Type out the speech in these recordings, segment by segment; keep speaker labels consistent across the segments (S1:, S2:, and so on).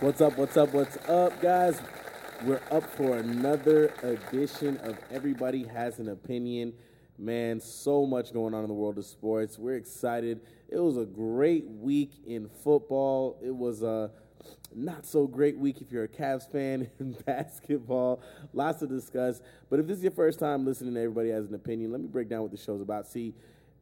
S1: What's up, what's up, what's up, guys? We're up for another edition of Everybody Has an Opinion. Man, so much going on in the world of sports. We're excited. It was a great week in football. It was a not so great week if you're a Cavs fan in basketball. Lots to discuss. But if this is your first time listening to Everybody Has an Opinion, let me break down what the show's about. See,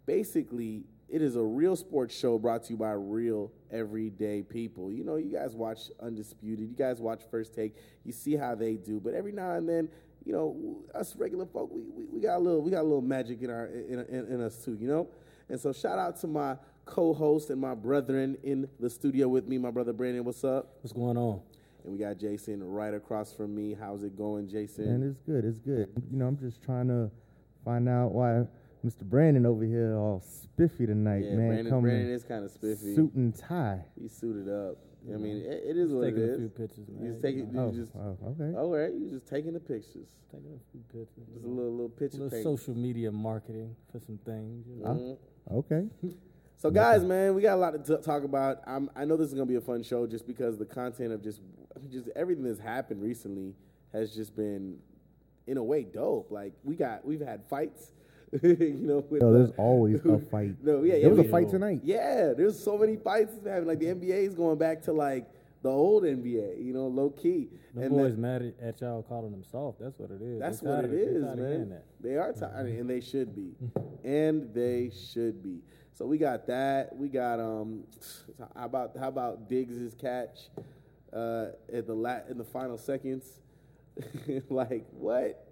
S1: basically it is a real sports show brought to you by real everyday people you know you guys watch undisputed you guys watch first take you see how they do but every now and then you know us regular folk we, we, we got a little we got a little magic in our in, in, in us too you know and so shout out to my co-host and my brethren in the studio with me my brother brandon what's up
S2: What's going on?
S1: and we got jason right across from me how's it going
S3: And
S1: jason
S3: it's good. It's good. You know, I'm just trying to find out why Mr. Brandon over here all spiffy tonight,
S1: yeah
S3: man.
S1: brandon,
S3: coming
S1: brandon is kind of spiffy
S3: suit and tie.
S1: he's suited up i mean it, it is what it
S2: taking
S1: is
S2: a few pictures, man.
S1: You just take it. You
S3: Oh,
S1: just.
S3: oh, okay.
S1: All right. You just taking the pictures.
S2: Taking a few pictures.
S1: Just a little little
S2: A
S1: picture
S2: little
S1: paint.
S2: social media marketing for some things. You know?
S1: Mhm.
S3: Okay.
S1: So guys, man, we got a lot to t- talk about. i I know this is gonna be a fun show just because the content of just, I mean, just everything that's happened recently has just been, in a way, dope. Like we got, we've had fights. you know, with
S3: Yo,
S1: the-
S3: there's always a fight.
S1: No, yeah, yeah,
S3: There was a
S1: we-
S3: fight tonight.
S1: Yeah, there's so many fights that's happening. Like the NBA is going back to like the old NBA. You know, low key.
S2: The
S1: And
S2: boys
S1: the-
S2: mad at- at y'all calling them soft. That's what it is.
S1: That's
S2: They
S1: what
S2: tired
S1: it
S2: of- they
S1: is,
S2: tired of hearing
S1: man.
S2: that.
S1: They are tired, and they should be, and they should be. So we got that. We got um, how about how about Diggs's catch uh, at the la- in the final seconds? like what?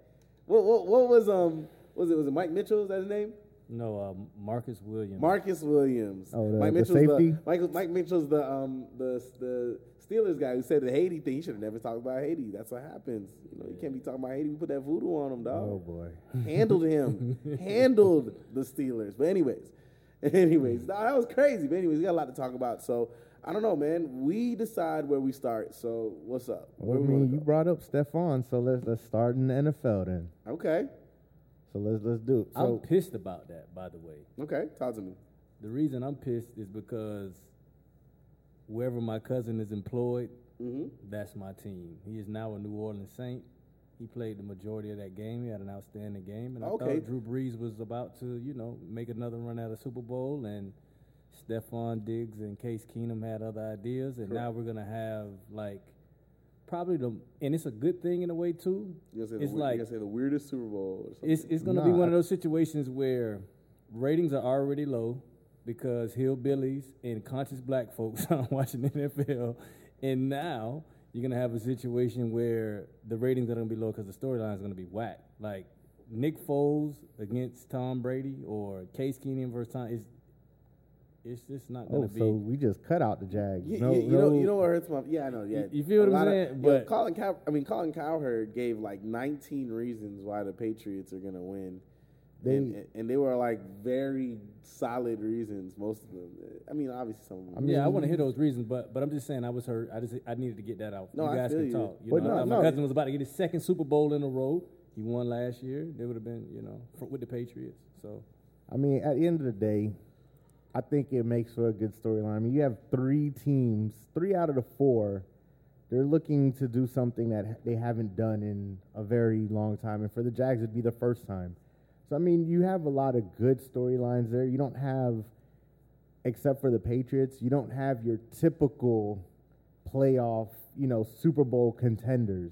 S1: What, what? what was um? Was it was it Mike Mitchell? Is that his name?
S2: No, uh, Marcus Williams.
S1: Marcus Williams.
S3: Oh, the-
S1: Mike
S3: the
S1: Mitchell's
S3: safety?
S1: Michael, Mike Mitchell's the um the the Steelers guy who said the Haiti thing. He should have never talked about Haiti. That's what happens. You know, you can't be talking about Haiti. We put that voodoo on him, dog
S3: Oh boy.
S1: handled him, handled the Steelers. But anyways, anyways, nah, that was crazy. But anyways, we got a lot to talk about. So I don't know, man. We decide where we start. So what's up? Where
S3: Well, I
S1: we wanna
S3: mean, you
S1: go?
S3: brought up Stefan, so let's let's start in the NFL then.
S1: okay,
S3: So let's let's do it.
S2: I'm
S3: So
S2: pissed about that, by the way.
S1: okay, talk to me.
S2: The reason I'm pissed is because wherever my cousin is employed,
S1: Mm-hmm.
S2: that's my team. He is now a New Orleans Saint. He played the majority of that game. He had an outstanding game, and I
S1: Okay.
S2: thought Drew Brees was about to, you know, make another run at a Super Bowl. And Stephon Diggs and Case Keenum had other ideas, and now we're gonna have like probably the, and it's a good thing in a way too.
S1: You gonna say
S2: It's
S1: the, weir-
S2: like-
S1: you gonna say the weirdest Super Bowl or something?
S2: It's it's gonna be
S3: Nah,
S2: one of
S3: I-
S2: those situations where ratings are already low because hillbillies and conscious black folks aren't watching the NFL, and now you're gonna have a situation where the ratings are gonna be low because the storyline is gonna be whack. Like Nick Foles against Tom Brady or Case Keenum versus Tom is it's just not gonna
S3: oh,
S2: be.
S3: so we just cut out the Jags.
S1: You,
S3: no,
S1: you, you know,
S3: no-
S1: you know what hurts my yeah, I know, yeah.
S2: You- you feel what
S1: A
S2: I'm
S1: lot of-
S2: saying?
S1: yo,
S2: But-
S1: Colin Cow, I mean, Colin Cowherd gave like 19 reasons why the Patriots are gonna win,
S3: They-
S1: and, and they were like very solid reasons, most of them. I mean, obviously some of them.
S3: I mean-
S2: yeah, I want to
S1: Mm.
S2: hear those reasons, but but I'm just saying I was hurt. I just I needed to get that out.
S1: No, I
S2: you guys
S1: feel
S2: can
S1: you.
S2: talk. You
S3: But
S2: know, I
S3: no,
S2: thought my
S3: no.
S2: cousin was about to get his second Super Bowl in a row. He won last year. They would have been, you know, fr- with the Patriots. So
S3: I mean, at the end of the day, I think it makes for a good storyline. I mean, you have three teams, three out of the four, they're looking to do something that ha- they haven't done in a very long time, and for the Jags, it'd be the first time. So, I mean, you have a lot of good storylines there. You don't have, except for the Patriots, you don't have your typical playoff, you know, Super Bowl contenders.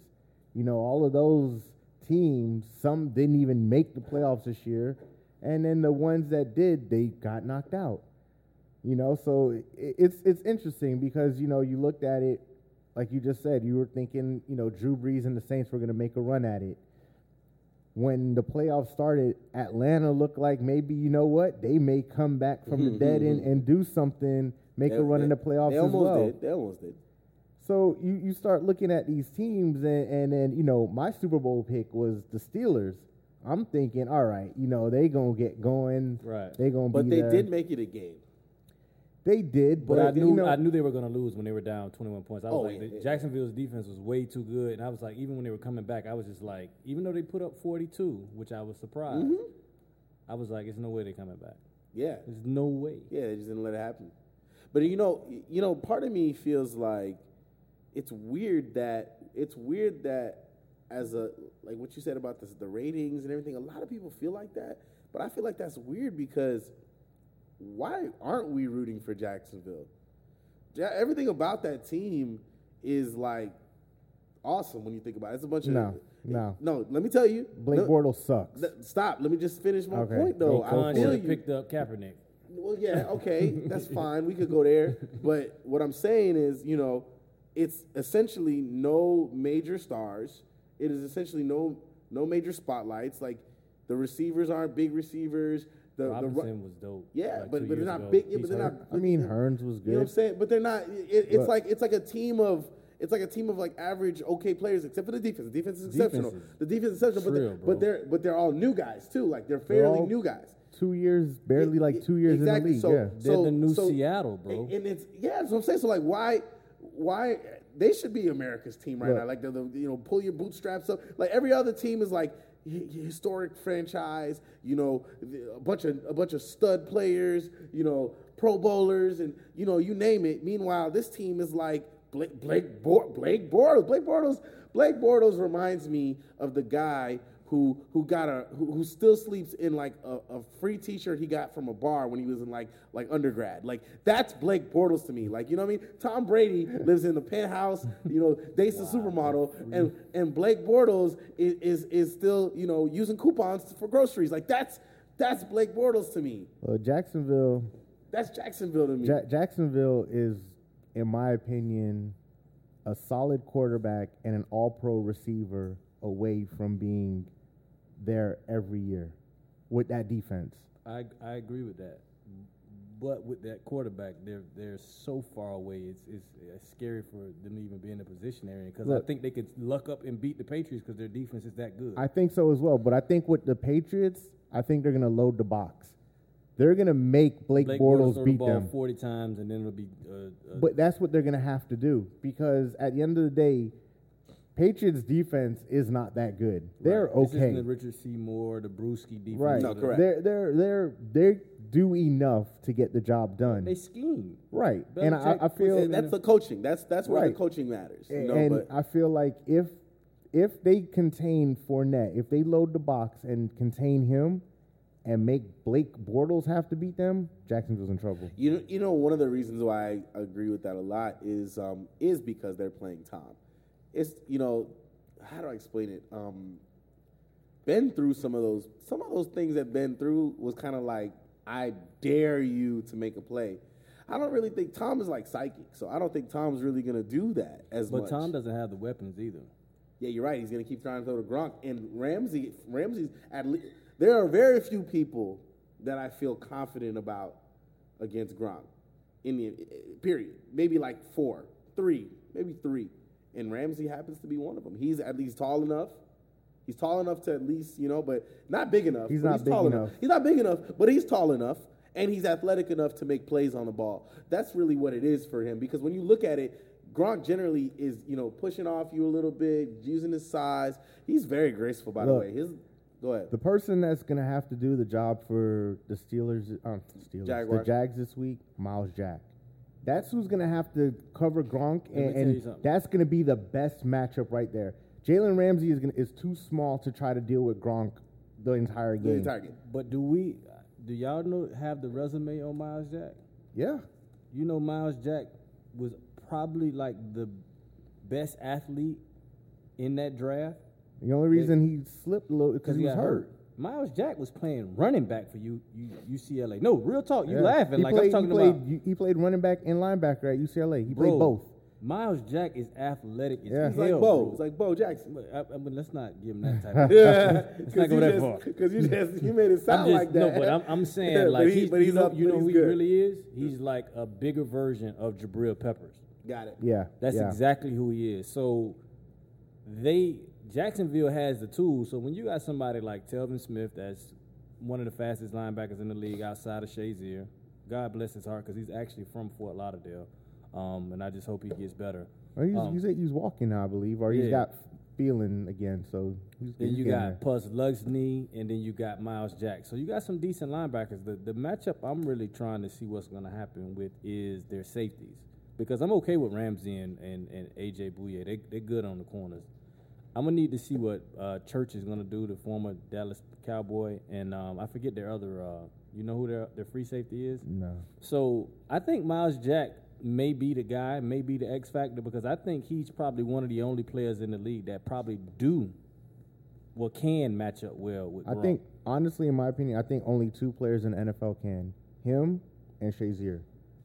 S3: You know, all of those teams, some didn't even make the playoffs this year. And then the ones that did, they got knocked out. You know, so i it's it's interesting because you know you looked at it, like you just said, you were thinking you know Drew Brees and the Saints were going to make a run at it. When the playoffs started, Atlanta looked like maybe you know what they may come back from the dead end and do something, make
S1: They-
S3: a run in
S1: they-
S3: the playoffs
S1: Mm-hmm. They
S3: as
S1: almost
S3: well.
S1: did. They almost did.
S3: So you, you start looking at these teams, and, and then, you know, my Super Bowl pick was the Steelers. I'm thinking, all right, you know, they going to get going.
S2: Right.
S3: They going to
S1: But
S3: be
S1: they
S3: there.
S1: did make it a game.
S3: They did,
S2: But
S3: but,
S2: I knew
S3: you know,
S2: I knew they were going to lose when they were down 21 points. I was
S1: Oh,
S2: like,
S1: yeah,
S2: the-
S1: yeah, yeah.
S2: Jacksonville's defense was way too good, and I was like, even when they were coming back, I was just like, even though they put up 42, which I was surprised,
S1: Mm-hmm.
S2: I was like, it's no way they're coming back.
S1: Yeah.
S2: There's no way.
S1: Yeah, they just didn't let it happen. But you know, you know, part of me feels like it's weird that it's weird that as a like what you said about this, the ratings and everything. A lot of people feel like that, but I feel like that's weird because why aren't we rooting for Jacksonville? Ja- everything about that team is like awesome when you think about it. It's a bunch of
S3: No, no.
S1: no. Let me tell you,
S3: Blake
S1: no,
S3: Bortles sucks.
S1: th- stop. Let me just finish my
S3: Okay.
S1: point though.
S3: Go
S1: I
S2: Khan
S3: for
S1: feel
S2: should
S1: you.
S2: have picked up Kaepernick.
S1: Well, yeah, okay, that's fine. We could go there. But what I'm saying is, you know, it's essentially no major stars. It is essentially no no major spotlights. Like the receivers aren't big receivers. The, the ru-
S2: Robinson was dope.
S1: yeah,
S2: like,
S1: but,
S2: two
S1: but they're
S2: years
S1: not
S2: ago.
S1: big. Yeah, but
S2: He's
S1: they're
S2: hurt.
S1: not.
S3: I mean, Hearns was
S1: You know what I'm
S3: good.
S1: saying? But they're not. It, it's
S3: But-
S1: like it's like a team of it's like a team of like average okay players, except for the defense. The defense is exceptional.
S2: Defense is
S1: the defense is exceptional,
S2: trill,
S1: but, they're,
S2: bro.
S1: but they're but they're all new guys too. Like they're fairly
S3: all-
S1: new guys.
S3: Two years, barely
S1: Yeah,
S3: like
S1: yeah,
S3: two years
S1: exactly.
S3: in the
S1: So-
S3: league. yeah.
S2: They're the new Seattle, bro.
S1: And, and it's yeah, that's what I'm saying. So like, why, why they should be America's team right
S3: Right.
S1: now? Like the, the you know pull your bootstraps up. Like every other team is like hi- historic franchise. You know, the- a bunch of a bunch of stud players. You know, Pro Bowlers, and you know you name it. Meanwhile, this team is like Blake Blake, Bor- Blake Bortles. Blake Bortles. Blake Bortles reminds me of the guy. Who, who got a who, who still sleeps in like a, a free T-shirt he got from a bar when he was in like like undergrad. Like that's Blake Bortles to me. Like you know what I mean? Tom Brady lives in the penthouse. You know, dates the supermodel, and and Blake Bortles is, is is still you know using coupons for groceries. Like that's that's Blake Bortles to me.
S3: Well, Uh, Jacksonville,
S1: That's Jacksonville to me.
S3: ja- Jacksonville is, in my opinion, a solid quarterback and an All-Pro receiver away from being there every year with that defense.
S2: I I agree with that, but with that quarterback, they're they're so far away. It's it's, it's scary for them to even be in a position area because I
S3: Look.
S2: think they could luck up and beat the Patriots because their defense is that good.
S3: I think so as well. But I think with the Patriots, I think they're going to load the box. They're going to make Blake,
S2: Blake Bortles throw
S3: Bortles
S2: the
S3: beat
S2: ball
S3: them.
S2: forty times and then it'll be. Uh, uh,
S3: But that's what they're going to have to do because at the end of the day, Patriots defense is not that good. They're
S2: This isn't the
S3: okay.
S2: Richard Seymour, the Brewski defense.
S3: Right.
S1: No,
S2: The-
S1: correct.
S3: They're they're they're they do enough to get the job done.
S2: They scheme.
S3: right. And I,
S2: Belichick
S3: I feel
S1: And that's the coaching. That's that's where the
S3: Right.
S1: coaching matters. You know,
S3: and
S1: but
S3: I feel like if if they contain Fournette, if they load the box and contain him and make Blake Bortles have to beat them, Jacksonville's in trouble.
S1: You know, you know, one of the reasons why I agree with that a lot is um, is because they're playing Tom. It's you know, how do I explain it? Um, been through some of those some of those things that Ben through was kind of like I dare you to make a play. I don't really think Tom is like psychic, so I don't think Tom's really gonna do that as
S2: But
S1: much.
S2: Tom doesn't have the weapons either.
S1: Yeah, you're right. He's gonna keep trying to throw to Gronk and Ramsey. Ramsey's at least there are very few people that I feel confident about against Gronk. In the period, maybe like four, three, maybe three, and Ramsey happens to be one of them. He's at least tall enough. He's tall enough to at least you know, but not big enough.
S3: He's
S1: but
S3: not
S1: he's
S3: big
S1: tall
S3: enough.
S1: He's not big enough, but he's tall enough and he's athletic enough to make plays on the ball. That's really what it is for him because when you look at it, Gronk generally is, you know, pushing off you a little bit, using his size. He's very graceful, by
S3: Look.
S1: the way. His go ahead.
S3: The person that's gonna have to do the job for the Steelers, um, Steelers
S1: Jaguars.
S3: the Jags this week, Miles Jack. That's who's gonna have to cover Gronk,
S2: me
S3: and,
S2: tell
S3: and
S2: you something.
S3: that's gonna be the best matchup right there. Jalen Ramsey is gonna, is too small to try to deal with Gronk the entire
S1: The
S3: game.
S1: entire game.
S2: But do we? Do y'all know have the resume on Miles Jack?
S3: Yeah,
S2: You know, Miles Jack was probably like the best athlete in that draft
S3: the only reason he slipped a little because he, was
S2: got
S3: hurt.
S2: Miles Jack was playing running back for you, you UCLA. No, real talk. You
S3: Yeah.
S2: laughing
S3: He
S2: like
S3: played-
S2: I'm talking
S3: he played,
S2: about.
S3: you- He played running back and linebacker at UCLA. He
S2: Bro,
S3: played both.
S2: Miles Jack is athletic. As
S3: Yeah.
S2: yeah,
S1: He's
S2: hell,
S1: like Bo.
S2: bro.
S1: He's like Bo Jackson.
S2: But I, I mean, let's not give him that type. of let's not
S1: Because
S2: go
S1: you,
S2: that
S1: just-
S2: far.
S1: 'cause you just you made it sound
S2: I'm just-
S1: like that.
S2: No, but I'm, I'm saying
S1: Yeah,
S2: like
S1: but, he-
S2: he's,
S1: but he's
S2: you know,
S1: up.
S2: you
S1: but
S2: know who
S1: he's
S2: he
S1: good.
S2: really is. He's like a bigger version of Jabril Peppers.
S1: got it.
S3: Yeah,
S2: That's
S3: yeah.
S2: exactly who he is. So they Jacksonville has the tools. So when you got somebody like Telvin Smith, that's one of the fastest linebackers in the league outside of Shazier. God bless his heart because he's actually from Fort Lauderdale, um, and I just hope he gets better.
S3: Well, he's,
S2: Um,
S3: he's, he's walking now, I believe, or he's
S2: yeah.
S3: got feeling again. So he's,
S2: Then
S3: he's
S2: you
S3: getting
S2: got Puz Lugsney, and then you got Miles Jack. So you got some decent linebackers. The the matchup I'm really trying to see what's going to happen with is their safeties. because I'm okay with Ramsey and, and, and AJ Bouye. They they're good on the corners. I'm gonna need to see what uh, Church is gonna do, the former Dallas Cowboy, and um, I forget their other. Uh, you know who their their free safety is?
S3: No.
S2: So I think Miles Jack may be the guy, may be the X factor because I think he's probably one of the only players in the league that probably do, well, can match up well with.
S3: I
S2: Gronk.
S3: think, honestly, in my opinion, I think only two players in the NFL can him and Shazier.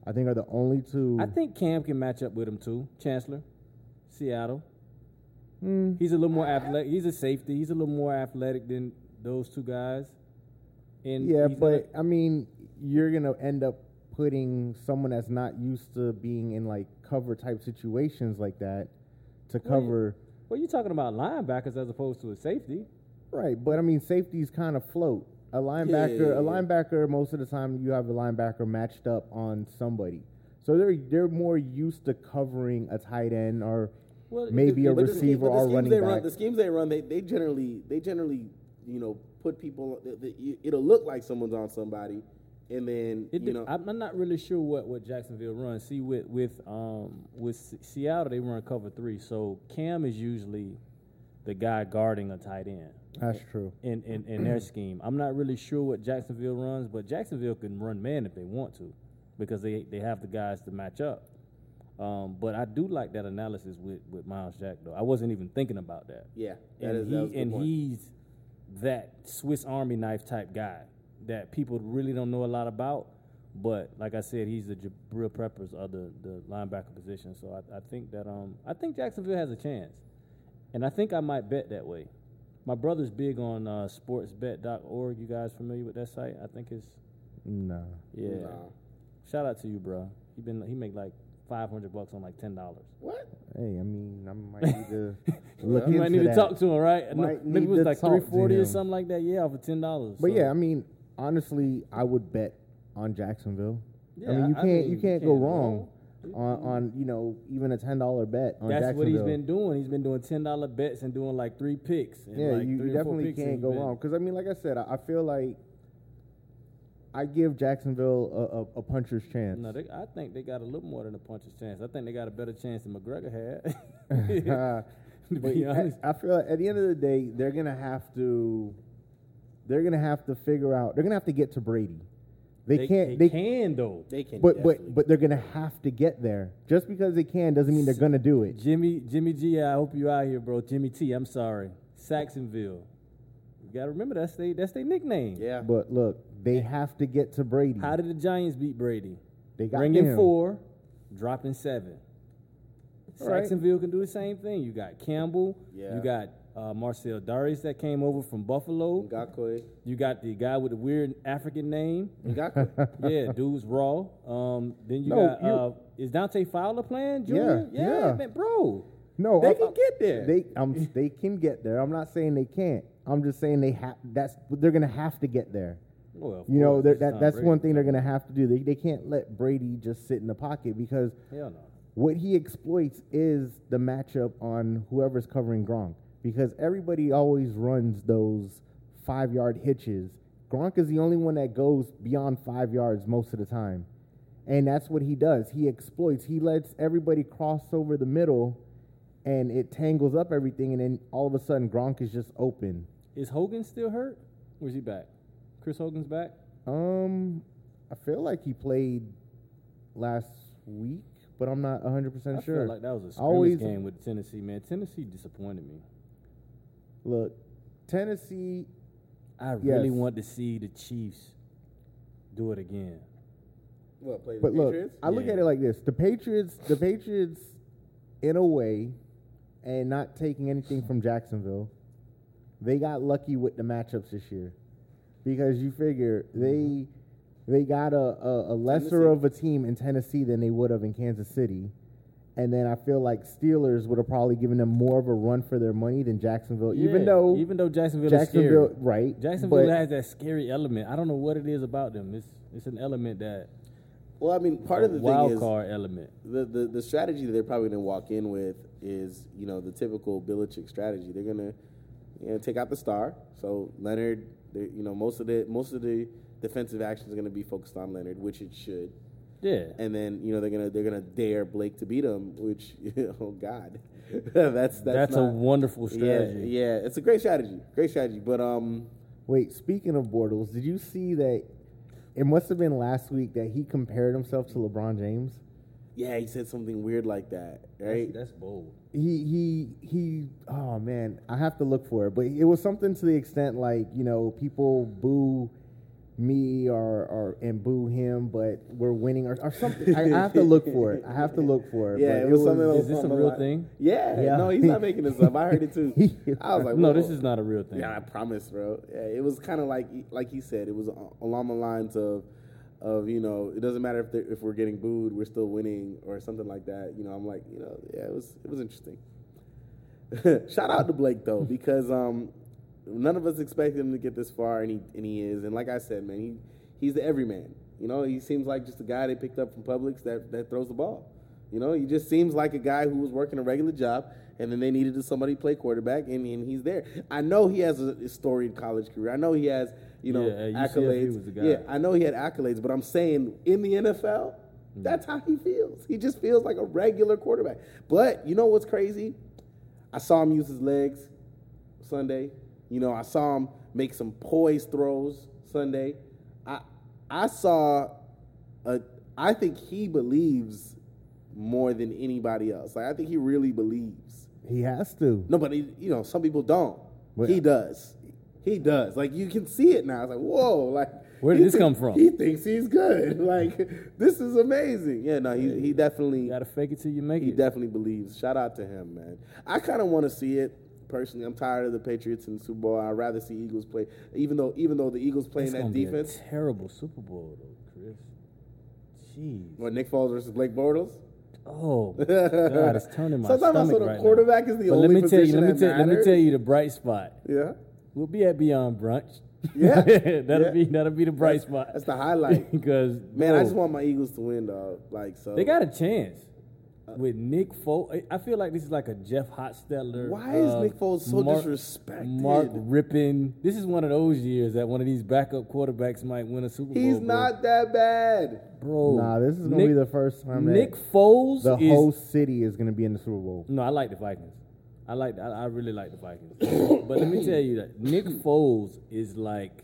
S3: I think are the only two.
S2: I think Cam can match up with him too. Chancellor, Seattle.
S3: Hmm.
S2: He's a little more athletic. He's a safety. He's a little more athletic than those two guys. And
S3: yeah,
S2: he's gonna-
S3: but I mean, you're gonna end up putting someone that's not used to being in like cover type situations like that to
S2: Well, you-
S3: cover.
S2: well, you're talking about linebackers as opposed to a safety.
S3: Right, but I mean, safety's kind of float. A linebacker,
S1: yeah, yeah.
S3: a linebacker. Most of the time, you have a linebacker matched up on somebody, so they're they're more used to covering a tight end or
S2: Well,
S3: maybe a
S1: But the scheme-
S3: receiver
S1: but the
S3: or
S1: schemes
S3: running
S1: they
S3: back.
S1: Run, the schemes they run, they, they generally they generally you know put people. they- they- It'll look like someone's on somebody, and then
S2: It
S1: you
S2: de-
S1: know
S2: I'm I'm not really sure what, what Jacksonville runs. See, with with um with Se- Seattle, they run cover three, so Cam is usually the guy guarding a tight end
S3: That's true.
S2: in, in, in their scheme. I'm not really sure what Jacksonville runs, but Jacksonville can run man if they want to, because they they have the guys to match up. Um, but I do like that analysis with with Miles Jack though. I wasn't even thinking about that
S1: yeah, that
S2: and
S1: is
S2: he
S1: that was a good
S2: and
S1: point.
S2: he's that Swiss Army knife type guy that people really don't know a lot about. But like I said, he's the Jabril Preppers of the, the linebacker position. So I, I think that um I think Jacksonville has a chance, and I think I might bet that way. My brother's big on uh, sportsbet.org. You guys familiar with that site? I think it's
S3: No.
S2: yeah.
S1: Nah.
S2: Shout out to you, bro. He been he make like five hundred bucks on like ten dollars.
S1: What?
S3: Hey, I mean, I might need to look
S2: You
S3: into
S2: might need
S3: that.
S2: to talk to him, right? No,
S3: Might
S2: Maybe
S3: need
S2: it was
S3: to
S2: like
S3: talk
S2: three
S3: to
S2: forty or
S3: him.
S2: something like that. Yeah, for ten dollars.
S3: But yeah, I mean, honestly, I would bet on Jacksonville.
S2: Yeah,
S3: I mean, you
S2: I- I
S3: can't
S2: mean,
S3: you
S2: you
S3: can't go
S2: can't
S3: wrong on, on you know even a ten dollar bet on
S2: That's what
S3: Jacksonville.
S2: he's been doing. He's been doing ten dollar bets and doing like three picks. And
S3: yeah,
S2: like
S3: you,
S2: three
S3: you
S2: or four
S3: definitely
S2: picks and
S3: can't
S2: he's
S3: go
S2: been-
S3: wrong because I mean, like I said, I, I feel like I give Jacksonville a, a, a puncher's chance.
S2: No, they, I think they got a little more than a puncher's chance. I think they got a better chance than McGregor had. to
S3: But
S2: be
S3: I-
S2: honest,
S3: I feel like at the end of the day, they're gonna have to they're gonna have to figure out they're gonna have to get to Brady. They, can't
S2: They, can though.
S1: They can,
S3: But
S1: definitely.
S3: but but they're gonna have to get there. Just because they can doesn't mean they're gonna do it.
S2: Jimmy, Jimmy G, I hope you out here, bro. Jimmy T, I'm sorry, Saxonville. You gotta remember that's they that's their nickname.
S1: yeah,
S3: But look, they have to get to Brady.
S2: How did the Giants beat Brady?
S3: They got
S2: Bringing
S3: him.
S2: four, dropping seven.
S3: All right.
S2: Saxonville can do the same thing. You got Campbell.
S1: Yeah.
S2: You got uh, Marcel Darius that came over from Buffalo.
S1: Ngakwe,
S2: You got the guy with the weird African name.
S1: Ngakwe.
S2: Yeah, dude's raw. Um, then you
S3: No,
S2: got
S3: you-
S2: uh, is Dante Fowler playing Junior?
S3: Yeah, yeah.
S2: man, bro.
S3: No,
S2: they
S3: I'm-
S2: can
S3: I'm-
S2: get there.
S3: They um they can get there. I'm not saying they can't. I'm just saying they have. That's they're gonna have to get there.
S2: Well, of
S3: You know
S2: course,
S3: they're-
S2: it's
S3: that
S2: Tom
S3: that's
S2: Brady.
S3: one thing they're gonna have to do. They they can't let Brady just sit in the pocket because
S2: Hell no.
S3: what he exploits is the matchup on whoever's covering Gronk because everybody always runs those five yard hitches. Gronk is the only one that goes beyond five yards most of the time. And that's what he does. He exploits, he lets everybody cross over the middle and it tangles up everything. And then all of a sudden, Gronk is just open.
S2: Is Hogan still hurt? Where's he back? Chris Hogan's back.
S3: Um, I feel like he played last week, but I'm not 100%
S2: I
S3: sure.
S2: feel like that was a scrimmage
S3: Always-
S2: game with Tennessee. Man, Tennessee disappointed me.
S3: Look, Tennessee
S2: I
S3: Yes.
S2: really want to see the Chiefs do it again.
S1: What play the
S3: But look,
S1: Patriots?
S3: I look
S2: Yeah.
S3: at it like this: the Patriots, the Patriots, in a way, and not taking anything from Jacksonville, they got lucky with the matchups this year, because you figure they they got a, a, a lesser
S1: Tennessee.
S3: of a team in Tennessee than they would have in Kansas City, and then I feel like Steelers would have probably given them more of a run for their money than Jacksonville, even
S2: Yeah,
S3: though
S2: even though Jacksonville,
S3: Jacksonville,
S2: is scary.
S3: right?
S2: Jacksonville
S3: but-
S2: has that scary element. I don't know what it is about them. It's it's an element that
S1: well, I mean, part of
S2: a
S1: the
S2: wild
S1: thing is
S2: card element.
S1: the, the the strategy that they're probably going to walk in with is you know the typical Belichick strategy. They're going to you know take out the star. So Leonard, they- you know most of the most of the defensive action is going to be focused on Leonard, which it should.
S2: Yeah.
S1: and then you know they're gonna they're gonna dare Blake to beat him, which oh god, that's that's,
S2: That's a
S1: not-
S2: wonderful
S1: Yeah,
S2: strategy.
S1: Yeah, it's a great strategy, great strategy. But um,
S3: Wait, speaking of Bortles, did you see that? It must have been last week that he compared himself to LeBron James.
S1: yeah, he said something weird like that, right?
S2: That's, bold.
S3: He he he. Oh man, I have to look for it. But it was something to the extent like you know people boo me or or and boo him, but we're winning or, or something. I, I have to look for it. I have to look for it.
S1: yeah,
S3: but
S1: it was, something.
S2: Is this a
S1: something
S2: real
S1: like-
S2: thing?
S1: Yeah,
S3: Yeah.
S1: no, he's not making this up. I heard it too. I was like,
S2: no,
S1: whoa.
S2: this is not a real thing.
S1: Yeah, I promise, bro. Yeah, it was kind of like like he said. It was a- along the lines of of you know, it doesn't matter if they're- if we're getting booed, we're still winning or something like that. You know, I'm like, you know, yeah, it was it was interesting. Shout out to Blake though, because um, none of us expected him to get this far, and he and he is. And like I said, man, he he's the everyman. You know, he seems like just a guy they picked up from Publix that that throws the ball. You know, he just seems like a guy who was working a regular job, and then they needed somebody to play quarterback, and, and he's there. I know he has a storied college career. I know he has you know
S2: Yeah, at UCLA he
S1: accolades.
S2: was the guy.
S1: Yeah, I know he had accolades, but I'm saying in the NFL, that's how he feels. He just feels like a regular quarterback. But you know what's crazy? I saw him use his legs Sunday. You know, I saw him make some poised throws Sunday. I I saw a I think he believes more than anybody else. Like I think he really believes.
S3: he has to.
S1: No, but he, you know, some people don't.
S3: Well-
S1: he does. He does. Like you can see it now. It's like, whoa, like
S2: Where did
S1: he
S2: this
S1: thi-
S2: come from?
S1: He thinks he's good. Like this is amazing. Yeah, no, he he definitely
S2: You gotta fake it till you make
S1: he
S2: it.
S1: definitely believes. Shout out to him, man. I kind of want to see it personally. I'm tired of the Patriots in the Super Bowl. I'd rather see Eagles play, even though even though the Eagles playing
S2: It's
S1: that
S2: gonna be a
S1: defense.
S2: terrible Super Bowl though, Chris. Jeez.
S1: Or Nick Foles versus Blake Bortles.
S2: Oh God, it's turning my
S1: Sometimes I
S2: stomach
S1: sort of
S2: right
S1: quarterback
S2: now.
S1: is the
S2: But
S1: only
S2: let me tell you,
S1: position
S2: let me
S1: that
S2: tell, let me
S1: matters.
S2: tell you the bright spot.
S1: Yeah,
S2: We'll be at Beyond Brunch.
S1: Yeah.
S2: that'll
S1: Yeah.
S2: be that'll be the bright spot.
S1: that's the highlight.
S2: because
S1: Man, I
S2: bro,
S1: just want my Eagles to win, dog. Like so,
S2: They got a chance
S1: Uh,
S2: with Nick Foles. I feel like this is like a Jeff Hotstetler.
S1: Why is Nick Foles so disrespected?
S2: Mark Rippin. This is one of those years that one of these backup quarterbacks might win a Super Bowl.
S1: He's
S2: bro.
S1: not that bad.
S2: bro.
S3: Nah, this is gonna
S2: Nick-
S3: be the first time that
S2: Nick Foles
S3: the
S2: is.
S3: whole city is gonna be in the Super Bowl.
S2: no, I like the Vikings. I like. I, I really like the Vikings. but let me tell you that Nick Foles is like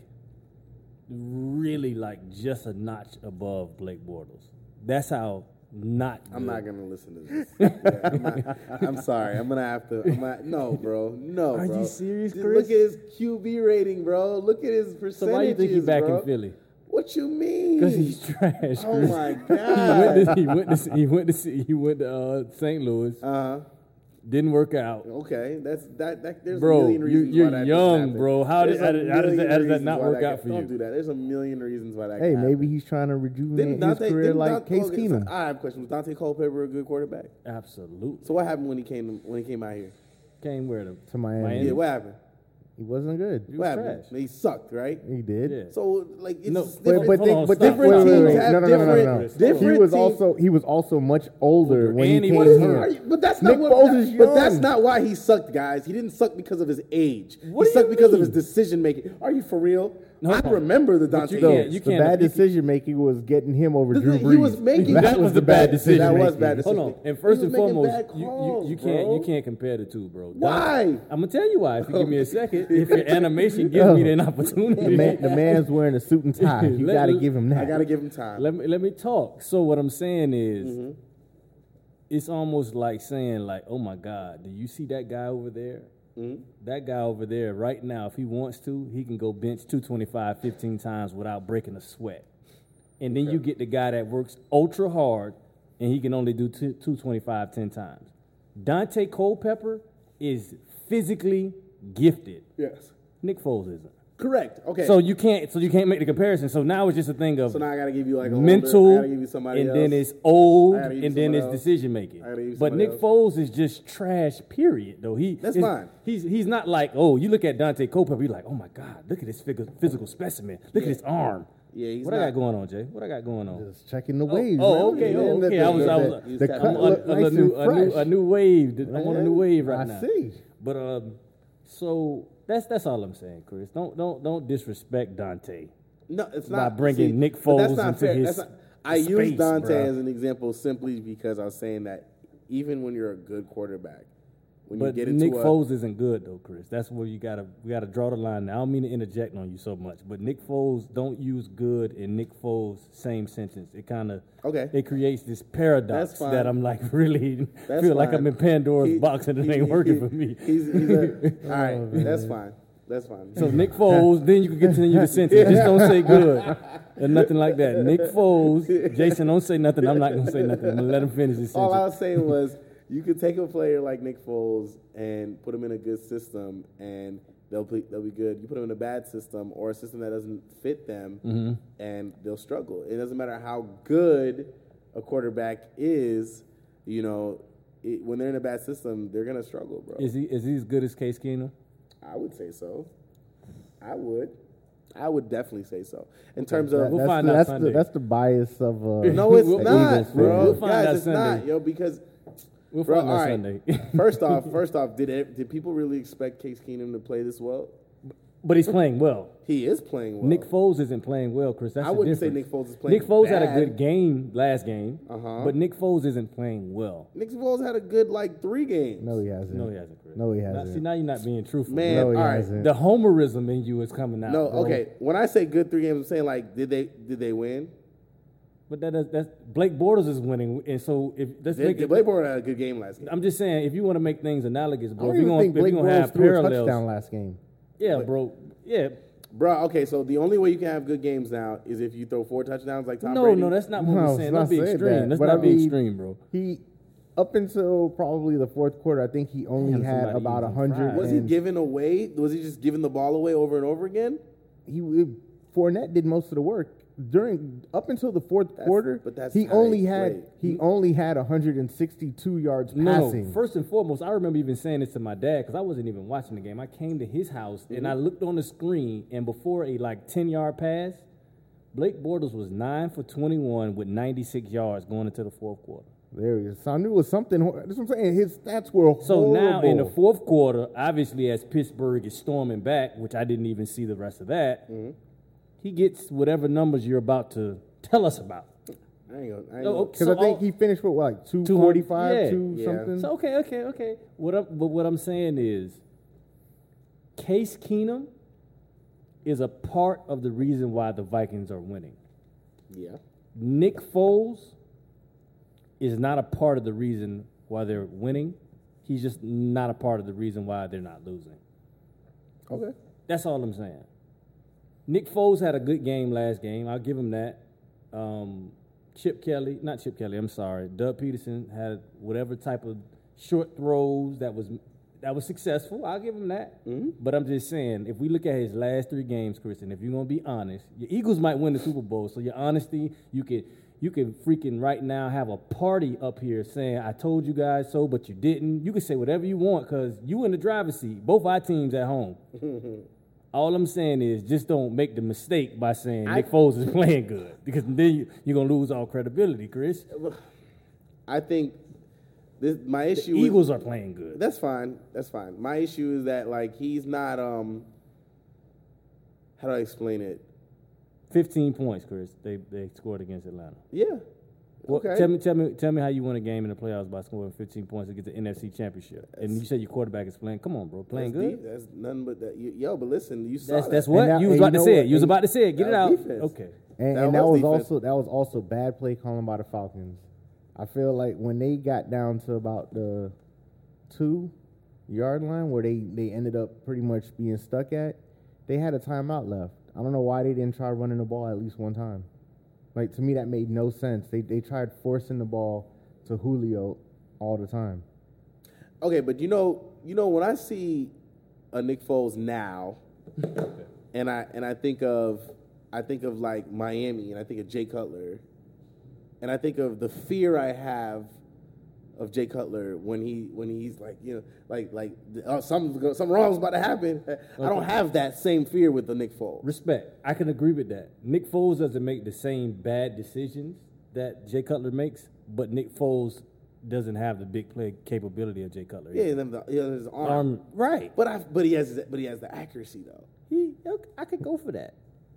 S2: really like just a notch above Blake Bortles. That's how not.
S1: I'm
S2: good.
S1: not gonna listen to this. Yeah, I'm, not- I'm sorry. I'm gonna have to. I'm not, no, bro. No.
S2: Are you
S1: bro.
S2: serious,
S1: Just
S2: Chris?
S1: Look at his QB rating, bro. Look at his percentages.
S2: So why you think he's back
S1: bro.
S2: in Philly?
S1: What you mean?
S2: Because he's trash.
S1: Oh
S2: Chris.
S1: my
S2: he,
S1: god.
S2: went to, he went to see- he went to see- he went to uh, St. Louis.
S1: Uh huh.
S2: Didn't work out,
S1: Okay. That's that. that there's a
S2: bro.
S1: million
S2: You,
S1: reasons why
S2: you're
S1: that
S2: young,
S1: didn't happen.
S2: bro. How,
S1: There's
S2: did, how, did,
S1: a
S2: how, does
S1: million
S2: that, how does that
S1: reasons
S2: not
S1: why
S2: work
S1: that
S2: out
S1: can-
S2: for
S1: don't
S2: you?
S1: do that. There's a million reasons why that.
S3: Hey,
S1: can happen.
S3: maybe he's trying to rejuvenate
S1: Didn't Dante,
S3: his career
S1: didn't
S3: like
S1: Dante,
S3: Case
S1: okay, so
S3: Keenum.
S1: I have questions. Was Dante Cole Pepper a good quarterback?
S2: Absolutely.
S1: So what happened when he came when he came out here?
S2: Came where to,
S3: To Miami.
S1: Yeah, what happened?
S3: he wasn't good.
S2: He
S1: What
S2: was
S1: happened?
S2: trash.
S1: He sucked, right?
S3: He did.
S2: Yeah.
S1: So like it's
S2: No,
S1: just
S2: but-
S1: different.
S3: But, but,
S2: Hold
S3: they,
S2: on,
S3: but
S2: stop.
S3: different
S1: Wait, wait,
S3: teams
S1: wait.
S3: have
S1: No, no, no, no, no, no.
S3: He
S1: Different
S3: was
S1: team-
S3: also he was also much older when
S2: And he
S3: he came
S1: What
S2: was
S1: is-
S2: Yeah.
S3: here.
S1: are you- but that's
S3: Nick
S1: not what,
S3: Foles
S1: that-
S3: is
S1: but that's
S3: young.
S1: not why he sucked, guys. He didn't suck because of his age.
S2: What
S1: he
S2: do you
S1: sucked because of his
S2: mean?
S1: decision making. Are you for real?
S2: No,
S1: I
S2: no.
S1: remember the
S2: But
S1: Dante.
S2: you
S1: Cole.
S2: can't- you
S3: the
S2: can't-
S3: bad
S2: you-
S3: decision making was getting him over
S1: The
S3: Drew
S1: thing-
S3: Brees.
S1: he was making-
S3: that,
S1: that
S3: was
S1: was
S3: the bad decision.
S1: That was bad
S3: making.
S1: decision.
S2: Hold on. And first
S1: He
S2: and
S1: was making
S2: foremost,
S1: bad
S2: you, you,
S1: calls,
S2: you can't
S1: bro.
S2: you can't compare the two, bro. Don-
S1: Why?
S2: I'm gonna tell you why. If you give me a second, if your animation gives
S1: Oh.
S2: me an opportunity,
S3: The, man, the man's wearing a suit and tie. You
S2: Let-
S3: got to give him that.
S1: I gotta give him time.
S2: let me let me talk. So what I'm saying is, it's almost like saying like, oh my God, do you see that guy over there? That guy over there right now, if he wants to, he can go bench 225 15 times without breaking a sweat. And then you get the guy that works ultra hard and he can only do two, 225 10 times. Dante Culpepper is physically gifted.
S1: yes,
S2: Nick Foles isn't.
S1: correct. Okay,
S2: So
S1: so,
S2: you can't so you can't make the comparison. So now it's just a thing of
S1: now I gotta give you like a
S2: mental,
S1: Older, I gotta give you somebody
S2: and
S1: else.
S2: then it's old,
S1: I gotta give you
S2: and then
S1: somebody
S2: it's
S1: else.
S2: decision making.
S1: I gotta give you
S2: But
S1: somebody
S2: Nick
S1: else.
S2: Foles is just trash. Period. Though he
S1: That's
S2: is-
S1: fine.
S2: He's he's not like oh you look at Dante Culpepper you're like oh my god look at this physical, physical specimen look at his arm.
S1: Yeah, he's
S2: what I got
S1: not-
S2: going on, Jay? What I got going on?
S3: Just checking the waves.
S2: oh,
S3: man.
S2: okay, oh,
S3: And the-
S2: okay.
S3: the-
S2: I was, I
S3: the-
S2: was,
S3: the
S1: I'm
S3: cut
S2: I'm on
S3: looked
S2: a,
S3: nice
S2: new,
S3: and
S2: a new, a
S3: fresh.
S2: new wave. I'm on a new
S3: Man,
S2: wave right
S3: I
S2: now.
S3: see.
S2: But um, so that's that's all I'm saying, Chris. Don't don't don't disrespect Dante.
S1: No, it's
S2: by
S1: not
S2: bringing Nick
S1: but
S2: Foles into his
S1: That's not, I use
S2: Space,
S1: Dante
S2: bruh.
S1: as an example simply because I was saying that even when you're a good quarterback, when
S2: But
S1: you get into
S2: Nick
S1: a,
S2: Foles isn't good though, Chris. That's where you gotta we gotta draw the line. Now, I don't mean to interject on you so much, but Nick Foles don't use good and Nick Foles same sentence. It kind of
S1: Okay.
S2: It creates this paradox
S1: That's fine.
S2: that I'm like really
S1: That's
S2: feel like
S1: fine.
S2: I'm in Pandora's
S1: He-
S2: box and it
S1: he-
S2: ain't working for me. Oh,
S1: He's, he's a, all right, that's fine. That's fine.
S2: So Nick Foles, then you can get to the end of your sentence. Just don't say good or nothing like that. Nick Foles, Jason, don't say nothing. I'm not gonna say nothing. I'm gonna let him finish his
S1: All I
S2: sentence.
S1: was saying was you could take a player like Nick Foles and put him in a good system and they'll be, they'll be good. You put them in a bad system or a system that doesn't fit them
S2: Mm-hmm.
S1: and they'll struggle. It doesn't matter how good a quarterback is, you know, it, when they're in a bad system, they're going to struggle, bro.
S2: Is he is he as good as Case Keenum?
S1: I would say so. I would. I would definitely say so. In terms of
S2: We'll
S3: that's
S2: find
S3: the,
S2: out
S3: that's
S2: Sunday.
S3: The, that's the bias of. Uh,
S1: No, it's
S2: We'll-
S3: Eagles
S1: not,
S3: fan.
S1: bro.
S2: We'll find
S1: Guys,
S2: out
S1: it's
S2: Sunday.
S1: not, yo, because
S2: We'll
S1: bro,
S2: find out
S1: all right.
S2: Sunday.
S1: first off, first off, did it, did people really expect Case Keenum to play this well?
S2: but he's playing well.
S1: He is playing well.
S2: Nick Foles isn't playing well, Chris. That's
S1: I
S2: the
S1: wouldn't say
S2: difference.
S1: Nick Foles is playing
S2: Nick Foles had
S1: bad.
S2: a good game last game,
S1: Uh-huh.
S2: but Nick Foles isn't playing well.
S1: Nick Foles had a good like three games.
S3: no, he hasn't.
S2: No, he hasn't, Chris.
S3: No, he
S2: Now-
S3: hasn't.
S2: see, now you're not being truthful.
S1: Man,
S3: No,
S1: all
S3: he
S1: right.
S3: hasn't.
S2: The homerism in you is coming out.
S1: No,
S2: bro.
S1: okay. When I say good three games, I'm saying like, did they did they win?
S2: But that does, that's Blake Bortles is winning, and so if let's
S1: Did,
S2: make
S1: did
S2: it.
S1: Blake Bortles had a good game last game?
S2: I'm just saying, if you want to make things analogous,
S3: I
S2: bro,
S3: don't
S2: if you're
S3: even
S2: gonna,
S3: think
S2: if you're
S3: Blake
S2: gonna
S3: Bortles
S2: have
S3: threw a
S2: parallels,
S3: touchdown last game.
S2: yeah, bro, yeah.
S1: Bro, okay. So the only way you can have good games now is if you throw four touchdowns like Tom
S2: no,
S1: Brady.
S2: no, that's not what
S3: No,
S2: we're
S3: let's
S2: saying.
S3: not
S2: Let's be
S3: say that,
S2: extreme. Let's
S3: but
S2: not
S3: I
S2: be
S3: mean-
S2: extreme, bro.
S3: He up until probably the fourth quarter, I think he only
S2: Damn,
S3: had
S2: somebody
S3: about
S2: eating
S3: hundred.
S2: fries.
S1: Was he
S3: and
S1: giving away? Was he just giving the ball away over and over again?
S3: he would- Fournette did most of the work during up until the fourth quarter.
S1: but that's
S3: he
S1: how
S3: only
S1: they
S3: had
S1: played.
S3: he only had 162 yards
S2: No,
S3: passing.
S2: no. First and foremost, I remember even saying this to my dad because I wasn't even watching the game. I came to his house and
S3: Mm-hmm.
S2: I looked on the screen, and before a like ten yard pass, Blake Bortles was nine for twenty one with ninety six yards going into the fourth quarter.
S3: there he is. So I knew it was something. hor- That's what I'm saying. His stats were
S2: So
S3: horrible.
S2: now in the fourth quarter, obviously as Pittsburgh is storming back, which I didn't even see the rest of that,
S3: Mm-hmm.
S2: he gets whatever numbers you're about to tell us about.
S1: I ain't gonna. I ain't
S2: No,
S1: gonna-
S2: okay.
S3: because
S2: so
S3: I think
S2: all-
S3: he finished with like 245,
S2: yeah.
S3: two
S1: Yeah.
S3: something.
S2: So okay, okay, okay. What I'm, but what I'm saying is, Case Keenum is a part of the reason why the Vikings are winning.
S1: Yeah.
S2: Nick Foles is not a part of the reason why they're winning. He's just not a part of the reason why they're not losing.
S1: Okay.
S2: That's all I'm saying. Nick Foles had a good game last game. I'll give him that. Um, Chip Kelly, not Chip Kelly. I'm sorry. Doug Peterson had whatever type of short throws that was that was successful. I'll give him that. But I'm just saying, if we look at his last three games, Kristen, if you're gonna be honest, your Eagles might win the Super Bowl. So your honesty, you could you can freaking right now have a party up here saying I told you guys so, but you didn't. You can say whatever you want because you in the driver's seat. Both our teams at home. All I'm saying is just don't make the mistake by saying Nick Foles is playing good because then you, you're gonna lose all credibility, Chris.
S1: I think this my issue. with-
S2: Eagles are playing good.
S1: That's fine. That's fine. My issue is that like he's not. Um. How do I explain it?
S2: 15 points, Chris. They they scored against Atlanta.
S1: Yeah.
S2: Well,
S1: okay.
S2: Tell me, tell me, tell me how you won a game in the playoffs by scoring 15 points to get the NFC Championship. and you said your quarterback is playing. Come on, bro, playing
S1: that's
S2: good.
S1: deep. That's nothing but that. You, yo, but listen, you saw
S2: That's
S1: that.
S2: that's what
S3: And that-
S2: you was
S3: and
S2: about
S3: you
S2: to
S3: know
S2: say.
S3: what?
S2: It. You was
S1: And
S2: about to say it. Get it
S1: that
S2: out.
S1: was defense.
S2: Okay.
S3: And,
S1: That
S3: and that
S1: was
S3: was,
S1: defense.
S3: also that was also bad play calling by the Falcons. I feel like when they got down to about the two yard line where they, they ended up pretty much being stuck at, they had a timeout left. I don't know why they didn't try running the ball at least one time. Like to me that made no sense. They they tried forcing the ball to Julio all the time.
S1: Okay, but you know, you know, when I see a Nick Foles now, and I and I think of, I think of like Miami, and I think of Jay Cutler, and I think of the fear I have of Jay Cutler when he when he's like you know like like oh, something's go, something wrong's about to happen. I don't have that same fear with the Nick Foles.
S2: Respect. I can agree with that. Nick Foles doesn't make the same bad decisions that Jay Cutler makes, but Nick Foles doesn't have the big play capability of Jay Cutler.
S1: Yeah, them the, yeah, his arm.
S2: Um, right.
S1: But I but he has but he has the accuracy though.
S2: He, I could go for that.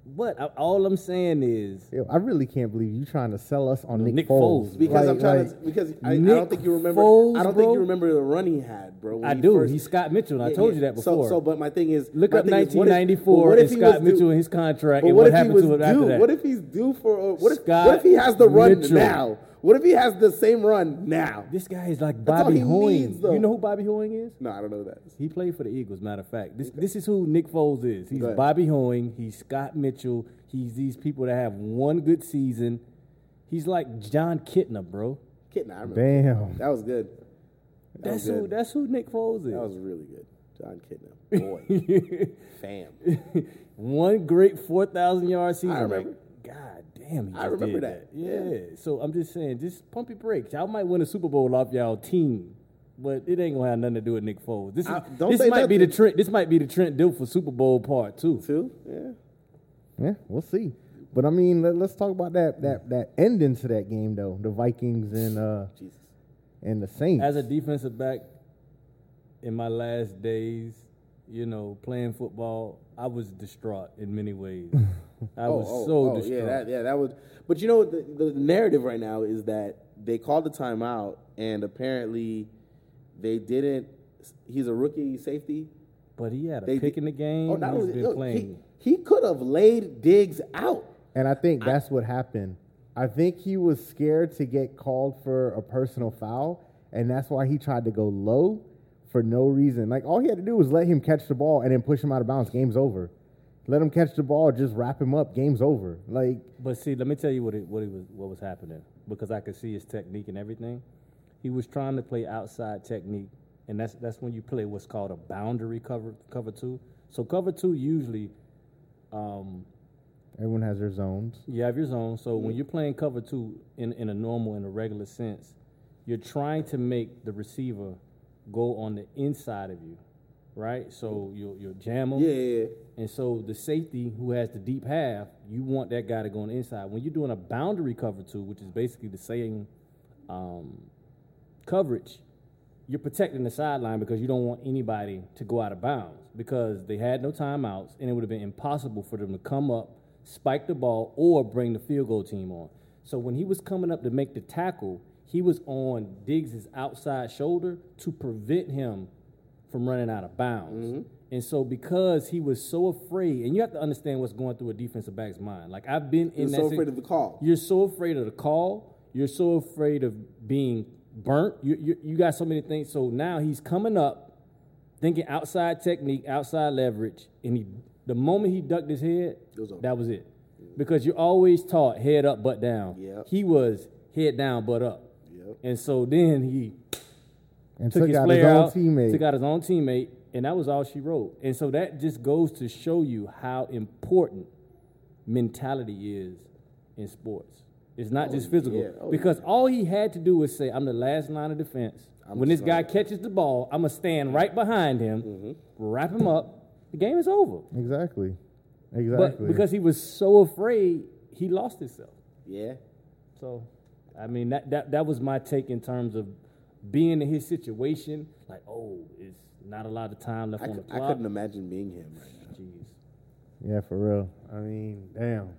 S2: But I, all I'm saying is
S3: Yo, I really can't believe you trying to sell us on Nick,
S2: Nick
S3: Foles.
S2: Foles.
S1: Because I'm
S3: Like-
S1: trying
S3: like,
S1: to. Because I, I don't
S2: Nick
S1: think you remember.
S2: Foles,
S1: I don't think
S2: bro?
S1: you remember the run he had, bro. when
S2: I
S1: he
S2: do.
S1: first-
S2: He's Scott Mitchell, and I
S1: Yeah,
S2: told
S1: yeah.
S2: you that before.
S1: So, so, but my thing is,
S2: Look
S1: my
S2: up
S1: thing is, what if-
S2: 1994
S1: but what
S2: and
S1: if he
S2: Scott
S1: was
S2: Mitchell
S1: due-
S2: and his contract
S1: but
S2: and what
S1: if he
S2: happened
S1: was
S2: to it after
S1: due?
S2: that.
S1: What if he's due for? Or what, if, what
S2: Scott
S1: if he has the run
S2: Mitchell.
S1: now? What if he has the same run now?
S2: This guy is like
S1: all
S2: Bobby
S1: he
S2: Hoing.
S1: needs, though.
S2: you know who Bobby Hoing is?
S1: No, I don't know that.
S2: He played for the Eagles, matter of fact. This this is who Nick Foles is. He's
S1: Go ahead.
S2: Bobby Hoing. He's Scott Mitchell. He's these people that have one good season. He's like John Kitna, bro.
S1: Kidding, I remember.
S3: Damn.
S1: That was good. That
S2: That's
S1: was good.
S2: who that's who Nick Foles
S1: That was
S2: is.
S1: really good. John Kidnap. Boy. Fam.
S2: one great four thousand yard season.
S1: I remember.
S2: Like, God damn, he
S1: I
S2: just
S1: remember
S2: did
S1: that.
S2: Yeah. So I'm just saying, just pump your brakes. Y'all might win a Super Bowl off y'all team, but it ain't gonna have nothing to do with Nick Foles. This is,
S1: I- don't
S2: this
S1: say
S2: might be the
S1: nothing.
S2: Trent. This might be the Trent deal for Super Bowl part two.
S1: Two? Yeah.
S3: Yeah, we'll see. But I mean, let, let's talk about that that that ending to that game though. The Vikings and uh
S1: Jesus.
S3: and the Saints.
S2: As a defensive back, in my last days, you know, playing football, I was distraught in many ways. I was so distraught.
S1: Oh, Yeah, that, yeah, that was. But you know, the, the narrative right now is that they called the timeout, and apparently, they didn't. He's a rookie safety.
S2: but he had a
S1: They
S2: pick
S1: di-
S2: in the game.
S1: Oh, not
S2: He's
S1: only-
S2: been
S1: look,
S2: playing.
S1: He, he could have laid Diggs out.
S3: and I think that's what happened. I think he was scared to get called for a personal foul, and that's why he tried to go low for no reason. Like all he had to do was let him catch the ball and then push him out of bounds. Game's over. Let him catch the ball, just wrap him up. Game's over. Like
S2: But see, let me tell you what it, what it was what was happening because I could see his technique and everything. He was trying to play outside technique, and that's that's when you play what's called a boundary cover cover two. So cover two usually, um,
S3: everyone has their zones.
S2: you have your zone. So when you're playing cover two in in a normal in a regular sense, you're trying to make the receiver go on the inside of you, right? So you you jam him.
S1: Yeah, yeah, yeah.
S2: And so the safety who has the deep half, you want that guy to go on the inside. When you're doing a boundary cover two, which is basically the same um, coverage, you're protecting the sideline because you don't want anybody to go out of bounds because they had no timeouts and it would have been impossible for them to come up, spike the ball, or bring the field goal team on. So when he was coming up to make the tackle, he was on Diggs' outside shoulder to prevent him from running out of bounds.
S1: Mm-hmm.
S2: And so because he was so afraid, and you have to understand what's going through a defensive back's mind. Like I've been
S1: He
S2: in
S1: was
S2: that
S1: so
S2: sit-
S1: afraid of the call.
S2: you're so afraid of the call. You're so afraid of being burnt. You, you, you got so many things. So now he's coming up, thinking outside technique, outside leverage, and he, the moment he ducked his head,
S1: It was over.
S2: that was it. Because you're always taught head up, butt down.
S1: Yep.
S2: He was head down, butt up.
S1: Yep.
S2: And so then he
S3: And
S2: took,
S3: took,
S2: his
S3: out his
S2: player
S3: own
S2: out,
S3: teammate.
S2: took out his own teammate, and that was all she wrote. And so that just goes to show you how important mentality is in sports. It's not just physical
S1: yeah. Oh,
S2: because all he had to do was say, "I'm the last line of defense."
S1: I'm
S2: when this
S1: just gonna-
S2: guy catches the ball, I'm gonna stand right behind him,
S3: Mm-hmm.
S2: wrap him up. The game is over.
S3: Exactly.
S2: But
S3: Exactly.
S2: because he was so afraid, he lost himself.
S1: Yeah.
S2: So, I mean, that, that that was my take in terms of being in his situation. Like, oh, it's not a lot of time left
S1: I,
S2: on
S1: cou-
S2: the
S1: I
S2: clock.
S1: couldn't imagine being him right now.
S2: Jeez.
S3: yeah, for real. I mean, damn.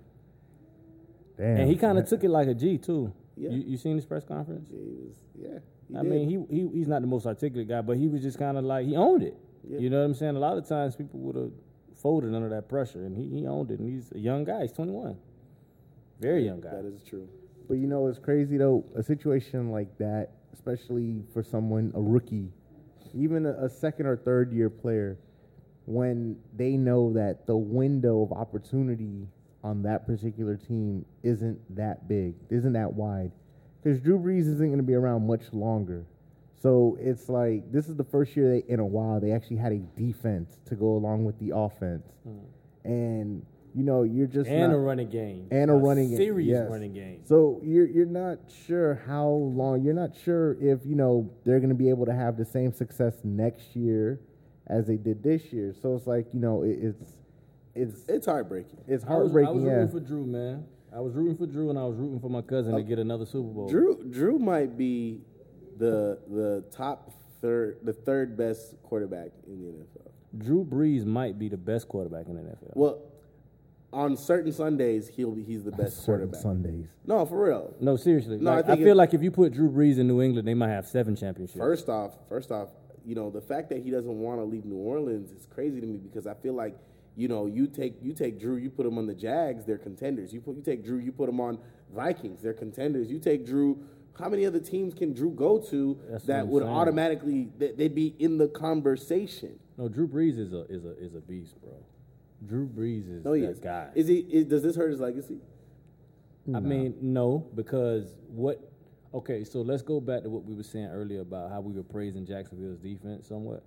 S3: Damn.
S2: And he kind of took it like a G too.
S1: Yeah.
S2: You, you seen his press conference?
S1: Yeah, he was, yeah. He
S2: I
S1: did.
S2: mean, he, he he's not the most articulate guy, but he was just kind of like he owned it.
S1: Yeah.
S2: You know what I'm saying? A lot of times people would have folded under that pressure, and he, he owned it. And he's a young guy. He's 21, very young guy.
S1: that is true.
S3: But you know, it's crazy though. A situation like that, especially for someone, a rookie, even a, a second or third year player, when they know that the window of opportunity on that particular team isn't that big, isn't that wide, because Drew Brees isn't going to be around much longer. So it's like this is the first year they, in a while they actually had a defense to go along with the offense, and you know you're just
S2: Hmm. And a
S3: not,
S2: running game.
S3: and a, running game.
S2: serious
S3: yes.
S2: running game.
S3: So you're you're not sure how long. You're not sure if you know they're going to be able to have the same success next year as they did this year. So it's like you know it, it's it's
S1: It's heartbreaking.
S3: it's
S2: I was, I was
S3: heartbreaking.
S2: rooting
S3: yeah.
S2: for Drew, man. I was rooting for Drew, and I was rooting for my cousin to get another Super Bowl.
S1: Oh. Drew Drew might be the the top third the third best quarterback in the NFL.
S2: Drew Brees might be the best quarterback in the NFL.
S1: Well, on certain Sundays, he'll be he's the best
S3: Certain
S1: quarterback.
S3: Sundays.
S1: No, for real.
S2: No, seriously.
S1: No, I
S2: like, I,
S1: think
S2: feel
S1: it-
S2: like if you put Drew Brees in New England, they might have seven championships.
S1: First off, first off, you know the fact that he doesn't want to leave New Orleans is crazy to me because I feel like you know you take you take Drew, you put him on the Jags, they're contenders. You put you take Drew, you put him on Vikings, they're contenders. You take Drew. How many other teams can Drew go to
S2: That's what
S1: that
S2: I'm
S1: would
S2: saying.
S1: automatically that they'd be in the conversation?
S2: No, Drew Brees is a is a is a beast, bro. Drew Brees is
S1: No,
S2: that
S1: he is.
S2: guy.
S1: Oh, Is he? Is, does this hurt his legacy?
S2: I mean, no, because what? Okay, so let's go back to what we were saying earlier about how we were praising Jacksonville's defense somewhat.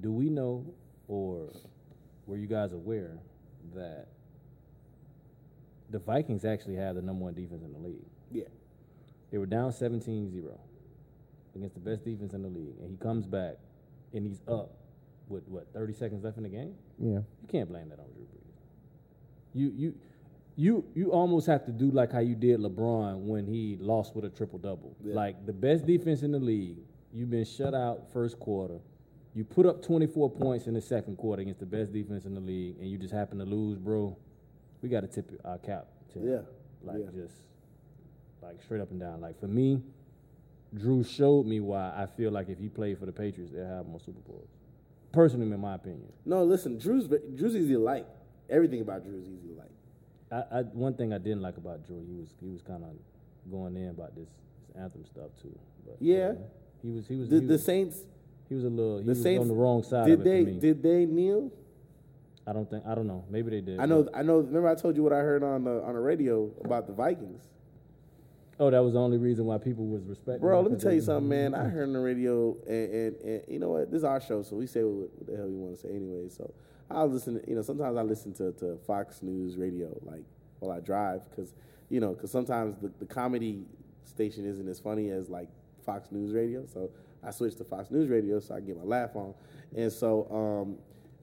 S2: Do we know, or were you guys aware that the Vikings actually have the number one defense in the league?
S1: Yeah.
S2: They were down 17 0 against the best defense in the league. And he comes back and he's up with what, 30 seconds left in the game?
S3: Yeah.
S2: You can't blame that on Drew Brees. You you you you almost have to do like how you did LeBron when he lost with a triple double.
S1: Yeah.
S2: Like the best defense in the league, you've been shut out first quarter. You put up 24 points in the second quarter against the best defense in the league, and you just happen to lose, bro. We got to tip our cap to him.
S1: Yeah.
S2: like
S1: Yeah.
S2: just like straight up and down. Like for me, Drew showed me why I feel like if he played for the Patriots, they'd have more Super Bowls. Personally, in my opinion.
S1: No, listen, Drew's Drew's easy to like. Everything about Drew's easy to like.
S2: I, I one thing I didn't like about Drew, he was he was kind of going in about this, this anthem stuff too. But
S1: Yeah.
S2: he was he was
S1: The,
S2: he
S1: the
S2: was,
S1: Saints,
S2: he was a little he
S1: the
S2: was
S1: Saints
S2: on the wrong side.
S1: Did
S2: of it
S1: they?
S2: For me.
S1: Did they kneel?
S2: I don't think I don't know. Maybe they did.
S1: I know. I know. Remember, I told you what I heard on the on the radio about the Vikings,
S2: Oh, that was the only reason why people was respecting.
S1: bro.
S2: him,
S1: Let me
S2: 'cause
S1: tell you
S2: they-
S1: something, man. I heard on the radio, and, and, and you know what? This is our show, so we say what, what the hell we want to say anyway. So I listen. To, you know, sometimes I listen to, to Fox News radio, like while I drive, because you know, because sometimes the, the comedy station isn't as funny as like Fox News radio. So I switched to Fox News radio so I can get my laugh on, and so. um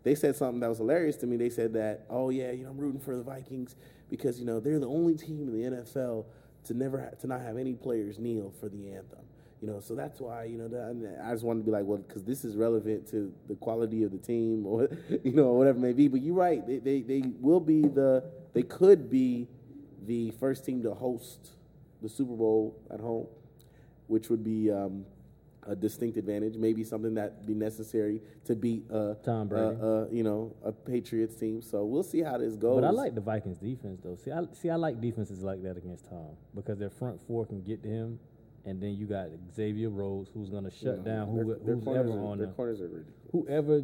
S1: they said something that was hilarious to me. They said that, oh yeah, you know, I'm rooting for the Vikings because you know they're the only team in the NFL to never ha- to not have any players kneel for the anthem. You know, so that's why you know. That, and I just wanted to be like, well, because this is relevant to the quality of the team, or you know, whatever it may be. But you're right; they, they they will be the they could be the first team to host the Super Bowl at home, which would be um, a distinct advantage. Maybe something that be necessary to beat uh,
S2: Tom
S1: uh,
S2: Brady.
S1: uh, you know, a Patriots team. So we'll see how this goes.
S2: But I like the Vikings defense though. See, I see I like defenses like that against Tom because their front four can get to him, and then you got Xavier Rhodes who's gonna shut down who, whoever
S1: corners are,
S2: on
S1: their
S2: them.
S1: corners are ridiculous.
S2: whoever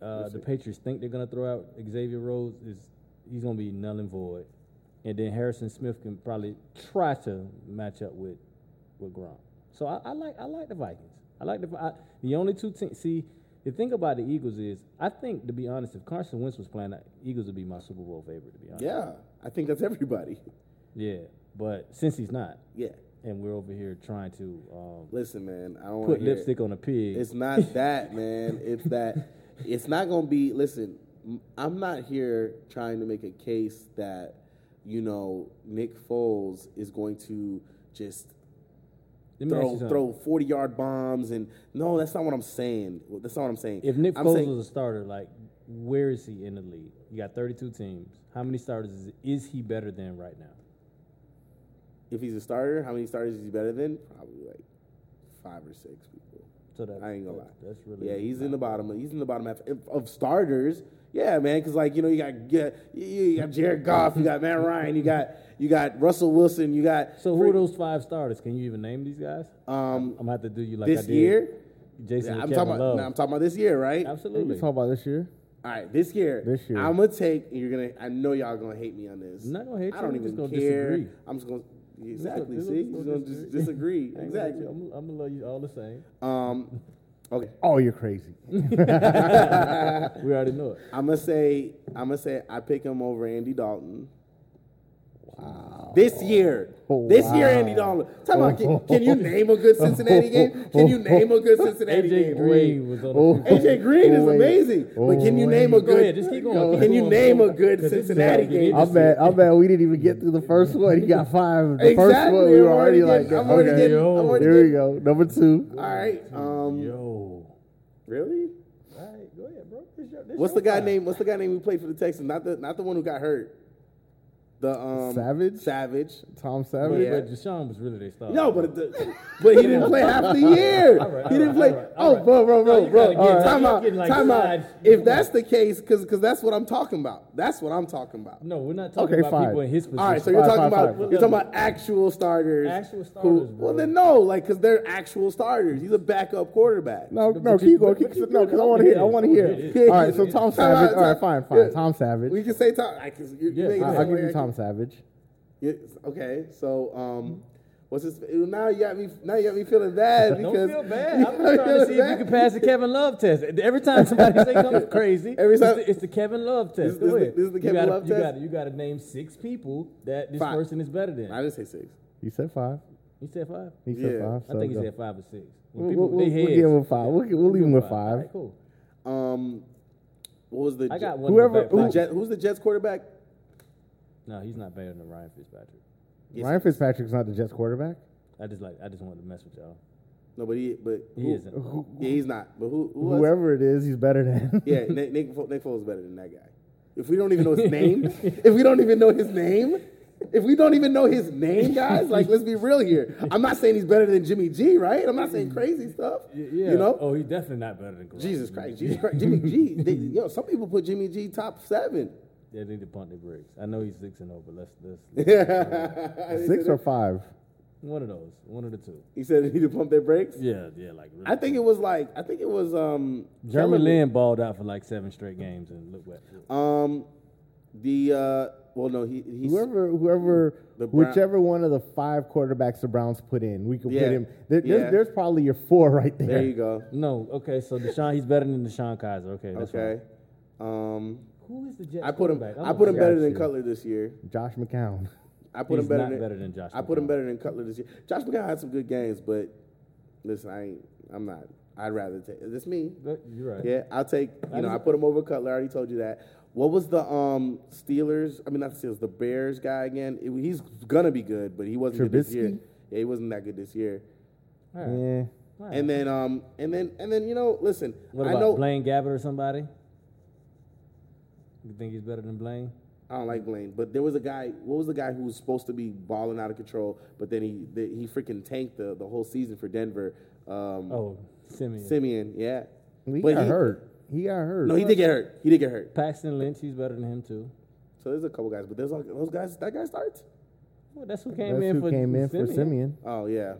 S2: uh, the Patriots think they're going to throw out Xavier Rhodes is he's going to be null and void, and then Harrison Smith can probably try to match up with with Gronk. So I, I like I like the Vikings. I like the I, the only two teams. See, the thing about the Eagles is I think to be honest, if Carson Wentz was playing, the Eagles would be my Super Bowl favorite. To be honest,
S1: Yeah, I think that's everybody.
S2: yeah. But since he's not,
S1: Yeah,
S2: and we're over here trying to um,
S1: listen, man, I don't
S2: put
S1: want
S2: lipstick on a pig,
S1: It's not that, man. It's that. It's not gonna be. Listen, m- I'm not here trying to make a case that you know Nick Foles is going to just
S2: Let me ask you
S1: throw
S2: something.
S1: throw 40 yard bombs and no, that's not what I'm saying. That's not what I'm saying.
S2: If Nick
S1: I'm
S2: Foles
S1: saying-
S2: was a starter, like where is he in the league? You got 32 teams. How many starters is, is he better than right now?
S1: If he's a starter, how many starters is he better than? Probably like five or six people.
S2: So that
S1: I ain't gonna lie.
S2: that's- That's really
S1: yeah. He's in the bottom. He's in the bottom half of- of starters. Yeah, man. Because like you know, you got yeah, you, you got Jared Goff, you got Matt Ryan, you got you got Russell Wilson, you got
S2: So who are those five starters? Can you even name these guys?
S1: um
S2: I'm gonna have to do you like I
S1: this
S2: did
S1: year.
S2: Jason
S1: I'm
S2: and
S1: talking
S2: Kevin
S1: about.
S2: Love.
S1: nah, I'm talking about this year, right?
S3: We
S2: Absolutely.
S3: talk about this year.
S1: All right, this year.
S3: This year.
S1: I'm gonna take. And you're gonna. I know y'all gonna hate me on this.
S2: I'm not gonna hate
S1: I don't
S2: you,
S1: even
S2: I'm just gonna
S1: care.
S2: disagree.
S1: I'm just gonna. Exactly.
S2: Just-
S1: see,
S2: just-
S1: he's gonna just disagree.
S2: I ain't gonna-
S1: exactly.
S2: I'm, I'm gonna love you all the same.
S1: Um. Okay.
S3: Oh, you're crazy.
S2: We already know it.
S1: I'm gonna say I'm gonna say I pick him over Andy Dalton. Wow. This year,
S3: Oh,
S1: this year,
S3: wow.
S1: Andy Dalton. Talk about can, can you name a good Cincinnati game? Can you name a good Cincinnati
S2: AJ
S1: game?
S2: Green was on.
S3: Oh.
S2: The,
S1: AJ Green is
S3: Wait.
S1: amazing, but can you
S3: Oh,
S1: name a
S3: wait.
S1: good?
S2: Go ahead, just keep going.
S1: Can you
S2: Keep
S1: name a
S2: going.
S1: good
S2: 'Cause this is
S1: Cincinnati
S2: how we get
S1: game?
S2: into
S3: I'm mad. I'm mad. We didn't even get through the first one. He got five. The first
S1: Exactly,
S3: one, we
S1: I'm
S3: were already
S1: already
S3: like,
S1: getting- I'm already
S3: okay,
S1: getting- I'm already
S3: there we
S1: getting-
S3: go. Number two.
S1: All right. Um.
S2: yo,
S1: Really?
S2: all right, go ahead, bro. It's your this
S1: What's the guy
S2: Showtime.
S1: name? What's the guy name who played for the Texans? Not the not the one who got hurt. The um,
S3: Savage?
S1: Savage.
S3: Tom
S2: But,
S3: Savage.
S1: Yeah.
S2: but Deshaun was really their star.
S1: No, but the, but he didn't play half the year.
S2: All right, all
S1: he didn't
S2: right,
S1: play.
S2: all right, all
S1: oh,
S2: right.
S1: bro, bro,
S2: No,
S1: bro,
S2: you
S1: bro.
S2: gotta get-
S1: All time
S2: you're
S1: out.
S2: getting, like,
S1: time out.
S2: sides.
S1: If that's the case, because that's what I'm talking about. That's what I'm talking about.
S2: no, we're not talking
S3: Okay,
S2: about
S3: fine.
S2: people in his position.
S1: All right, so you're
S3: Five,
S1: talking
S3: five,
S1: about
S3: five.
S1: you're talking about actual starters.
S2: Actual starters,
S1: Who,
S2: bro.
S1: well, then no, like because they're actual starters. He's a backup quarterback.
S3: No,
S2: But
S3: no,
S2: you-
S3: keep going.
S2: but
S3: Keep,
S2: you-
S3: no, because I want to hear. I want to
S1: Yeah,
S3: hear. All right, so
S1: yeah, yeah.
S3: Tom Savage.
S1: Time
S3: All
S1: out,
S3: right, fine, fine.
S1: yeah.
S3: Tom Savage.
S1: We can say Tom. I, cause you're,
S2: Yeah,
S1: you're making
S3: I-
S1: it
S3: I'll
S1: sound
S3: give
S1: like
S3: you
S1: I
S3: Tom Savage.
S1: Yeah, okay, so um, what's this? Now you got me. Now you got me feeling bad
S2: Don't
S1: because
S2: feel bad. I'm
S1: You got me
S2: just trying to see
S1: feeling
S2: if you can
S1: bad.
S2: pass the Kevin Love test. Every time somebody say something crazy,
S1: Every
S2: it's,
S1: time-
S2: the, it's the Kevin Love test.
S1: This-
S2: Go
S1: this-
S2: ahead.
S1: this is the
S2: You
S1: Kevin
S2: gotta-
S1: Love
S2: you
S1: test?
S2: Gotta, you got to name six people that this
S1: Five.
S2: person is better than.
S1: I didn't say six.
S3: You said five.
S2: He said five.
S3: He said
S1: Yeah.
S3: five.
S2: I think he
S3: so
S2: said five or six. When
S3: We'll,
S2: people-
S3: we'll, we'll,
S2: they
S3: we'll
S2: heads-
S3: give him a five. We'll, we'll leave him with
S2: All right,
S3: five.
S2: cool.
S1: Um, what was the?
S2: I
S1: Je-
S2: got one.
S3: Whoever-
S2: Whoever.
S1: The
S3: who-
S1: Jet, who's the Jets quarterback?
S2: no, he's not better than Ryan Fitzpatrick.
S1: Yes.
S3: Ryan Fitzpatrick's not the Jets quarterback.
S2: I just like. I just wanted to mess with y'all.
S1: No, but he, but
S2: He
S1: who-
S2: isn't.
S1: Yeah, he's not. But who? who else?
S3: Whoever it is, he's better than.
S1: Yeah, Nick, Nick, Fo- Nick Foles is better than that guy. If we don't even know his name, if we don't even know his name, if we don't even know his name, guys, like let's be real here. I'm not saying he's better than Jimmy G, right? I'm not saying crazy stuff.
S2: Y- Yeah.
S1: You know?
S2: Oh, he's definitely not better than Garoppolo.
S1: Jesus Christ, Jesus Christ, Jimmy G. They, yo, some people put Jimmy G top seven.
S2: They need to punt their brakes. I know he's six and zero, but let's let's
S3: Six or five.
S2: one of those, one of the two.
S1: He said they need to pump their brakes.
S2: Yeah, yeah, like. Really
S1: I think it was like I think it was um
S2: Jeremy
S1: Kellerman-
S2: Lin balled out for like seven straight games and look what.
S1: Um, the uh, well, no, he he's
S3: Whoever, whoever,
S1: The Brown-
S3: whichever one of the five quarterbacks the Browns put in, we could
S1: Yeah.
S3: put him. There, there's,
S1: Yeah.
S3: there's probably your four right there.
S1: There you go.
S2: No, okay, so Deshaun, he's better than Deshaun Kaiser. Okay, that's
S1: Okay.
S2: Fine.
S1: Um,
S2: Who is the Jets?
S1: I put him.
S2: quarterback?
S1: I put him
S2: gonna-
S1: better
S3: got
S1: than
S3: you.
S1: Cutler this year.
S3: Josh McCown.
S1: I put him
S2: He's
S1: better
S2: not
S1: than
S2: better than Josh
S1: I put him
S2: McCown.
S1: better than Cutler this year. Josh McCown had some good games, but listen, I ain't, I'm not. I'd rather take. Is this me?
S2: But You're right.
S1: Yeah, I'll take. You know, I put him over Cutler. I already told you that. What was the um Steelers? I mean, not Steelers. The Bears guy again. It- he's gonna be good, but he wasn't good this
S3: Trubisky?
S1: year. Yeah, he wasn't that good this year.
S2: All right.
S3: Yeah.
S2: All right.
S1: And then um and then and then you know, listen,
S2: what
S1: I
S2: about
S1: know
S2: Blaine Gabbert or somebody? You think he's better than Blaine?
S1: I don't like Blaine, but there was a guy. What was the guy who was supposed to be balling out of control, but then he the, he freaking tanked the, the whole season for Denver. Um,
S2: Oh, Simeon.
S1: Simeon, yeah.
S3: He
S1: But
S3: got
S1: he-
S3: hurt. He got hurt.
S1: No, he did get hurt. He did get hurt.
S2: Paxton Lynch, he's better than him too.
S1: So there's a couple guys, but there's all, those guys. That guy starts.
S2: Well, that's who came
S3: That's
S2: in
S3: who
S2: for
S3: came in
S2: Simeon.
S3: for Simeon.
S1: Oh yeah.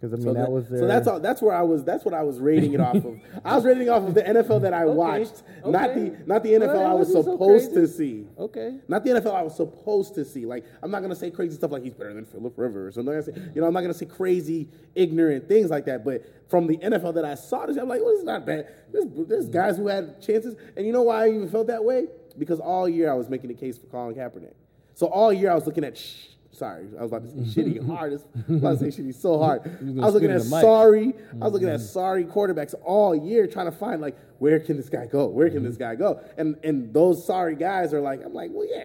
S3: Because I mean,
S1: So,
S3: that,
S1: that-
S3: was their.
S1: so that's all. That's where I was. That's what I was rating it off of. I was rating it off of the NFL that I
S2: Okay,
S1: watched, not
S2: okay.
S1: the not the NFL
S2: Well, that
S1: I was
S2: wasn't so
S1: supposed to
S2: crazy.
S1: see.
S2: Okay.
S1: Not the NFL I was supposed to see. Like, I'm not gonna say crazy stuff like he's better than Philip Rivers. I'm not gonna say, you know, I'm not gonna say crazy, ignorant things like that. But from the NFL that I saw this, I'm like, well, this is not bad. This, this guys who had chances, and you know why I even felt that way? Because all year I was making the case for Colin Kaepernick. So all year I was looking at. Sh- Sorry, I was about to say shitty hard. as- I was about to say shitty so hard.
S2: gonna
S1: I was looking
S2: spit in
S1: at
S2: the mic.
S1: sorry. I was looking
S3: Mm-hmm.
S1: at sorry quarterbacks all year, trying to find like where can this guy go? Where can this
S3: Mm-hmm.
S1: guy go? And and those sorry guys are like, I'm like, well, yeah,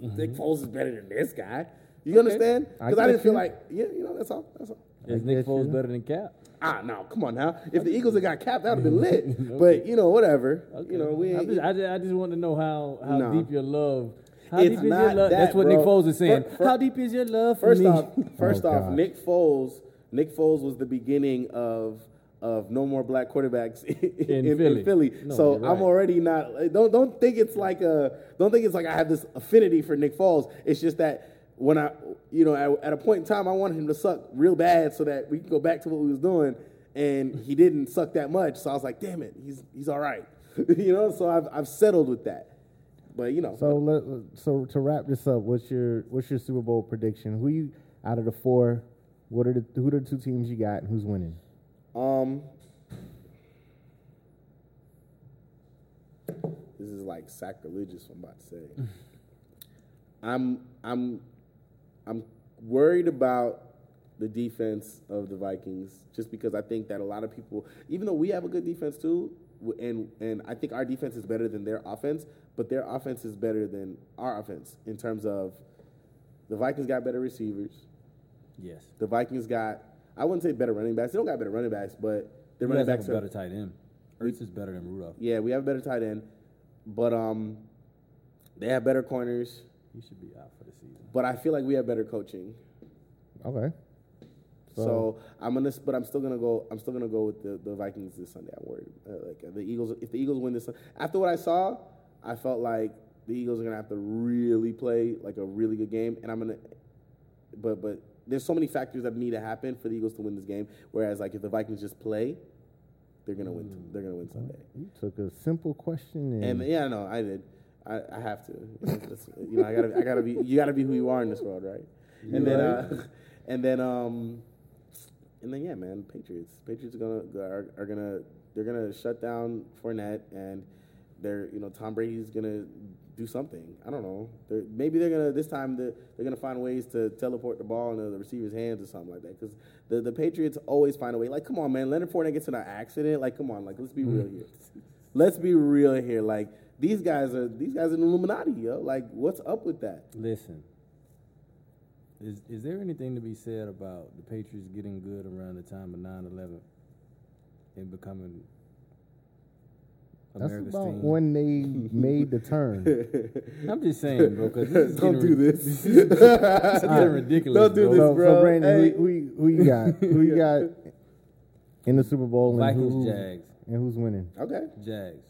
S1: Nick Foles is better than this guy. You understand?
S3: Mm-hmm. I
S1: Because I,
S3: get
S1: didn't feel
S3: you.
S1: like, yeah, you know, that's all. That's all.
S2: Is
S3: get
S2: Nick Foles
S3: you.
S2: better than Cap?
S1: Ah, no, come on now. If the Eagles had got capped, that would have been lit. But you know, whatever. You know, we
S2: I
S1: ain't.
S2: just, I just, I just want to know how, how
S1: Nah.
S2: deep your love. How
S1: It's
S2: deep is your
S1: not
S2: love?
S1: that,
S2: That's what Nick
S1: bro.
S2: Foles is saying.
S1: Fir- fir-
S2: how deep is your love for
S1: First
S2: me?
S1: off, first
S3: Oh,
S1: off,
S3: God.
S1: Nick Foles. Nick Foles was the beginning of of no more black quarterbacks in, in Philly.
S2: Philly. No,
S1: so
S2: you're right.
S1: I'm already not. Don't don't think it's like a. Don't think it's like I have this affinity for Nick Foles. It's just that when I, you know, at, at a point in time, I wanted him to suck real bad so that we can go back to what we was doing, and he didn't suck that much. So I was like, damn it, he's he's all right, you know. So I've I've settled with that. But you know,
S3: So let, so to wrap this up, what's your what's your Super Bowl prediction? Who you out of the four? What are the who are the two teams you got and who's winning?
S1: Um, this is like sacrilegious. What I'm about to say. I'm I'm I'm worried about the defense of the Vikings just because I think that a lot of people, even though we have a good defense too, w- and and I think our defense is better than their offense, but their offense is better than our offense in terms of the Vikings got better receivers.
S2: yes.
S1: The Vikings got, I wouldn't say better running backs. They don't got better running backs, but their
S2: You
S1: running
S2: guys have
S1: backs
S2: a
S1: are
S2: better tight end. Ertz is better than Rudolph.
S1: yeah, we have a better tight end. But um, they have better corners.
S2: He should be out for the season.
S1: But I feel like we have better coaching.
S3: Okay.
S1: So,
S3: So-
S1: I'm gonna, but I'm still gonna go. I'm still gonna go with the, the Vikings this Sunday. I'm worried. Uh, like the Eagles, if the Eagles win this, after what I saw, I felt like the Eagles are gonna have to really play like a really good game, and I'm gonna. But but there's so many factors that need to happen for the Eagles to win this game. Whereas like if the Vikings just play, they're gonna win. They're gonna win Sunday.
S3: You took a simple question and,
S1: And yeah, no, I did. I, I have to. That's- you know, I gotta, I gotta be. You gotta be who you are in this world, right? And then, uh, and then, um, and then, yeah, man, Patriots. Patriots are gonna are, are gonna they're gonna shut down Fournette, and they're you know Tom Brady's gonna do something. I don't know. They're, maybe they're gonna this time they're, they're gonna find ways to teleport the ball into the receiver's hands or something like that. Because the the Patriots always find a way. Like, come on, man, Leonard Fournette gets in an accident. Like, come on, like let's be
S2: Mm-hmm.
S1: real here. Let's be real here. Like these guys are these guys are the Illuminati, yo. Like what's up with that?
S2: Listen, is is there anything to be said about the Patriots getting good around the time of 9-11 and becoming
S3: that's
S2: America's
S3: about
S2: team?
S3: when they made the turn.
S2: I'm just saying, bro, because this is
S1: Don't
S2: getting
S1: do
S2: ri-
S1: this.
S2: This is getting ridiculous.
S1: Don't do
S2: bro.
S1: this,
S3: so,
S1: bro.
S3: so Brandon,
S1: Hey.
S3: who, who, who you got? Who you got in the Super Bowl and,
S2: Vikings,
S3: who,
S2: Jags,
S3: and who's winning?
S1: Okay.
S2: Jags.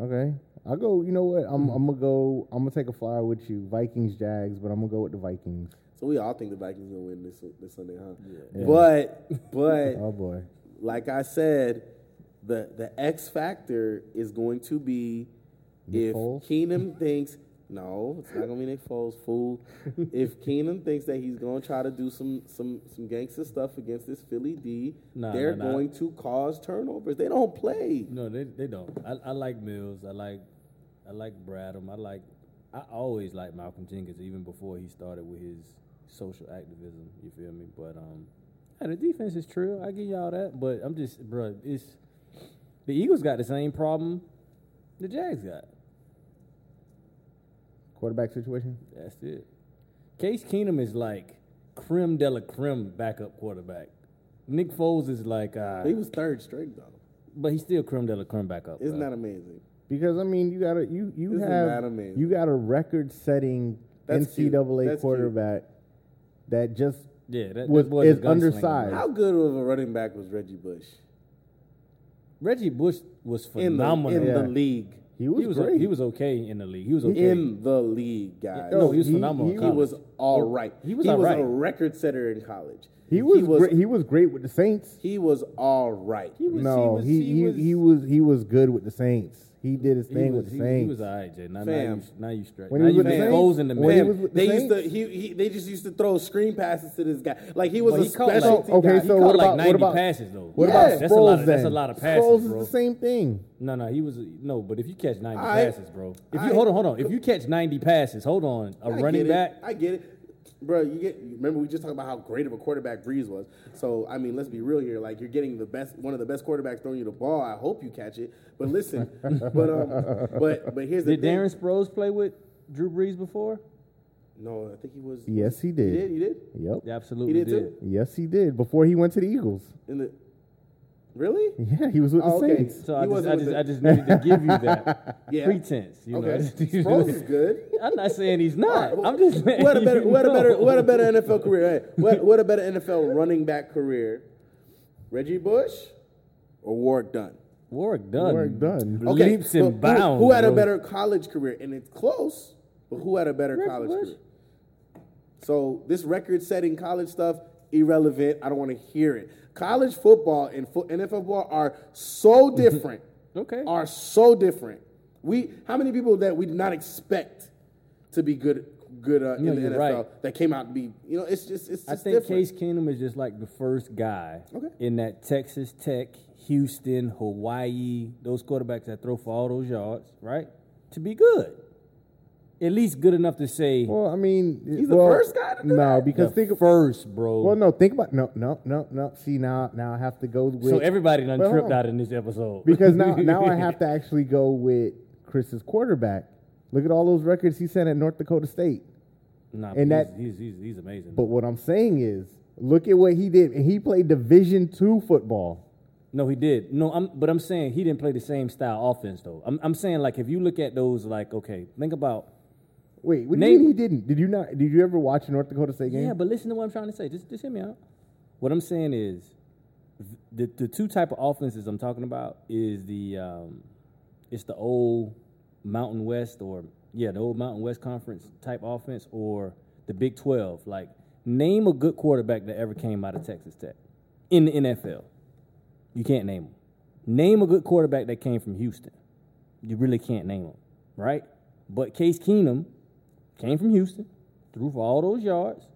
S3: Okay. I'll go, you know what? I'm, I'm gonna go I'm gonna take a flyer with you. Vikings, Jags, but I'm gonna go with the Vikings.
S1: So we all think the Vikings gonna win this this Sunday, huh?
S3: Yeah.
S1: But but
S3: Oh boy.
S1: like I said, the the X factor is going to be
S3: Nick
S1: if
S3: Foles?
S1: Keenum thinks no, it's not gonna be Nick Foles, fool. if Keenum thinks that he's gonna try to do some some some gangster stuff against this Philly D,
S2: Nah,
S1: they're
S2: nah, nah.
S1: going to cause turnovers. They don't play.
S2: No, they they don't. I, I like Mills. I like I like Bradham. I like I always liked Malcolm Jenkins even before he started with his social activism. You feel me? But um, yeah, the defense is true. I give y'all that. But I'm just, bruh, It's the Eagles got the same problem the Jags got.
S3: Quarterback situation?
S2: That's it. Case Keenum is like creme de la creme backup quarterback. Nick Foles is like, uh,
S1: He was third straight though.
S2: but he's still creme de la creme backup.
S1: Isn't
S2: bruh.
S1: that amazing?
S3: Because I mean, you got a you you
S1: Isn't that
S3: have
S1: amazing?
S3: you got a record-setting
S1: That's cute.
S3: NCAA
S1: That's cute.
S3: quarterback that just
S2: yeah, that, that
S3: was-
S2: boy's a
S3: is
S2: gunslinger,
S3: undersized.
S2: bruh.
S1: How good of a running back was Reggie Bush
S2: Reggie Bush was
S1: in the
S2: phenomenal.
S1: in
S3: Yeah.
S1: the league?
S3: he was,
S2: he was
S3: great.
S2: he was okay in the league. He was okay.
S1: In the league, guys.
S2: no, he was
S3: he-
S2: phenomenal. in
S3: he
S1: He
S2: college.
S1: was all right.
S2: He was all right.
S1: a record setter in college.
S3: He was
S1: he was,
S3: great. He was great with the Saints.
S1: he was all right.
S2: He was-
S3: no,
S2: was-
S3: he he,
S2: was-
S3: he was he was good with the Saints. He did his
S2: he
S3: thing
S2: was-
S3: with the
S2: he,
S3: Saints.
S2: he was all right, Jay. Now, now
S1: Fam.
S2: you now you straight.
S3: When
S2: now
S3: he
S2: you
S3: was with
S2: got
S3: the
S2: Foles
S3: Saints-
S2: in the
S3: when he
S2: middle.
S3: was with the
S1: they used to
S3: Saints?
S1: he, he they just used to throw screen passes to this guy. Like he was
S2: But
S1: a
S2: he caught like-
S1: specialty
S3: So, okay,
S1: guy.
S3: so
S2: caught
S3: what
S2: like
S3: about
S2: 90
S3: what about
S2: passes, though.
S3: What
S1: Yeah.
S3: about
S2: That's a
S3: Sproles
S2: lot of-
S3: then?
S2: that's a lot of passes,
S3: Sproles
S2: bro.
S3: is the same thing.
S2: No, no, he was no. But if you catch ninety
S1: I-
S2: passes, bro. If
S1: I-
S2: you hold on, hold on. If you catch ninety passes, hold on. A
S1: I
S2: running
S1: get
S2: back.
S1: It. I get it. Bro, you get remember we just talked about how great of a quarterback Breeze was. So I mean, let's be real here. Like you're getting the best one of the best quarterbacks throwing you the ball. I hope you catch it. But listen, but um but but here's the
S2: Did
S1: thing.
S2: Darren Sproles play with Drew Brees before?
S1: no, I think he was
S3: Yes, he
S1: He
S3: did.
S1: did, he did?
S3: Yep.
S2: He absolutely
S1: He did, too?
S3: Yes, he did. Before he went to the Eagles.
S1: In the Really?
S3: Yeah, he was with the
S1: Oh, okay.
S3: Saints.
S2: So
S1: He
S2: I just,
S1: wasn't
S2: I
S1: with
S2: just,
S1: the-
S2: I just needed to give you that
S1: Yeah.
S2: pretense. You know, I
S1: Okay.
S2: just needed to-
S1: Sproles is good.
S2: I'm not saying he's
S1: All
S2: not.
S1: right, well,
S2: I'm just saying.
S1: who had a better, who had a better,
S2: no.
S1: who had a better NFL career? Hey, what, what a better NFL running back career, Reggie Bush or Warwick Dunn?
S2: Work done.
S3: Warwick Dunn.
S2: Leaps and
S1: but who-
S2: bounds.
S1: Who, had a
S2: bro.
S1: better college career? And it's close, but who had a better
S2: Reggie
S1: college
S2: Bush.
S1: career? So this record-setting college stuff irrelevant. I don't want to hear it. College football and fo- NFL football are so different.
S2: Okay.
S1: are so different. We how many people that we did not expect to be good good uh,
S2: No,
S1: in the
S2: you're
S1: NFL
S2: right.
S1: that came out to be you know it's just it's just
S2: I think
S1: different.
S2: Case Keenum is just like the first guy
S1: Okay.
S2: in that Texas Tech, Houston, Hawaii, those quarterbacks that throw for all those yards, right? To be good. At least good enough to say
S3: Well, I mean,
S1: He's the
S3: well,
S1: first guy to do
S3: No,
S1: that?
S2: the
S3: because think of
S2: first, bro.
S3: well, no, think about no, no, no, no. See now, now I have to go with
S2: so everybody done
S3: Well, hold
S2: tripped
S3: on.
S2: out in this episode.
S3: because now, now I have to actually go with Chris's quarterback. Look at all those records he set at North Dakota State.
S2: Nah,
S3: and
S2: but he's, he's,
S3: that-
S2: he's, he's amazing.
S3: But what I'm saying is, look at what he did. And he played Division two football.
S2: No, he did. No, I'm, but I'm saying he didn't play the same style offense though. I'm, I'm saying like if you look at those, like okay, think about.
S3: Wait, what do you
S2: Name-
S3: mean he didn't? Did you not? Did you ever watch a North Dakota State game?
S2: Yeah, but listen to what I'm trying to say. Just, just hear me out. What I'm saying is, the the two type of offenses I'm talking about is the um, it's the old Mountain West or yeah, the old Mountain West Conference type offense or the Big Twelve. Like, name a good quarterback that ever came out of Texas Tech in the NFL. You can't name them. Name a good quarterback that came from Houston. You really can't name them, right? But Case Keenum came from Houston, threw for all those yards,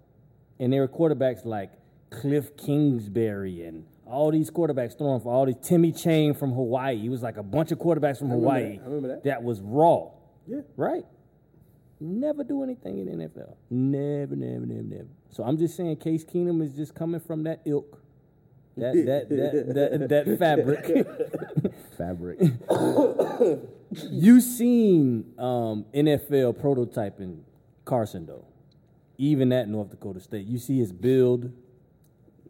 S2: and there were quarterbacks like Cliff Kingsbury and all these quarterbacks throwing for all these Timmy Chain from Hawaii. It was like a bunch of quarterbacks from
S1: remember
S2: Hawaii
S1: that. I remember that.
S2: was raw,
S1: Yeah.
S2: right? Never do anything in the NFL. Never, never, never, never. So I'm just saying, Case Keenum is just coming from that ilk, that that that that, that fabric.
S3: Fabric.
S2: you seen um, NFL prototyping Carson though, even at North Dakota State. You see his build.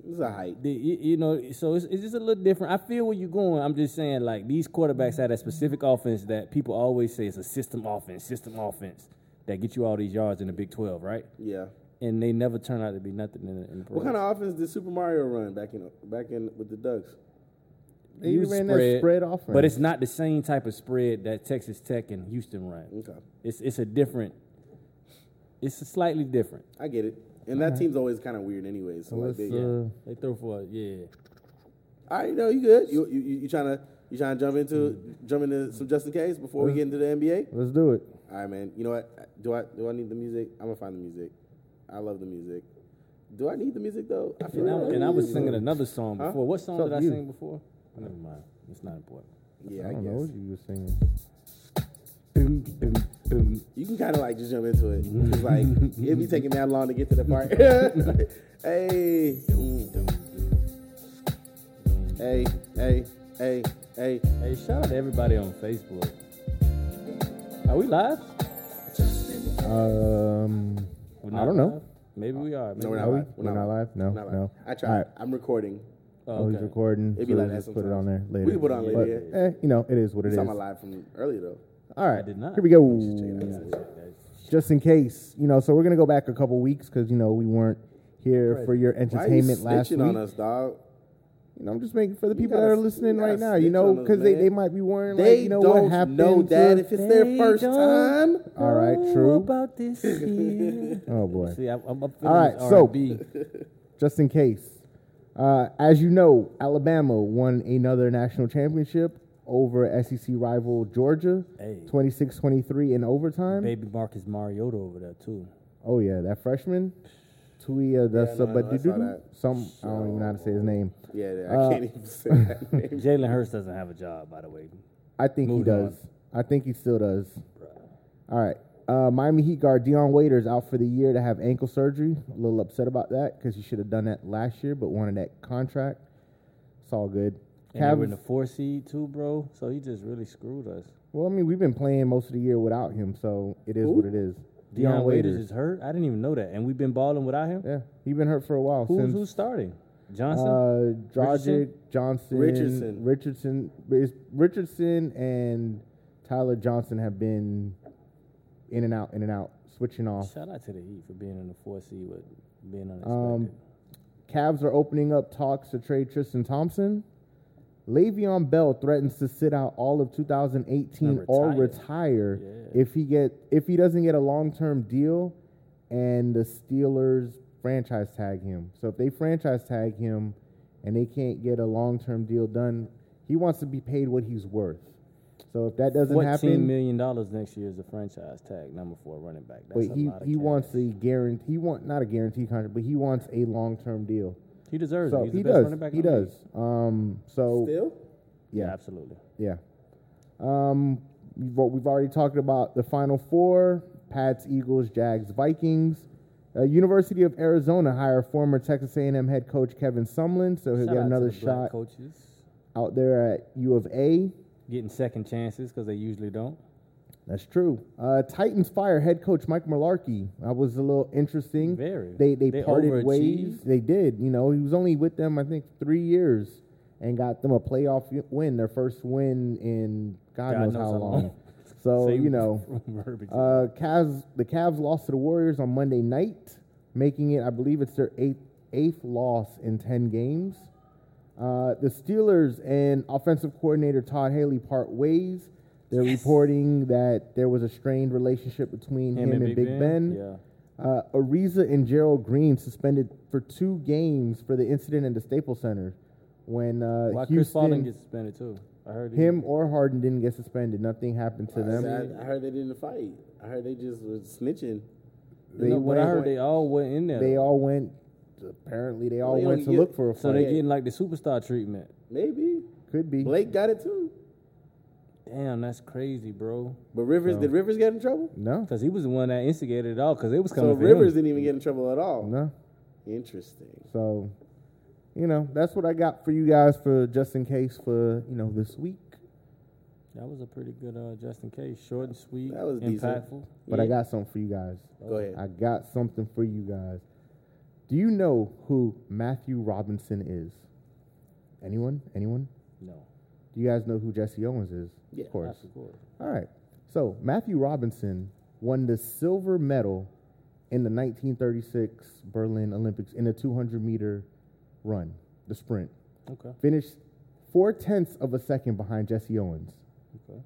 S1: It's a hype.
S2: The, you, you know, so it's, it's just a little different. I feel where you're going. I'm just saying, like these quarterbacks have that specific offense that people always say is a system offense, system offense that get you all these yards in the Big 12, right?
S1: Yeah.
S2: And they never turn out to be nothing in the, in the
S1: What kind of offense did Super Mario run back in back in with the Ducks?
S3: They ran that spread offense.
S2: but it's not the same type of spread that Texas Tech and Houston run.
S1: Okay,
S2: It's it's a different. It's a slightly different.
S1: I get it. And that team's always kind of weird, anyways. So like,
S3: Let's,
S1: they,
S3: uh,
S2: They throw for yeah.
S1: all right, no, you good? You you, you trying to you trying to jump into jump into some just in case before
S2: Uh-huh.
S1: we get into the NBA?
S3: let's do it.
S1: All right, man. You know what? Do I do I need the music? I'm gonna find the music. I love the music. Do I need the music though? I
S2: And I,
S1: like
S2: and I was
S1: music.
S2: singing another song
S1: Huh?
S2: before. What song
S3: It's
S2: did
S3: up
S2: I
S3: to you.
S2: sing before? Never mind. It's not important.
S1: Yeah,
S3: I
S1: I
S3: don't know what
S1: guess
S3: you were singing.
S2: Boom, boom, boom.
S1: you can kind of like just jump into it. It's like it'd be taking that long to get to the part. hey, hey, hey, hey, hey.
S2: Hey, shout out to everybody on Facebook. Are we live?
S3: Um,
S2: We're
S3: I
S2: not
S3: don't know.
S2: live? Maybe we are. Maybe
S1: No, we're not
S3: Are we?
S1: live.
S3: We're not live? No,
S1: We're not live.
S3: no.
S1: I
S3: All
S1: tried.
S3: right.
S1: I'm recording.
S2: Oh,
S3: Oh, he's
S2: okay.
S3: recording.
S1: It'd
S3: It'd
S1: be
S3: be
S1: like that
S3: just put it on
S1: sometimes.
S3: there later.
S1: We can put it on
S3: But,
S1: later,
S3: eh, you know, it is what it
S1: It's
S3: is.
S1: on my live from earlier though.
S3: All right.
S2: I did not.
S3: Here we go. just in case, you know. So we're gonna go back a couple weeks because you know we weren't here for your
S1: Why are you
S3: entertainment last week.
S1: snitching on us, dog?
S3: You know, I'm just making for the people
S1: gotta-
S3: that are listening
S1: you gotta
S3: right now. You
S1: snitch
S3: know,
S1: on us,
S3: because they,
S1: man.
S3: they might be worrying.
S1: They
S3: like, you know
S1: don't
S3: what happened
S1: know that
S3: to-
S1: if it's their first time.
S3: All right, true.
S2: About this year.
S3: Oh boy.
S2: See, I, I'm up
S3: All right, so-
S2: so B.
S3: just in case. Uh, as you know, Alabama won another national championship over SEC rival Georgia,
S2: Hey.
S3: 26 23 in overtime.
S2: baby Marcus Mariota over there too.
S3: Oh, yeah, that freshman, Tuia the
S1: Yeah, no, I know, I saw
S3: Sabadidu.
S1: that.
S3: Some, I don't even know how to say his name.
S1: Yeah, I
S3: Uh,
S1: can't even say that name.
S2: Jalen Hurst doesn't have a job, by the way.
S3: I think he
S2: Moving on.
S3: does. I think he still does. All right. Uh, Miami Heat guard Deion Waiters out for the year to have ankle surgery. A little upset about that because he should have done that last year, but wanted that contract. It's all good.
S2: And they were in
S3: Cavs-
S2: the four seed too, bro. So he just really screwed us.
S3: Well, I mean, we've been playing most of the year without him, so it is
S1: Who?
S3: what it is.
S2: Deion Waiters is hurt. I didn't even know that. And we've been balling without him.
S3: Yeah, he's been hurt for a while
S2: Who's
S3: since.
S2: who's starting? Johnson.
S3: uh, Dragic,
S2: Richardson?
S3: Johnson,
S1: Richardson.
S3: Richardson, is- Richardson, and Tyler Johnson have been in and out, in and out, switching off.
S2: Shout out to the Heat for being in the four seed with being unexpected.
S3: Um, Cavs are opening up talks to trade Tristan Thompson. Le'Veon Bell threatens to sit out all of 2018
S2: And
S3: or
S2: retire.
S3: retire
S2: Yeah.
S3: if he get if he doesn't get a long term deal, and the Steelers franchise tag him. So if they franchise tag him, and they can't get a long term deal done, he wants to be paid what he's worth. So if that doesn't
S2: Fourteen
S3: happen,
S2: million dollars next year is the franchise tag number four running back. That's
S3: wait,
S2: a
S3: he
S2: lot of
S3: he
S2: cash.
S3: wants a guarantee. He want not a guaranteed contract, but he wants a long term deal.
S2: He deserves
S3: So
S2: it. He's
S3: he
S2: the best
S3: does.
S2: running back.
S3: He
S2: in the
S3: does.
S2: league.
S3: Um, so
S1: Still?
S2: Yeah,
S3: yeah,
S2: absolutely.
S3: yeah. Um, we've, al- we've already talked about the Final Four: Pats, Eagles, Jags, Vikings. Uh, University of Arizona hire former Texas A&M head coach Kevin Sumlin, so he'll
S2: Shout out
S3: get
S2: to
S3: another
S2: the black
S3: shot
S2: Coaches
S3: out there at U of A.
S2: getting second chances because they usually don't.
S3: That's true. Uh, Titans fire head coach Mike Mularkey. That was a little interesting.
S2: Very.
S3: They they,
S2: They
S3: parted
S2: overachieved.
S3: ways. They did. You know, he was only with them I think three years, and got them a playoff win, their first win in God, knows, how long. so
S2: Same
S3: you know,
S2: verbiage.
S3: uh, Cavs. The Cavs lost to the Warriors on Monday night, making it, I believe, it's their eighth eighth loss in ten games. Uh, the Steelers and offensive coordinator Todd Haley part ways. They're reporting that there was a strained relationship between him, and, Big Ben. Uh, Ariza and Gerald Green suspended for two games for the incident at the Staples Center when uh,
S2: Yeah. Why Chris Paul
S3: Houston,
S2: didn't get suspended too? I heard he-
S3: him or Harden didn't get suspended. Nothing happened to them.
S1: I, I heard they didn't fight. I heard they just were snitching.
S3: They
S2: no, but I
S3: went-
S2: heard they all went in there.
S3: They
S2: though.
S3: all went. Apparently, they all
S1: Well, you
S3: went
S1: know,
S3: to
S1: you-
S3: look for a
S2: so
S3: fight.
S2: they getting like the superstar treatment.
S1: Maybe
S3: Could be.
S1: Blake got it too.
S2: Damn, that's crazy, bro.
S1: But Rivers, did Rivers get in trouble?
S3: No,
S2: Because he was the one that instigated it all. Because it was
S1: So
S2: coming. for him.
S1: Rivers didn't even get in trouble at all.
S3: no.
S1: Interesting.
S3: So, you know, that's what I got for you guys for just in case for you know this week.
S2: That was a pretty good uh, just in case, short and sweet,
S1: That was decent.
S2: impactful. Oh,
S3: But I
S1: Yeah.
S3: got something for you guys.
S1: Go ahead.
S3: I got something for you guys. Do you know who Matthew Robinson is? Anyone? Anyone?
S2: No,
S3: Do you guys know who Jesse Owens is?
S1: Yeah,
S3: of course.
S2: Of course.
S3: All right. So Matthew Robinson won the silver medal in the 1936 Berlin Olympics in the 200 meter run, the sprint.
S2: Okay,
S3: Finished four tenths of a second behind Jesse Owens.
S2: okay.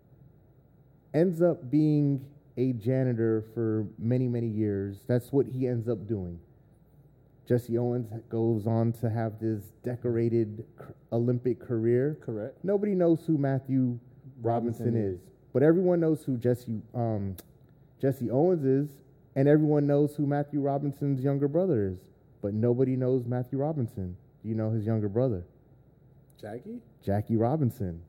S3: Ends up being a janitor for many, many years. That's what he ends up doing. Jesse Owens goes on to have this decorated c- Olympic career.
S2: Correct.
S3: Nobody knows who Matthew Robinson,
S2: Robinson
S3: is, but everyone knows who Jesse um, Jesse Owens is, and everyone knows who Matthew Robinson's younger brother is. But nobody knows Matthew Robinson. Do You know his younger brother,
S1: Jackie?
S3: Jackie Robinson.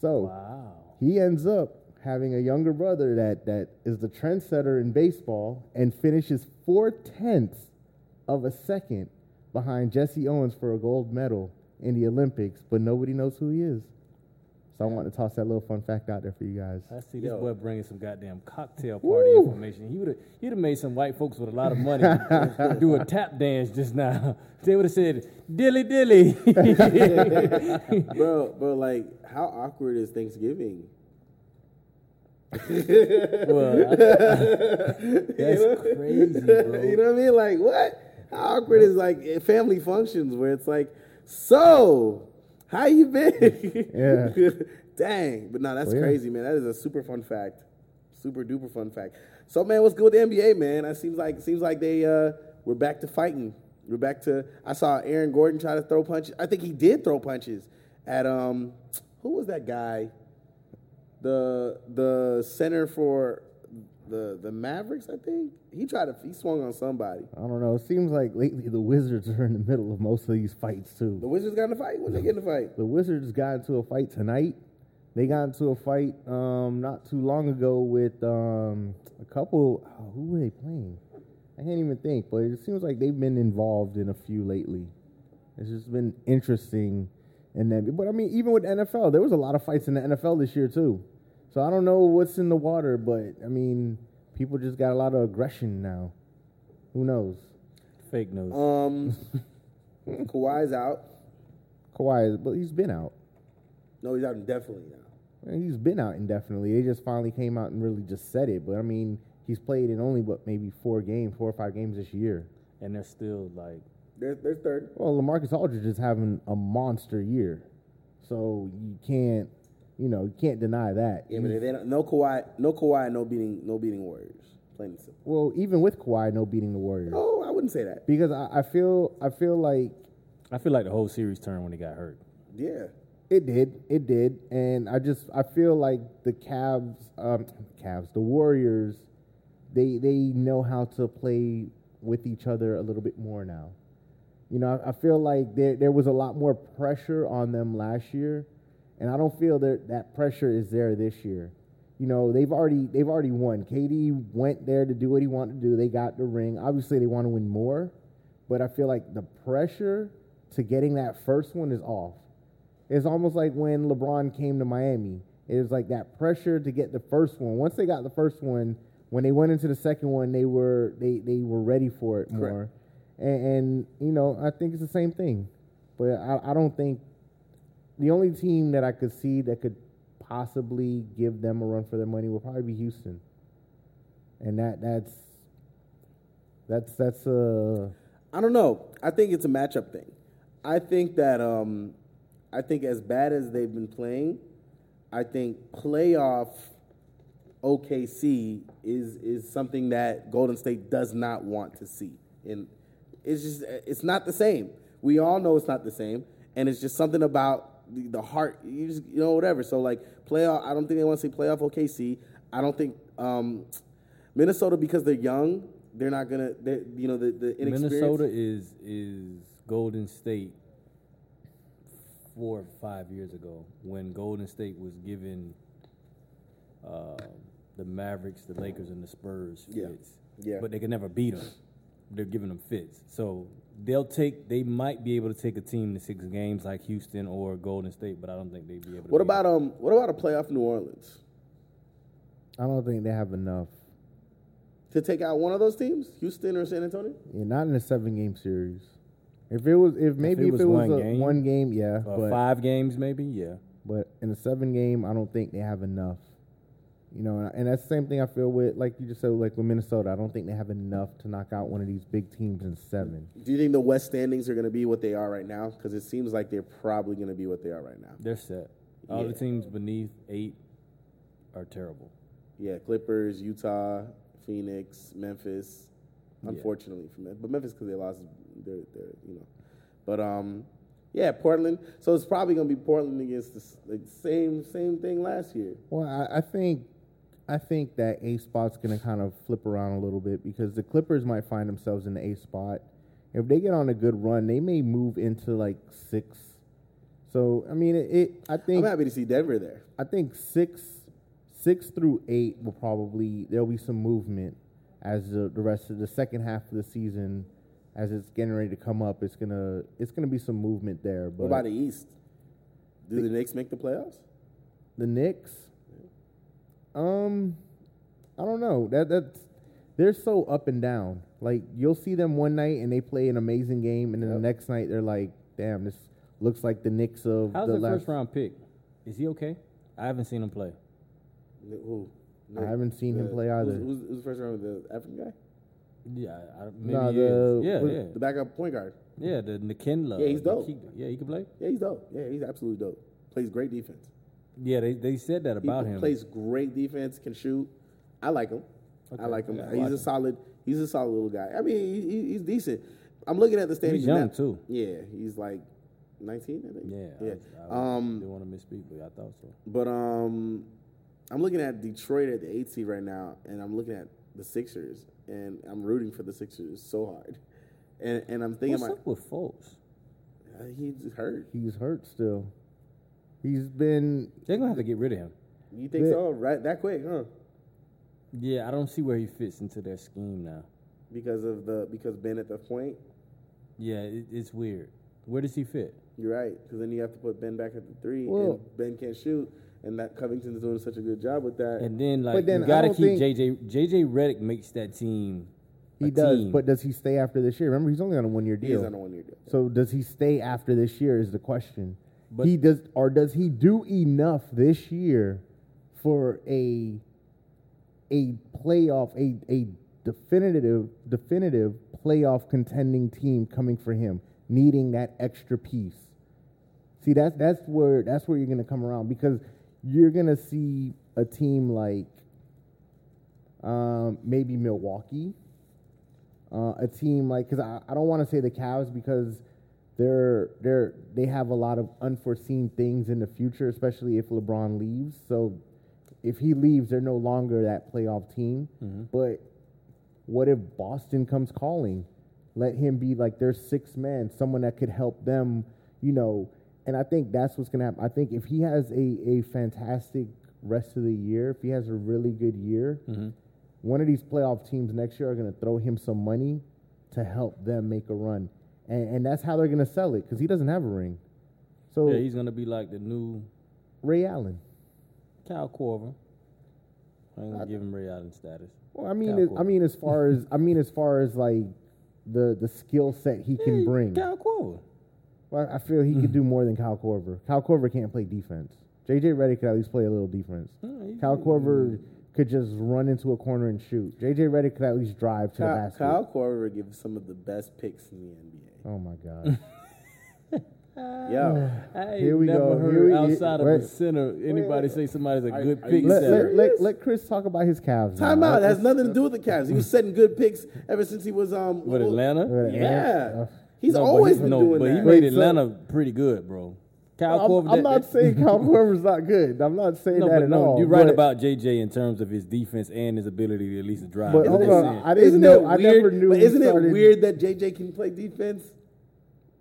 S3: So
S2: Wow.
S3: he ends up having a younger brother that that is the trendsetter in baseball and finishes four tenths of a second behind Jesse Owens for a gold medal in the Olympics, but nobody knows who he is. So I want to toss that little fun fact out there for you guys.
S2: I see this
S1: Yo.
S2: boy bringing some goddamn cocktail party
S3: Woo.
S2: information. He would have, he'd have made some white folks with a lot of money do a tap dance just now. They would have said dilly dilly.
S1: bro, bro, like, how awkward is Thanksgiving?
S2: well, that's crazy, bro.
S1: you know what I mean? Like, what? How awkward is like eh, family functions where it's like, so how you been?
S3: Yeah.
S1: Dang, but no, that's
S3: Well, yeah.
S1: crazy, man. That is a super fun fact, super duper fun fact. So, man, what's good with the NBA, man? It seems like seems like they uh, we're back to fighting. We're back to. I saw Aaron Gordon try to throw punches. I think he did throw punches at um, who was that guy? the the center for the the Mavericks, I think he tried to he swung on somebody.
S3: I don't know. It seems like lately the Wizards are in the middle of most of these fights
S1: The
S3: too.
S1: Wizards got in a fight. When they get in a fight,
S3: The Wizards got into a fight tonight. They got into a fight um, not too long ago with um, a couple. Oh, who were they playing? I can't even think, but it seems like they've been involved in a few lately. It's just been interesting, and then, but I mean, even with NFL, there was a lot of fights in the NFL this year too. So I don't know what's in the water, but I mean, people just got a lot of aggression now. Who knows?
S2: Fake news.
S1: um, Kawhi's out.
S3: Kawhi, is- but he's been out.
S1: No, he's out indefinitely now.
S3: And He's been out indefinitely. They just finally came out and really just said it. But I mean, he's played in only but maybe four games, four or five games this year.
S2: and they're still like,
S1: There's there's third.
S3: Well, Lamarcus Aldridge is having a monster year, so you can't, you know, you can't deny that.
S1: Yeah, but they don't, no Kawhi, no Kawhi, no beating, no beating Warriors. Plain and simple.
S3: well, even with Kawhi, no beating the Warriors
S1: Oh, I wouldn't say that.
S3: because I, I feel, I feel like
S2: I feel like the whole series turned when he got hurt.
S1: Yeah,
S3: It did. It did. And I just I feel like the Cavs, um, Cavs, the Warriors, they they know how to play with each other a little bit more now. You know, I, I feel like there there was a lot more pressure on them last year, and I don't feel that that pressure is there this year. You know, they've already they've already won. KD went there to do what he wanted to do. They got the ring. Obviously, they want to win more, but I feel like the pressure to getting that first one is off. It's almost like when LeBron came to Miami. It was like that pressure to get the first one. Once they got the first one, when they went into the second one, they were they they were ready for it
S1: Correct.
S3: more. And, and you know, I think it's the same thing. But I, I don't think the only team that I could see that could possibly give them a run for their money would probably be Houston. And that that's that's that's uh
S1: I don't know. I think it's a matchup thing. I think that um, I think as bad as they've been playing, I think playoff OKC is is something that Golden State does not want to see, and it's just it's not the same. We all know it's not the same, and it's just something about the, the heart, you, just, you know, whatever. So like playoff, I don't think they want to see playoff OKC. I don't think um, Minnesota because they're young. They're not gonna, they're, you know, the, the inexperience.
S2: Minnesota is is Golden State four or five years ago when Golden State was given uh, the Mavericks, the Lakers, and the Spurs
S1: Yeah.
S2: fits.
S1: Yeah.
S2: But they could never beat them. They're giving them fits. So they'll take. They might be able to take a team to six games like Houston or Golden State, but I don't think they'd be able. to
S1: What
S2: beat
S1: about
S2: them.
S1: um? What about a playoff New Orleans
S3: I don't think they have enough.
S1: to take out one of those teams, Houston or San Antonio?
S3: Yeah, not in a seven game series. If it was if maybe
S2: it
S3: if it was,
S2: was one
S3: a
S2: game?
S3: one game, yeah.
S2: Uh,
S3: but
S2: five games? Maybe yeah.
S3: But in a seven game, I don't think they have enough. You know, and, and that's the same thing I feel with, like you just said, like with Minnesota. I don't think they have enough to knock out one of these big teams in seven.
S1: Do you think the West standings are going to be what they are right now? Because it seems like they're probably going to be what they are right now.
S2: They're set. All
S1: Yeah.
S2: the teams beneath eight are terrible.
S1: Yeah, Clippers, Utah, Phoenix, Memphis.
S2: Yeah.
S1: Unfortunately for Memphis, but Memphis because they lost, their, their, you know. But um, yeah, Portland. So it's probably going to be Portland against the s- like, same same thing last year.
S3: Well, I, I think, I think that A spot's gonna kind of flip around a little bit because the Clippers might find themselves in the A spot. If they get on a good run, they may move into like six. So I mean, it. it I think
S1: I'm happy to see Denver there.
S3: I think six, six through eight will probably there'll be some movement as the, the rest of the second half of the season, as it's getting ready to come up. It's gonna it's gonna be some movement there. But
S1: What about the East? Do the Knicks make the playoffs?
S3: the Knicks, um, I don't know. That that's they're so up and down. Like you'll see them one night and they play an amazing game, and then
S1: Yep.
S3: the next night they're like, "Damn, this looks like the Knicks of
S2: How's
S3: the
S2: the
S3: last."
S2: first round pick? Is he okay? I haven't seen him play.
S1: N- Who?
S3: I haven't seen him
S1: The-
S3: play
S1: who's-
S3: either.
S1: Who's, who's the first round with the African guy?
S2: Yeah, I, I, don't- maybe
S3: Nah,
S2: he is.
S3: the-
S2: Yeah,
S3: what-
S2: yeah,
S1: The backup point guard.
S2: yeah. The Nikenla.
S1: Yeah, he's dope.
S2: Nike- yeah, he can play.
S1: Yeah, he's dope. Yeah, he's absolutely dope. Plays great defense.
S2: Yeah, they, they said that
S1: He
S2: about him.
S1: plays great defense, can shoot. I like him. I
S2: Okay,
S1: like him.
S2: yeah, I
S1: he's
S2: like
S1: a
S2: him.
S1: solid. He's a solid little guy. I mean, he, he, he's decent. I'm looking at the standings
S2: young,
S1: now.
S2: too.
S1: Yeah, he's like 19, I think.
S2: Yeah,
S1: yeah.
S2: I, I
S1: um,
S2: didn't want to misspeak, but I thought so.
S1: But um, I'm looking at Detroit at the 8 seed right now, and I'm looking at the Sixers, and I'm rooting for the Sixers so hard. And and I'm thinking,
S2: What's
S1: like,
S2: up with folks?
S1: uh, he's hurt.
S3: He's hurt still. He's been
S2: They're gonna have to get rid of him.
S1: You think
S3: Yeah.
S1: so? Right, that quick, huh?
S2: Yeah, I don't see where he fits into their scheme now.
S1: Because of the because Ben at the point.
S2: Yeah, it, it's weird. Where does he fit?
S1: You're right, because then you have to put Ben back at the three,
S3: Well-
S1: and Ben can't shoot, and that Covington is doing such a good job with that.
S2: And then like
S3: But then I
S2: you gotta
S3: don't
S2: keep
S3: think-
S2: JJ JJ Redick makes that team.
S3: he
S2: a
S3: does,
S2: team.
S3: but does he stay after this year? Remember, he's only on a one year
S1: he's
S3: deal.
S1: on a one-year deal.
S3: so does he stay after this year? Is the question.
S2: But-
S3: he does, or does he do enough this year for a a playoff, a a definitive definitive playoff contending team coming for him, needing that extra piece. See, that's that's where that's where you're gonna come around because you're gonna see a team like um, maybe Milwaukee, uh, a team like because I, I don't want to say the Cavs because they're they're they have a lot of unforeseen things in the future, especially if LeBron leaves. So if he leaves, they're no longer that playoff team. But what if Boston comes calling? Let him be like their sixth man, someone that could help them, you know. And I think that's what's gonna happen. I think if he has a, a fantastic rest of the year, if he has a really good year,
S2: Mm-hmm.
S3: one of these playoff teams next year are gonna throw him some money to help them make a run. And, and that's how they're gonna sell it because he doesn't have a ring. So
S2: Yeah, he's gonna be like the new
S3: Ray Allen.
S2: Kyle Corver. I'm gonna give him Ray Allen status.
S3: Well, I mean,
S2: Kyle
S3: it, I
S2: Korver.
S3: mean, as far as I mean, as far as like the the skill set he can
S2: Yeah,
S3: bring.
S2: Kyle Corver.
S3: Well, I feel he could do more than Kyle Corver. Kyle Corver can't play defense. JJ Redick could at least play a little defense.
S2: he-
S3: Kyle Corver could just run into a corner and shoot. JJ Redick could at least drive to the
S1: Kyle,
S3: basket.
S1: Kyle Korver gives some of the best picks in the NBA.
S3: Oh my god.
S1: Yo,
S2: I ain't
S3: Here we
S2: never
S3: go.
S2: heard
S3: Here we-
S2: outside of
S3: wait.
S2: a center anybody say somebody's a
S1: Are-
S2: good
S1: are
S2: pick
S1: you
S3: let,
S2: setter.
S3: let,
S1: serious?
S3: let, let Chris talk about his Cavs. now.
S1: time out. It
S3: Let's-
S1: has nothing to do with the Cavs. He was setting good picks ever since he was um
S2: With Atlanta?
S3: Wait, Atlanta?
S1: Yeah,
S3: Uh,
S1: he's
S2: No, but
S1: always
S2: he-
S1: been
S2: no,
S1: doing
S2: but he
S1: that.
S2: made
S3: Wait, so-
S2: Atlanta pretty good, bro. Kyle
S3: I'm,
S2: Corver.
S3: I'm
S2: that-
S3: not
S2: that-
S3: saying Kyle Corver's not good. I'm not saying
S2: no,
S3: that
S2: but
S3: at
S2: no,
S3: all.
S2: You're right
S3: but-
S2: about JJ in terms of his defense and his ability to at least drive.
S3: But
S2: That's
S3: hold
S2: what I'm
S3: on,
S2: saying.
S3: I didn't
S1: isn't
S3: know-
S1: It
S3: I
S1: weird,
S3: never knew
S1: But
S3: he
S1: isn't
S3: started-
S1: it weird that JJ can play defense?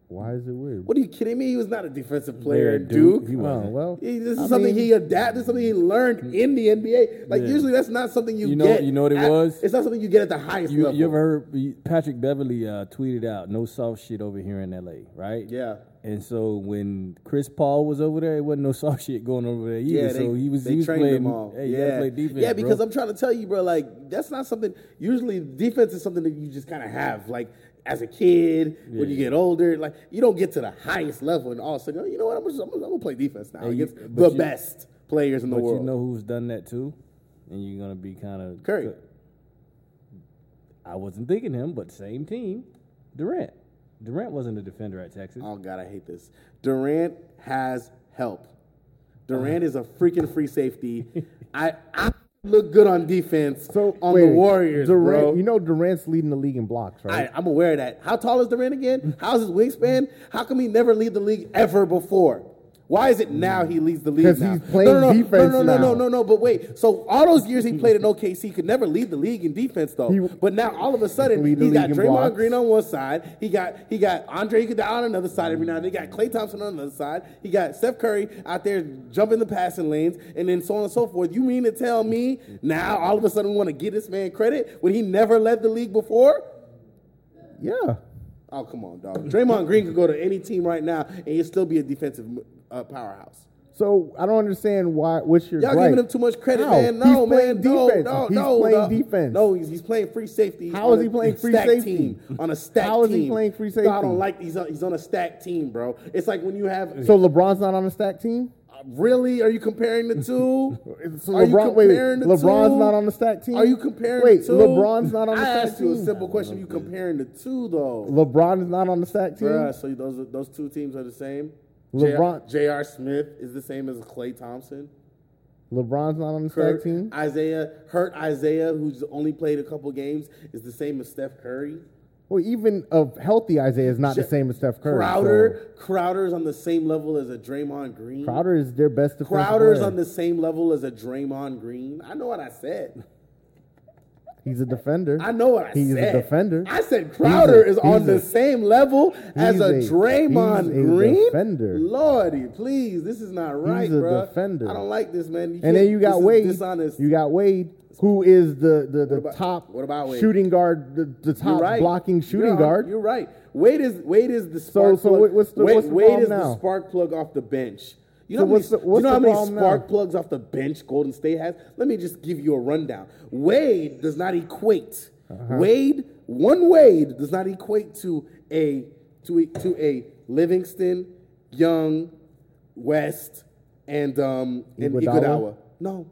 S3: Why is it weird?
S1: What are you kidding me? He was not a defensive player
S2: Larry
S1: at Duke.
S2: He
S3: Oh,
S2: wasn't.
S3: well,
S1: He- this is
S3: I
S1: something
S3: mean,
S1: he adapted, something he learned in the NBA. Like
S2: Mm. Yeah.
S1: usually, that's not something you,
S2: You know-
S1: get.
S2: you know what it
S1: at-
S2: was?
S1: It's not something you get at the highest
S2: You,
S1: level.
S2: you ever heard you- Patrick Beverly uh, tweeted out, no soft shit over here in LA, right?
S1: Yeah.
S2: And so when Chris Paul was over there, it wasn't no soft shit going over there either.
S1: Yeah, they,
S2: so he was,
S1: they
S2: he was
S1: trained
S2: playing,
S1: them all.
S2: Hey, you gotta
S1: yeah,
S2: play defense.
S1: yeah, because
S2: bro.
S1: I'm trying to tell you, bro. Like that's not something. Usually, defense is something that you just kind of have, like as a kid when you get older. Like you don't get to the highest level, and all of a sudden, oh, you know what? I'm, just, I'm, gonna- I'm gonna play defense now
S2: Hey,
S1: against
S2: you-
S1: the
S2: but you-
S1: best players in the
S2: But
S1: world.
S2: you know who's done that too, and you're gonna be kind of
S1: Curry.
S2: I wasn't thinking him, but same team, Durant. Durant wasn't a defender at Texas.
S1: Oh God, I hate this. Durant has help.
S2: Uh-huh.
S1: Durant is a freaking free safety. I I look good on defense
S3: So
S1: on
S3: wait,
S1: the Warriors,
S3: Durant,
S1: bro.
S3: You know Durant's leading the league in blocks, right?
S1: I, I'm aware of that. How tall is Durant again? How's his wingspan? How come he never lead the league ever before? Why is it now he leads the league?
S3: 'Cause
S1: now?
S3: he's playing
S1: no, no, no,
S3: defense
S1: No, no, no,
S3: now.
S1: no, no, no. But wait. So all those years he played in OKC, could never lead the league in defense though.
S3: He-
S1: but now all of a sudden
S3: Lead the
S1: he's got
S3: league in
S1: Draymond
S3: blocks.
S1: Green on one side. He got he got Andre Iguodala on another side every now and then. He got Clay Thompson on another side. He got Steph Curry out there jumping the passing lanes, and then so on and so forth. You mean to tell me now all of a sudden we want to give this man credit when he never led the league before?
S3: yeah.
S1: Oh, come on, dog. Draymond Green could go to any team right now and he'd still be a defensive uh, powerhouse.
S3: So I don't understand why. What's your
S1: Y'all
S3: gripe?
S1: giving him too much credit,
S3: How?
S1: man. No,
S3: he's playing
S1: man. No,
S3: defense.
S1: no,
S3: he's
S1: no,
S3: playing
S1: no.
S3: defense.
S1: No, he's, he's playing free safety.
S3: How
S1: on
S3: is he
S1: a
S3: playing free
S1: stacked
S3: safety?
S1: Team, on a stack
S3: How is he
S1: team.
S3: playing free
S1: No, I
S3: safety?
S1: don't like he's on, he's on a stack team, bro. It's like when you have
S3: So LeBron's not on the stack team.
S1: really are you comparing the two?
S3: So
S1: are you
S3: LeBron, wait,
S1: comparing the
S3: LeBron's
S1: two?
S3: not on the stack team.
S1: Are you comparing
S3: Wait,
S1: the two?
S3: LeBron's not on the
S1: I
S3: stack
S1: asked you a
S3: team?
S1: simple question. You comparing the two though?
S3: LeBron is not on the stack team.
S1: Bruh, so those are- those two teams are the same.
S3: LeBron-
S1: J.R. Smith is the same as Clay Thompson.
S3: LeBron's not on the
S1: Kurt,
S3: stack team.
S1: Isaiah hurt Isaiah, who's only played a couple games, is the same as Steph Curry.
S3: Well, even a healthy Isaiah is not the
S1: Ja-
S3: same as Steph Curry.
S1: Crowder, Crowder's on the same level as a Draymond Green.
S3: so Crowder is their best defensive
S1: Crowder's
S3: player.
S1: on the same level as a Draymond Green. I know what I said.
S3: He's a defender.
S1: I know what I
S3: He's a
S1: said.
S3: defender.
S1: I said Crowder
S3: He's
S1: is
S3: a-
S1: on
S3: he's
S1: the
S3: a-
S1: same level as a,
S3: he's a-
S1: Draymond
S3: he's a
S1: Green.
S3: defender.
S1: Lordy, please, this is not right,
S3: a
S1: bruh.
S3: defender.
S1: I don't like this, man.
S3: and then
S1: can't-
S3: you got
S1: this is
S3: Wade.
S1: Dishonest.
S3: You got Wade, who is the the, the
S1: about-
S3: top
S1: what about Wade?
S3: shooting guard, the, the top
S1: You're right.
S3: blocking shooting
S1: You're on-
S3: guard.
S1: You're right. Wade is Wade is the spark
S3: so
S1: plug.
S3: what- what's the-
S1: Wade,
S3: what's the
S1: Wade
S3: problem
S1: is
S3: now?
S1: the spark plug off the bench. You
S3: So
S1: know, how many,
S3: what's the-
S1: you
S3: what's
S1: know
S3: the
S1: how many
S3: problem now?
S1: spark plugs off the bench Golden State has? Let me just give you a rundown. Wade does not equate.
S3: Uh-huh.
S1: Wade, one Wade does not equate to a to a, to a Livingston, Young, West, and um and
S3: Iguodala?
S1: Iguodala. No,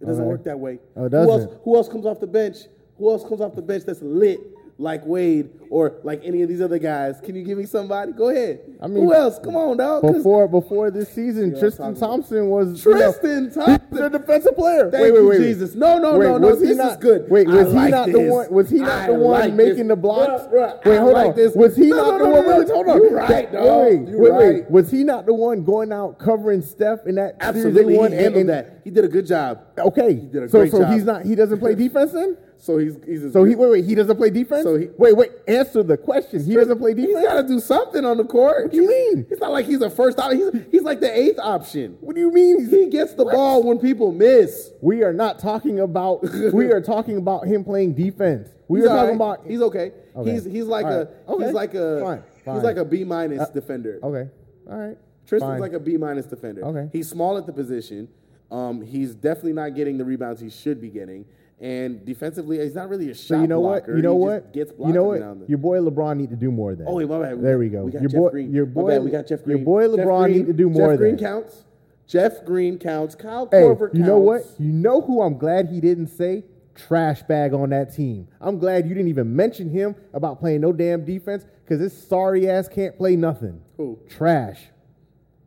S1: it doesn't
S3: Okay.
S1: work that way.
S3: Oh, it
S1: Who else,
S3: doesn't?
S1: who else comes off the bench? Who else comes off the bench that's lit like Wade or like any of these other guys? Can you give me somebody? Go ahead.
S3: I mean,
S1: who else? Come on, dog. 'Cause
S3: Before before this season,
S1: I'm
S3: Tristan
S1: talking about-
S3: Thompson was you know,
S1: Tristan
S3: he's their
S1: Thompson.
S3: defensive player.
S1: Thank
S3: wait, wait,
S1: you,
S3: wait, wait.
S1: Jesus. No, no,
S3: Wait,
S1: no, no.
S3: was he
S1: This
S3: not-
S1: is good.
S3: Wait,
S1: I
S3: was he
S1: like
S3: not the
S1: this.
S3: one? Was he not
S1: I
S3: the one
S1: like
S3: making
S1: this.
S3: the blocks?
S1: Bruh, bruh,
S3: wait,
S1: I
S3: hold
S1: like
S3: on.
S1: this.
S3: Was he
S1: No,
S3: not
S1: no,
S3: the
S1: no,
S3: one?
S1: no,
S3: wait,
S1: no.
S3: hold on.
S1: You right, dog.
S3: Wait, wait,
S1: You
S3: wait, wait.
S1: right.
S3: Was he not the one going out covering Steph in that
S1: Absolutely,
S3: Series
S1: he
S3: one and-
S1: handled
S3: and-
S1: that. He did a good job.
S3: Okay,
S1: did a
S3: so
S1: great
S3: so
S1: job.
S3: he's not he doesn't play defense then.
S1: So he's he's as
S3: So he
S1: good-
S3: wait wait he doesn't play defense.
S1: So he-
S3: wait wait answer the question. He doesn't play
S1: He's
S3: defense.
S1: got to do something on the court. What
S3: do you mean?
S1: It's not like he's a first option. He's, he's like the eighth option.
S3: What do you mean?
S1: He gets the ball when people miss.
S3: We are not talking about. we are talking about him playing defense. We
S1: He's
S3: are talking
S1: all right.
S3: about.
S1: He's okay.
S3: Okay.
S1: He's he's like
S3: All right.
S1: a
S3: Okay.
S1: he's like a
S3: Fine. Fine. Uh,
S1: he's like a B minus defender.
S3: okay. All right.
S1: Tristan's
S3: Fine.
S1: like a B minus defender.
S3: Okay.
S1: He's small at the position. Um, he's definitely not getting the rebounds he should be getting. And defensively, he's not really a shot
S3: So you know what?
S1: blocker.
S3: You know
S1: He just
S3: what?
S1: Gets blocked
S3: you know
S1: every now and
S3: what?
S1: then.
S3: Your boy LeBron need to do more than.
S1: Oh, wait, my bad.
S3: There we
S1: got-
S3: go.
S1: We got
S3: your
S1: Jeff
S3: boy,
S1: Green.
S3: your
S1: My
S3: boy,
S1: bad, we got Jeff Green.
S3: Your boy
S1: Jeff
S3: LeBron
S1: Green-
S3: need to do more
S1: Jeff Green
S3: than.
S1: counts. Jeff Green counts. Kyle
S3: Hey,
S1: Korver
S3: you know what?
S1: counts.
S3: You know who I'm glad he didn't say? Trash bag on that team. I'm glad you didn't even mention him about playing no damn defense because this sorry ass can't play nothing.
S1: Who?
S3: Trash.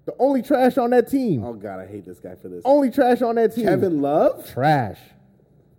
S3: The only trash on that team.
S1: Oh God, I hate this guy for this.
S3: Only trash on that team.
S1: Kevin Love.
S3: Trash.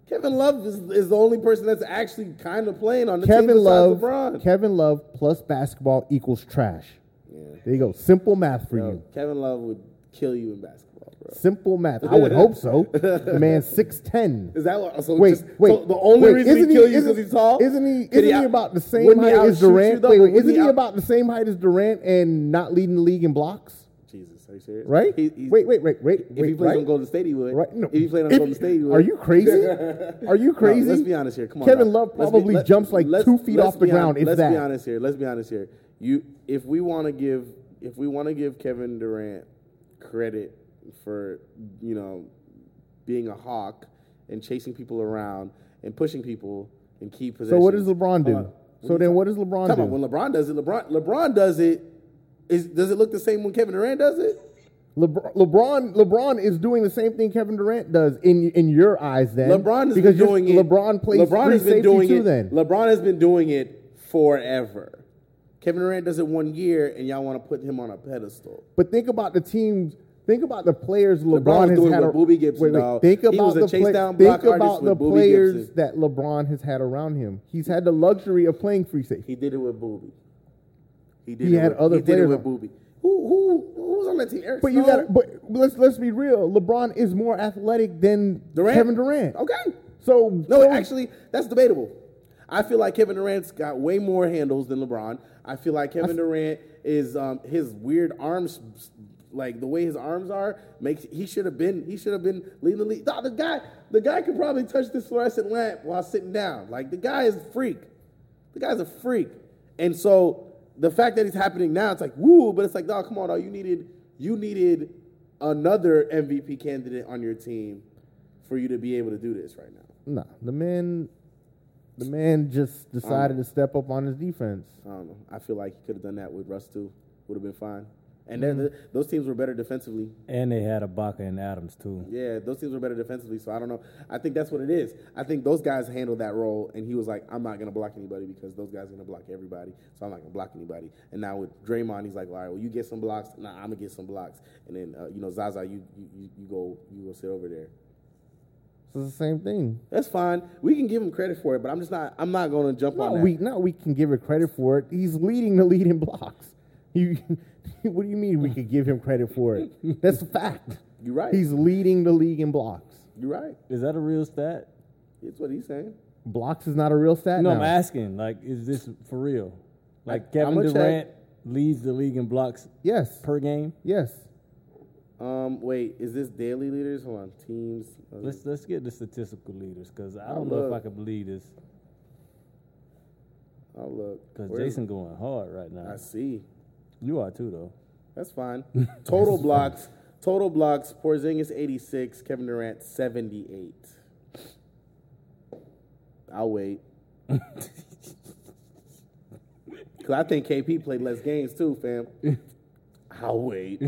S1: Kevin Love is, is the only person that's actually kind of playing on the team
S3: Kevin
S1: besides
S3: Love.
S1: LeBron.
S3: Kevin Love plus basketball equals trash.
S1: Yeah.
S3: There you go. Simple math for
S1: Yo,
S3: you.
S1: Kevin Love would kill you in basketball, bro.
S3: Simple math. I would hope so. The man's six ten.
S1: Is that what? So
S3: Wait,
S1: just,
S3: wait.
S1: so the only
S3: wait,
S1: reason he
S3: isn't
S1: kill you is
S3: isn't-
S1: because he's tall?
S3: Isn't he?
S1: Could
S3: Isn't he
S1: out-
S3: about the same
S1: wouldn't he
S3: height as
S1: outshoot you,
S3: Durant?
S1: though?
S3: Wait, wait,
S1: Wouldn't
S3: isn't he,
S1: out-
S3: about the same height as Durant and not leading the league in blocks?
S1: Jesus, are you serious?
S3: Right?
S1: He- he's-
S3: wait, wait, wait, wait.
S1: If
S3: wait,
S1: he plays
S3: right?
S1: on Golden State, he would.
S3: Right? No.
S1: If he played on
S3: If-
S1: Golden State, he would.
S3: Are you crazy? Are you
S1: No,
S3: crazy?
S1: let's be honest here. Come on.
S3: Kevin
S1: now.
S3: Love
S1: Let's be-
S3: probably
S1: let-
S3: jumps like
S1: let's-
S3: two feet
S1: let's
S3: o's off the
S1: be hon-
S3: ground, if
S1: let's
S3: that.
S1: be honest here. Let's be honest here. You, if we want to give, if we want to give Kevin Durant credit for, you know, being a hawk and chasing people around and pushing people and keep possession.
S3: So what does
S1: Hold
S3: LeBron do?
S1: on.
S3: So then what does
S1: uh,
S3: LeBron
S1: Come
S3: do?
S1: on, when LeBron does it, LeBron LeBron does it. Is does it look the same when Kevin Durant does it?
S3: LeBron, LeBron, LeBron is doing the same thing Kevin Durant does in in your eyes. Then
S1: LeBron has
S3: because
S1: been
S3: you're-
S1: doing it.
S3: LeBron plays
S1: LeBron
S3: free
S1: has been
S3: safety
S1: doing
S3: too.
S1: it.
S3: Then
S1: LeBron has been doing it forever. Kevin Durant does it one year, and y'all want to put him on a pedestal.
S3: But think about the teams. Think about the players LeBron,
S1: LeBron was
S3: has
S1: doing
S3: had.
S1: with
S3: ar-
S1: Booby Gibson,
S3: wait, wait,
S1: dog.
S3: Think
S1: He
S3: about
S1: was a
S3: the
S1: chase
S3: play-
S1: down block
S3: Think
S1: artist
S3: about
S1: with
S3: the
S1: Booby
S3: players
S1: Gibson.
S3: that LeBron has had around him. He's had the luxury of playing free safety.
S1: He did it with Booby. He did.
S3: He
S1: it
S3: had
S1: with,
S3: other
S1: He did it
S3: players
S1: with
S3: on.
S1: Booby. Who who who was on that team? Eric
S3: But you
S1: Snow?
S3: got. But let's let's be real. LeBron is more athletic than
S1: Durant?
S3: Kevin Durant.
S1: Okay.
S3: So
S1: No,
S3: so-
S1: actually, that's debatable. I feel like Kevin Durant's got way more handles than LeBron. I feel like Kevin Durant is um, his weird arms, like the way his arms are, makes he should have been he should have been leading the league. Nah, the guy, the guy could probably touch this fluorescent lamp while sitting down. Like the guy is a freak. The guy's a freak. And so the fact that it's happening now, it's like woo, but it's like, dog, come on, dog. You needed you needed another MVP candidate on your team for you to be able to do this right now.
S3: Nah, the man. The man just decided
S1: Um,
S3: to step up on his defense.
S1: I don't know. Um, I feel like he could have done that with Russ too. Would have been fine. And then
S3: Mm-hmm.
S1: the, those teams were better defensively.
S2: And they had Ibaka and Adams too.
S1: Yeah, those teams were better defensively. So I don't know. I think that's what it is. I think those guys handled that role, and he was like, "I'm not gonna block anybody because those guys are gonna block everybody. So I'm not gonna block anybody." And now with Draymond, he's like, "All right, well, you get some blocks. Nah, I'm gonna get some blocks." And then uh, you know, Zaza, you, you you- you go you go sit over there.
S3: It's the same thing.
S1: That's fine. We can give him credit for it, but I'm just not. I'm not gonna jump
S3: Not
S1: on that.
S3: we, not we can give it credit for it. He's leading the lead in blocks. You, what do you mean we could give him credit for it? That's a fact.
S1: You're right.
S3: He's leading the league in blocks.
S1: You're right.
S2: Is that a real stat?
S1: It's what he's saying.
S3: Blocks is not a real stat.
S2: No,
S3: now.
S2: I'm asking. Like, is this for real? Like,
S1: Like,
S2: Kevin
S1: I'ma check.
S2: Durant leads the league in blocks
S3: Yes.
S2: per game.
S3: yes.
S1: Um, wait, is this daily leaders? Hold on, teams. um,
S2: Let's let's get the statistical leaders because I
S1: Oh,
S2: don't know if
S1: look.
S2: I can believe this
S1: I'll look.
S2: because
S1: Where-
S2: Jason going hard right now.
S1: I see.
S2: You are too though.
S1: That's fine. Total blocks. Total blocks. Porzingis eighty six. Kevin Durant seventy eight. I'll wait. Cause I think KP played less games too, fam. I'll wait.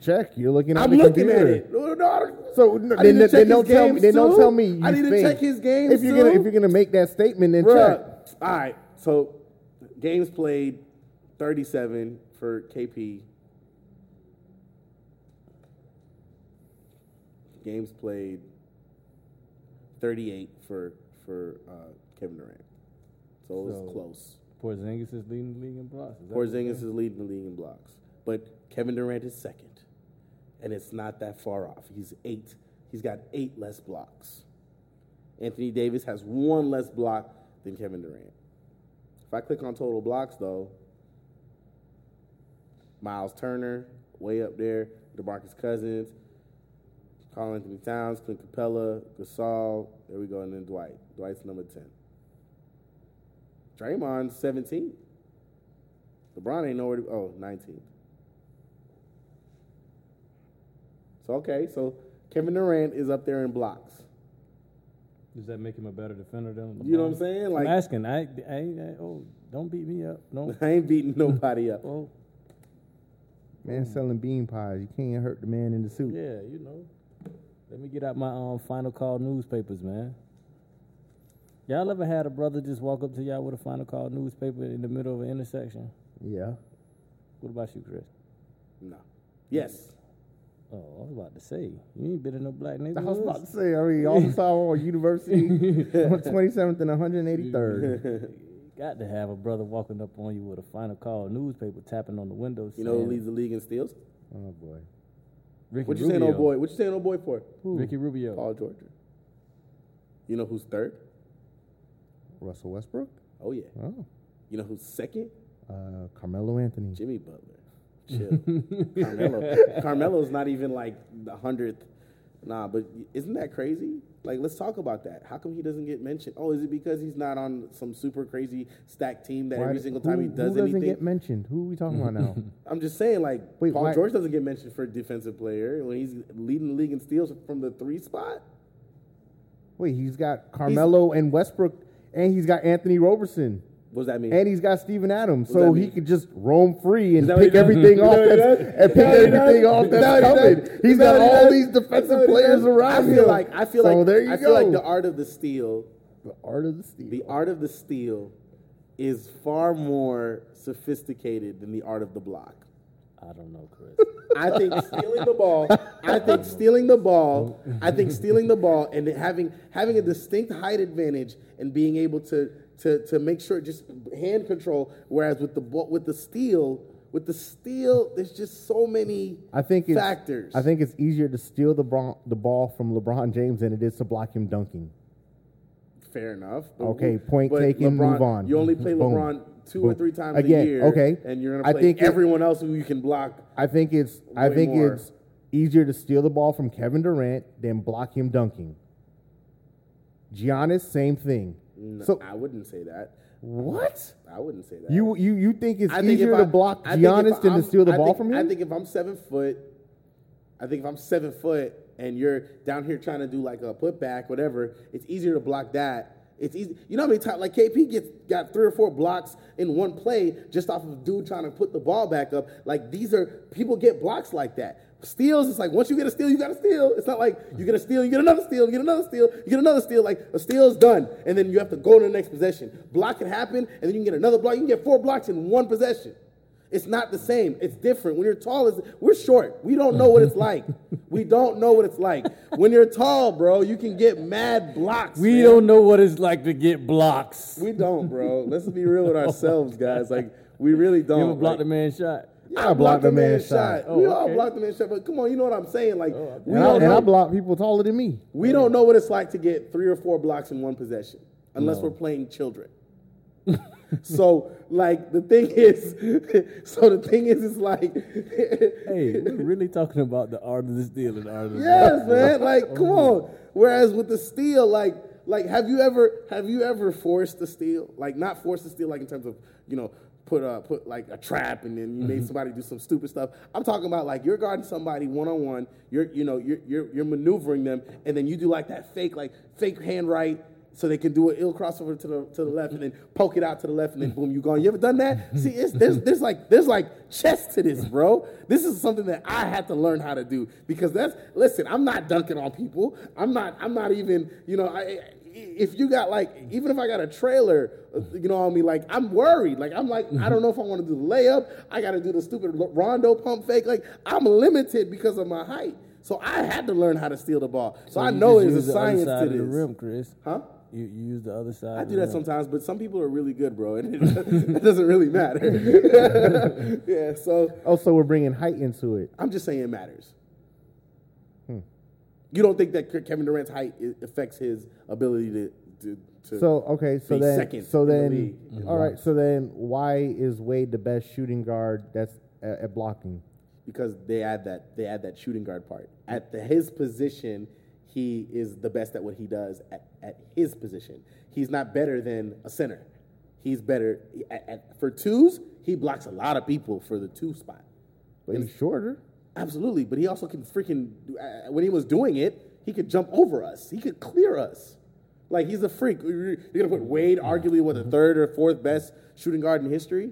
S3: Check. You're looking at
S1: I'm
S3: the
S1: looking
S3: computer.
S1: at it. No, no,
S3: So no,
S1: I
S3: then,
S1: need to
S3: then
S1: check
S3: don't
S1: his
S3: tell me.
S1: games,
S3: Then don't
S1: too.
S3: tell me. You
S1: I need to
S3: think.
S1: check his games,
S3: If you're gonna
S1: too.
S3: if you're gonna make that statement, then check.
S1: Bruh. All right. So games played 37 for KP. Games played 38 for for uh, Kevin Durant. So it was
S2: So-
S1: close.
S2: Porzingis is leading the league in blocks. Is that what
S1: Porzingis is leading the league in blocks, but Kevin Durant is second, and it's not that far off. He's eight. He's got eight less blocks. Anthony Davis has one less block than Kevin Durant. If I click on total blocks, though, Miles Turner way up there, DeMarcus Cousins, Carl Anthony Towns, Clint Capella, Gasol. There we go, and then Dwight. Dwight's number ten. Draymond's 17. LeBron ain't nowhere to oh, 19. So okay, so Kevin Durant is up there in blocks.
S2: Does that make him a better defender than LeBron?
S1: You know what I'm saying? Like
S2: I'm asking. I, I, I- oh, don't beat me up. Don't.
S1: I ain't beating nobody up.
S2: oh,
S3: Man selling bean pies. You can't hurt the man in the suit.
S2: yeah, you know. Let me get out my um, final call newspapers, man. Y'all ever had a brother just walk up to y'all with a final call newspaper in the middle of an intersection?
S3: Yeah.
S2: What about you, Chris?
S1: No. Yes.
S2: Oh, I was about to say you ain't been in no black
S3: I
S2: neighborhood.
S3: was about to say, I mean, all the time on university, on 27th and 183rd.
S2: Got to have a brother walking up on you with a final call newspaper, tapping on the window.
S1: You know who
S2: saying,
S1: leads the league in steals?
S3: Oh, boy.
S2: Ricky
S1: What you
S2: Rubio.
S1: saying, old boy? What you saying, old boy, for?
S2: Ricky Rubio.
S1: Paul George. You know who's third?
S3: Russell Westbrook?
S1: Oh yeah.
S3: Oh.
S1: You know who's second?
S3: Uh, Carmelo Anthony.
S1: Jimmy Butler. Chill. Carmelo. Carmelo's not even like the hundredth. Nah, but isn't that crazy? Like, let's talk about that. How come he doesn't get mentioned? Oh, is it because he's not on some super crazy stacked team that
S3: Why-
S1: every single time
S3: who,
S1: he does
S3: who doesn't
S1: anything?
S3: get mentioned? Who are we talking about now?
S1: I'm just saying, like,
S3: Wait,
S1: Paul
S3: why-
S1: George doesn't get mentioned for defensive player when he's leading the league in steals from the three spot.
S3: Wait, he's got Carmelo and Westbrook, and he's got Anthony Robertson,
S1: What does that mean?
S3: and he's got Steven Adams,
S1: What does
S3: so
S1: that
S3: he
S1: mean?
S3: could just roam free and
S1: that what
S3: pick
S1: he does? Is
S3: everything
S1: that
S3: off
S1: what he
S3: that's,
S1: does?
S3: and pick
S1: Is that what he
S3: everything
S1: does?
S3: off
S1: Is that
S3: that's
S1: what he
S3: coming.
S1: does?
S3: He's
S1: Is that
S3: got
S1: what he
S3: all
S1: does?
S3: these
S1: Is that what
S3: defensive
S1: he
S3: players
S1: does?
S3: around
S1: I
S3: him.
S1: feel like I feel
S3: so
S1: like
S3: there you
S1: I
S3: go.
S1: feel like the art of the steal,
S3: The art of the steal.
S1: the art of the steal, is far more sophisticated than the art of the block.
S2: I don't know, Chris.
S1: I think stealing the ball. I think stealing the ball. I think stealing the ball and having having a distinct height advantage and being able to to to make sure just hand control. Whereas with the ball, with the steal, with the steal, there's just so many.
S3: I think it's,
S1: factors.
S3: I think it's easier to steal the, bron- the ball from LeBron James than it is to block him dunking.
S1: fair enough. but-
S3: Okay, point
S1: but
S3: taken,
S1: LeBron-
S3: move on.
S1: You only play
S3: Boom.
S1: LeBron two or
S3: Boom.
S1: three times a
S3: Again,
S1: year.
S3: okay.
S1: and you're
S3: I
S1: gonna play
S3: think it-
S1: everyone else who you can block.
S3: I think it's I
S1: Way
S3: think
S1: more.
S3: it's easier to steal the ball from Kevin Durant than block him dunking. Giannis, same thing.
S1: No,
S3: so
S1: I wouldn't say that.
S3: what?
S1: I wouldn't say that.
S3: You you you think it's
S1: I think
S3: easier
S1: if
S3: to
S1: I-
S3: block
S1: I think if
S3: Giannis than
S1: I'm-
S3: to steal the
S1: I
S3: ball
S1: think-
S3: from him?
S1: I think if I'm seven foot, I think if I'm seven foot and you're down here trying to do like a putback, whatever, it's easier to block that. It's easy. You know how many times like KP gets got three or four blocks in one play just off of dude trying to put the ball back up. Like these are people get blocks like that. Steals, it's like once you get a steal, you got a steal. It's not like you get a steal, you get another steal, you get another steal, you get another steal. Like a steal's done, and then you have to go to the next possession. Block can happen, and then you can get another block. You can get four blocks in one possession. It's not the same. It's different. When you're tall, it's, we're short. We don't know what it's like. we don't know what it's like. When you're tall, bro, you can get mad blocks.
S2: we
S1: man.
S2: don't know what it's like to get blocks.
S1: We don't, bro. Let's be real with ourselves, guys. Like we really don't.
S2: you ever blocked
S1: like,
S2: a man's shot?
S1: Yeah,
S3: I
S1: I
S3: blocked
S1: blocked
S3: the
S1: the man
S3: man's shot.
S1: shot.
S2: Oh,
S1: we all
S2: okay. Oh,
S1: blocked the man shot. But come on, you know what I'm saying? Like we
S3: and I,
S1: don't
S3: and I
S1: know.
S3: block people taller than me.
S1: we don't know what it's like to get three or four blocks in one possession, unless we're playing children. so, like the thing is, so the thing is, it's like,
S2: Hey, we're really talking about the art of this deal and the art of the
S1: Yes, man. Like, come on. Whereas with the steal, like, like have you ever have you ever forced the steal? Like, not forced the steal, like in terms of you know put uh put like a trap and then you made somebody do some stupid stuff. I'm talking about like you're guarding somebody one on one. You're you know you're, you're you're maneuvering them and then you do like that fake like fake hand right. So they can do an ill crossover to the to the left and then poke it out to the left and then boom, you gone. You ever done that? See, it's, there's there's like there's like chess to this, bro. This is something that I had to learn how to do because that's listen. I'm not dunking on people. I'm not. I'm not even. You know, I, I- if you got like even if I got a trailer, uh, you know, on me, like I'm worried. Like I'm like I don't know if I want to do the layup. I got to do the stupid rondo pump fake. Like I'm limited because of my height. So I had to learn how to steal the ball. So, I
S2: you
S1: know
S2: just
S1: there's
S2: use
S1: a
S2: the other
S1: science
S2: side
S1: to
S2: of
S1: this.
S2: the rim, Chris.
S1: Huh?
S2: You, you use the other side.
S1: I
S2: of
S1: do
S2: the
S1: that
S2: rim.
S1: sometimes, but some people are really good, bro, and it doesn't really matter. yeah, so
S3: Also, we're bringing height into it.
S1: I'm just saying it matters. You don't think that Ke- Kevin Durant's height i- affects his ability to to, to
S3: So okay, so
S1: be
S3: then
S1: second
S3: so
S1: in the
S3: then
S1: league
S2: Mm-hmm.
S1: in
S3: all right, so then why is Wade the best shooting guard that's at, at blocking?
S1: because they add that they add that shooting guard part at the, his position. He is the best at what he does at, at his position. He's not better than a center. He's better at, at, for twos. He blocks a lot of people for the two spot.
S3: But he's shorter.
S1: Absolutely, but he also can freaking uh, when he was doing it, he could jump over us. He could clear us. Like he's a freak. You're gonna put Wade
S3: Mm-hmm.
S1: arguably what the third or fourth best shooting guard in history.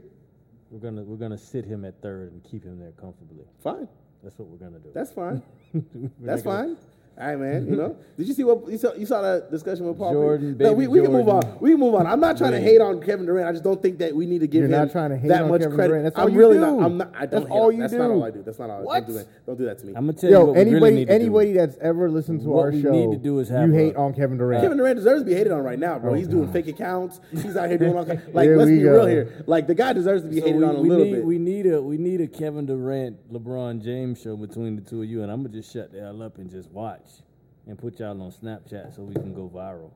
S2: We're gonna we're gonna sit him at third and keep him there comfortably.
S1: Fine,
S2: That's what we're gonna do.
S1: that's fine.
S2: We're
S1: That's
S2: not gonna-
S1: fine. All right, man. You know, did you see what you saw? You saw that discussion with Paul?
S2: Jordan,
S1: Pierce? no, we,
S2: baby
S1: we can move
S2: Jordan.
S1: on. We can move on. I'm not trying to hate on Kevin Durant. I just don't think that we need to give
S3: You're
S1: him
S3: not trying to hate
S1: that
S3: on
S1: much
S3: Kevin
S1: credit.
S3: Durant. That's
S1: I'm
S3: all you
S1: really
S3: do.
S1: not. I'm not. I don't.
S3: That's
S1: hate
S3: all
S1: on-
S3: you
S1: That's not
S3: do.
S1: all I do. That's not all. I
S3: What?
S1: do. Don't do that. Don't do that to me.
S2: I'm gonna tell you
S3: Yo,
S2: what we really
S3: anybody
S2: need to
S3: anybody
S2: do.
S3: that's ever listened to
S2: What
S3: our
S2: we
S3: show,
S2: need to do is have
S3: you
S2: a-
S3: hate on Kevin Durant.
S1: Kevin Durant deserves to be hated on right now, bro.
S3: Oh,
S1: He's doing
S3: God.
S1: fake accounts. He's out here doing all kinds. Like,
S3: Here
S1: let's
S3: we
S1: be
S3: go.
S1: real here. Like, the guy deserves to be
S2: So
S1: hated
S2: we,
S1: on a
S2: we
S1: little
S2: need,
S1: bit.
S2: We need a we need a Kevin Durant, LeBron James show between the two of you, and I'm gonna just shut the hell up and just watch and put y'all on Snapchat so we can go viral.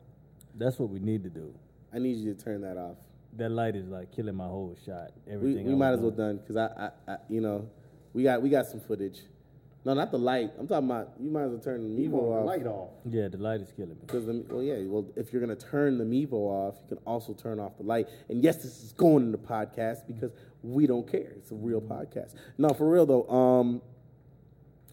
S2: That's what we need to do.
S1: I need you to turn that off.
S2: That light is like killing my whole shot.
S1: We,
S2: Everything.
S1: we
S2: I
S1: might
S2: was
S1: as well
S2: doing.
S1: done because I, I, I, you know, we got we got some footage. No, not the light. I'm talking about you might as well turn the Mevo off.
S3: off.
S2: Yeah, the light is killing me.
S1: Because the, well, yeah, well, if you're gonna turn the Mevo off, you can also turn off the light. And yes, this is going in the podcast because we don't care. It's a real podcast. No, for real though. Um,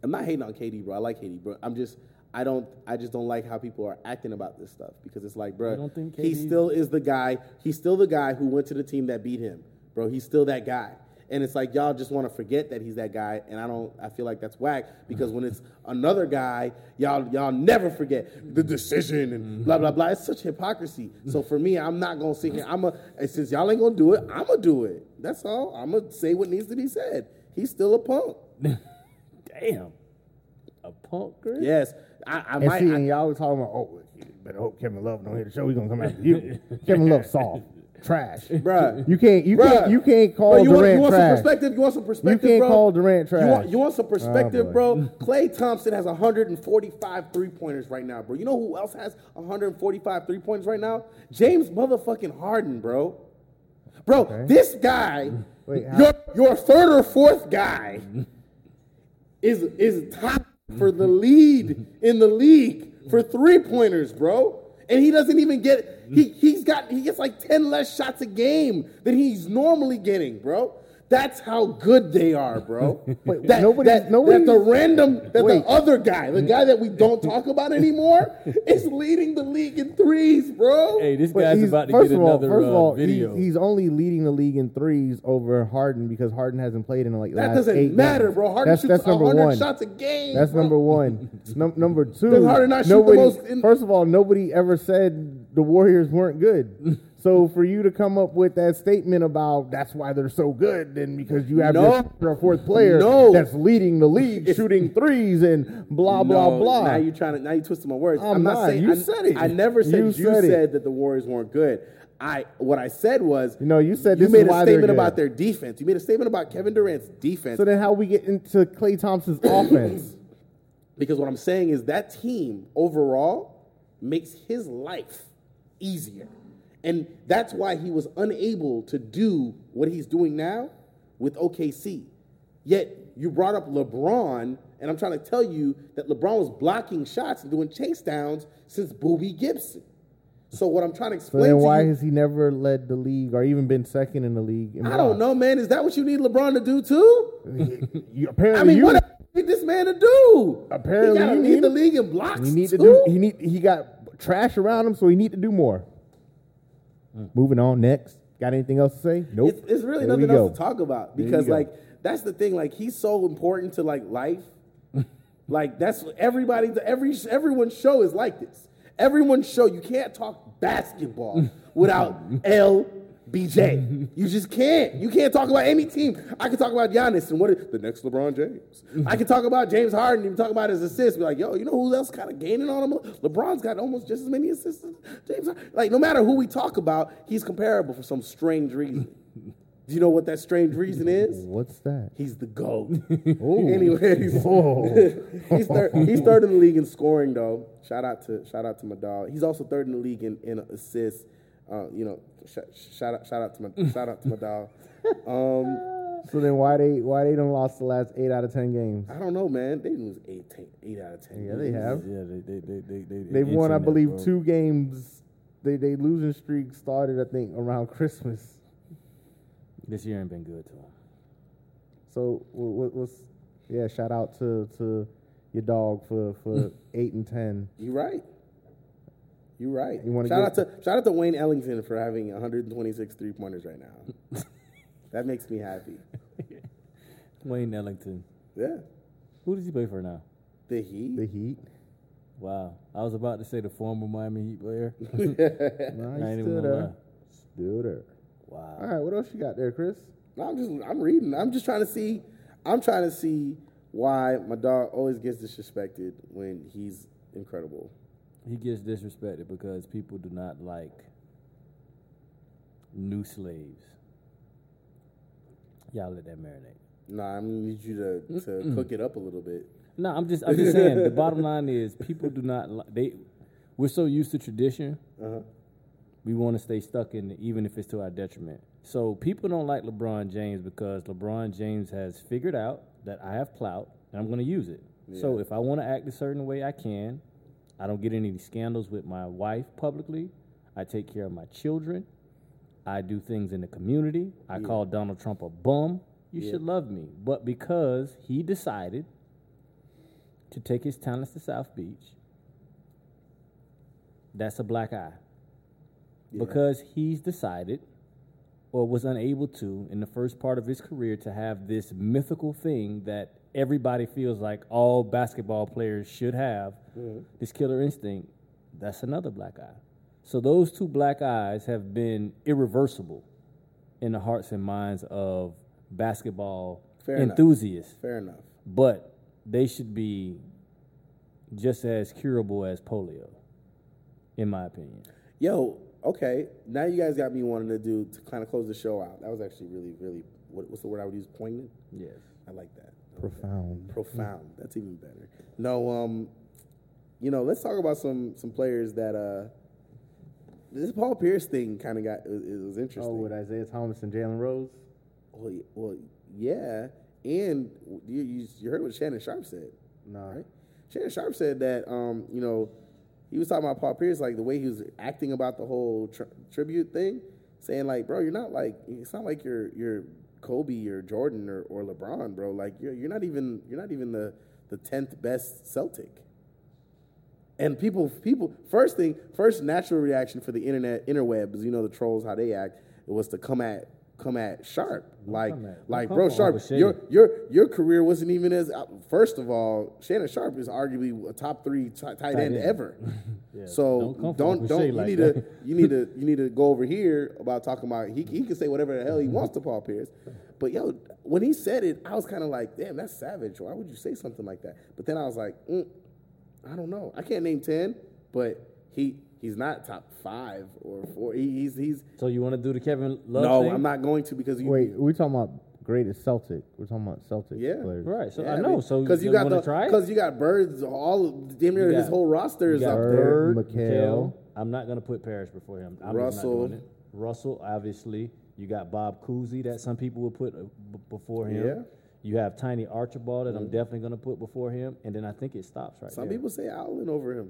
S1: I'm not hating on KD, bro. I like KD, bro. I'm just, I don't, I just don't like how people are acting about this stuff because it's like, bro,
S2: You don't think
S1: he
S2: KD 's-
S1: still is the guy. He's still the guy who went to the team that beat him, bro. He's still that guy. And it's like y'all just want to forget that he's that guy, and I don't. I feel like that's whack because when it's another guy, y'all y'all never forget the decision and blah blah blah. It's such hypocrisy. So for me, I'm not gonna sit here. I'm a and since y'all ain't gonna do it, I'm gonna do it. That's all. I'm gonna say what needs to be said. He's still a punk.
S2: Damn, a punk girl.
S1: Yes, I, I
S3: And
S1: might.
S3: see,
S1: I-
S3: and y'all was talking about, oh, you better hope Kevin Love don't hear the show. He's gonna come after you. Kevin Love soft, trash,
S1: Bruh.
S3: You can't, you
S1: Bruh.
S3: can't, you can't call
S1: Bro, you
S3: Durant
S1: want, you want
S3: trash.
S1: Some perspective? You want some perspective,
S3: can't
S1: bro?
S3: call Durant
S1: You
S3: trash. Oh,
S1: want, you want some perspective,
S3: boy.
S1: bro? Clay Thompson has 145 three-pointers right now, bro. You know who else has 145 three-pointers right now? James motherfucking Harden, bro. Bro, this guy,
S3: Wait, how- Mm-hmm.
S1: your, your third or fourth guy, is is top for the
S3: Mm-hmm.
S1: lead in the league for three pointers, bro. And he doesn't even get he he's got he gets like ten less shots a game than he's normally getting, bro. That's how good they are, bro.
S3: Wait,
S1: that,
S3: nobody-
S1: that, that
S3: nobody-
S1: the random that
S3: Wait.
S1: the other guy, the guy that we don't talk about anymore, is leading the league in threes, bro.
S2: Hey, this
S3: But
S2: guy's
S3: he's-
S2: about to
S3: first
S2: get
S3: of all,
S2: another
S3: first of
S2: uh,
S3: all, he-
S2: video.
S3: he's only leading the league in threes over Harden because Harden hasn't played in like the
S1: that
S3: last
S1: doesn't
S3: eight
S1: matter,
S3: games.
S1: bro. Harden
S3: that's,
S1: shoots
S3: that's number
S1: hundred
S3: one.
S1: shots a game.
S3: That's
S1: bro.
S3: number one. Num- number two.
S1: Does Harden not shoot the
S3: nobody,
S1: most in-
S3: First of all, nobody ever said the Warriors weren't good. so for you to come up with that statement about that's why they're so good, then because you have
S1: No.
S3: your third or fourth player
S1: No.
S3: that's leading the league, shooting threes and blah blah
S1: No,
S3: blah.
S1: Now you trying to now you twisted my words.
S3: I'm
S1: I'm, not,
S3: not.
S1: saying
S3: You
S1: I,
S3: said it.
S1: I never said you,
S3: You said
S1: said,
S3: it.
S1: that the Warriors weren't good. I what I said was
S3: No, you said
S1: you
S3: this
S1: made
S3: is
S1: a
S3: why they're
S1: statement
S3: good.
S1: about their defense. You made a statement about Kevin Durant's defense.
S3: so then how we get into Clay Thompson's offense?
S1: Because what I'm saying is that team overall makes his life easier. And that's why he was unable to do what he's doing now with OKC. Yet you brought up LeBron, and I'm trying to tell you that LeBron was blocking shots and doing chase downs since Booby Gibson. So what I'm trying to
S3: So
S1: explain
S3: then
S1: to
S3: why
S1: you,
S3: has he never led the league or even been second in the league? in
S1: I don't
S3: blocks?
S1: know, man. Is that what you need LeBron to do too?
S3: You- apparently,
S1: I mean,
S3: you,
S1: what else you need this man to do?
S3: Apparently
S1: he gotta
S3: you
S1: lead
S3: need-
S1: the league in blocks.
S3: he need to
S1: too?
S3: do. He need. He got trash around him, so he need to do more. Moving on. Next, got anything else to say? Nope.
S1: It's, it's really
S3: There we
S1: nothing else
S3: go.
S1: to talk about
S3: There you
S1: because
S3: go.
S1: like that's the thing. Like he's so important to like life. like that's everybody. Every everyone's show is like this. Everyone's show. You can't talk basketball without LBJ. You just can't. You can't talk about any team. I can talk about Giannis and what is the next LeBron James. I can talk about James Harden and talk about his assists. Be like, yo, you know who else kind of gaining on him? LeBron's got almost just as many assists as James Harden. Like, no matter who we talk about, he's comparable for some strange reason. Do you know what that strange reason is?
S3: What's that?
S1: He's the GOAT.
S3: Ooh.
S1: Anyways,
S3: Whoa.
S1: he's, third, he's third in the league in scoring, though. Shout out to shout out to my dog. He's also third in the league in, in assists. Uh, you know, sh- sh- shout out shout out to my shout out to my dog. Um,
S3: So then why they why they done lost the last eight out of ten games?
S1: I don't know, man. They didn't lose eight, ten, eight out of ten.
S3: Yeah, they have.
S2: Yeah, they they they they they.
S3: They've won, I
S2: internet,
S3: believe,
S2: bro.
S3: two games. They they losing streak started, I think, around Christmas.
S2: This year ain't been good to him.
S3: So what, what's yeah? Shout out to to your dog for for eight and ten.
S1: You right? You're right.
S3: You wanna
S1: shout out
S3: get-
S1: to shout out to Wayne Ellington for having 126 three pointers right now. that makes me happy.
S2: Wayne Ellington.
S1: Yeah,
S2: Who does he play for now?
S1: the Heat.
S3: The Heat.
S2: Wow. I was about to say the former Miami Heat player.
S3: Nah,
S2: I ain't
S3: he's
S2: even
S3: still
S2: gonna
S3: there.
S2: lie.
S3: Still there. All
S2: Wow.
S3: right, what else you got there, Chris?
S1: No, I'm just I'm reading. I'm just trying to see. I'm trying to see why my dog always gets disrespected when he's incredible.
S2: He gets disrespected because people do not like new slaves. Y'all let that marinate.
S1: Nah, I'm gonna need you to, to cook it up a little bit.
S2: No, I'm just I'm just saying. The bottom line is people do not li- they. We're so used to tradition, we want to stay stuck in it, even if it's to our detriment. So people don't like LeBron James because LeBron James has figured out that I have clout and I'm going to use it. So if I want to act a certain way, I can. I don't get any scandals with my wife publicly. I take care of my children. I do things in the community. I call Donald Trump a bum. You should love me. But because he decided to take his talents to South Beach, that's a black eye. Because he's decided or was unable to in the first part of his career to have this mythical thing that everybody feels like all basketball players should have this killer instinct. That's another black eye. So those two black eyes have been irreversible in the hearts and minds of basketball
S1: Fair enough.
S2: enthusiasts
S1: Fair enough.
S2: but they should be just as curable as polio, in my opinion.
S1: Yo, okay. Now you guys got me wanting to do to kind of close the show out. That was actually really, really. What, what's the word I would use? Poignant.
S2: Yes.
S1: I like that.
S2: Oh,
S3: Profound.
S1: profound. That's even better. No, um, you know, let's talk about some some players that uh, this Paul Pierce thing kind of got it was, it was interesting.
S3: Oh, with Isaiah Thomas and Jalen Rose.
S1: Well, y- well, yeah, and you, you you heard what Shannon Sharp said,
S3: No.
S1: right? Shannon Sharp said that um, you know, he was talking about Paul Pierce like the way he was acting about the whole tri- tribute thing, saying like, bro, you're not like it's not like you're you're Kobe or Jordan or, or LeBron, bro. Like you're you're not even you're not even the the tenth best Celtic. And people, people, first thing, first natural reaction for the internet interwebs, you know, the trolls, how they act, was to come at, come at Sharp, like,
S2: come at-
S1: like,
S2: don't
S1: bro,
S2: come
S1: Sharp,
S2: with shade.
S1: your, your, your career wasn't even as. uh, First of all, Shannon Sharp is arguably a top three t- tight, end,
S2: end.
S1: ever.
S2: Yeah,
S1: so
S2: don't come
S1: don't,
S2: for
S1: don't,
S2: Boucher
S1: you
S2: like
S1: need
S2: that.
S1: to, you need to, you need to go over here about talking about he, he can say whatever the hell
S2: Mm-hmm.
S1: he wants to Paul Pierce, but yo, when he said it, I was kind of like, damn, that's savage. Why would you say something like that? But then I was like. Mm, I don't know. I can't name ten, but he he's not top five or four. He, he's he's
S2: So you want to do the Kevin Love
S1: no.
S2: thing?
S1: I'm not going to because you
S3: Wait, we're talking about greatest Celtic. We're talking about Celtic
S1: Yeah.
S3: players.
S2: Right. So
S1: Yeah,
S2: I know. so
S1: because you got
S2: want
S1: the
S2: to try? it?
S1: because you got birds all damn near
S2: You
S1: his
S2: got-
S1: whole roster
S2: You
S1: is
S2: got
S1: up
S3: Bird,
S1: there.
S2: Bird,
S3: Mikal.
S2: Mikal. I'm not going to put Parrish before him. I'm Just not
S1: Russell.
S2: doing it. Russell, obviously. You got Bob Cousy that some people will put uh, b- before him.
S1: Yeah.
S2: You have Tiny Archibald that I'm definitely going to put before him. And then I think it stops right
S1: Mm-hmm. Some
S2: there.
S1: people say Allen over him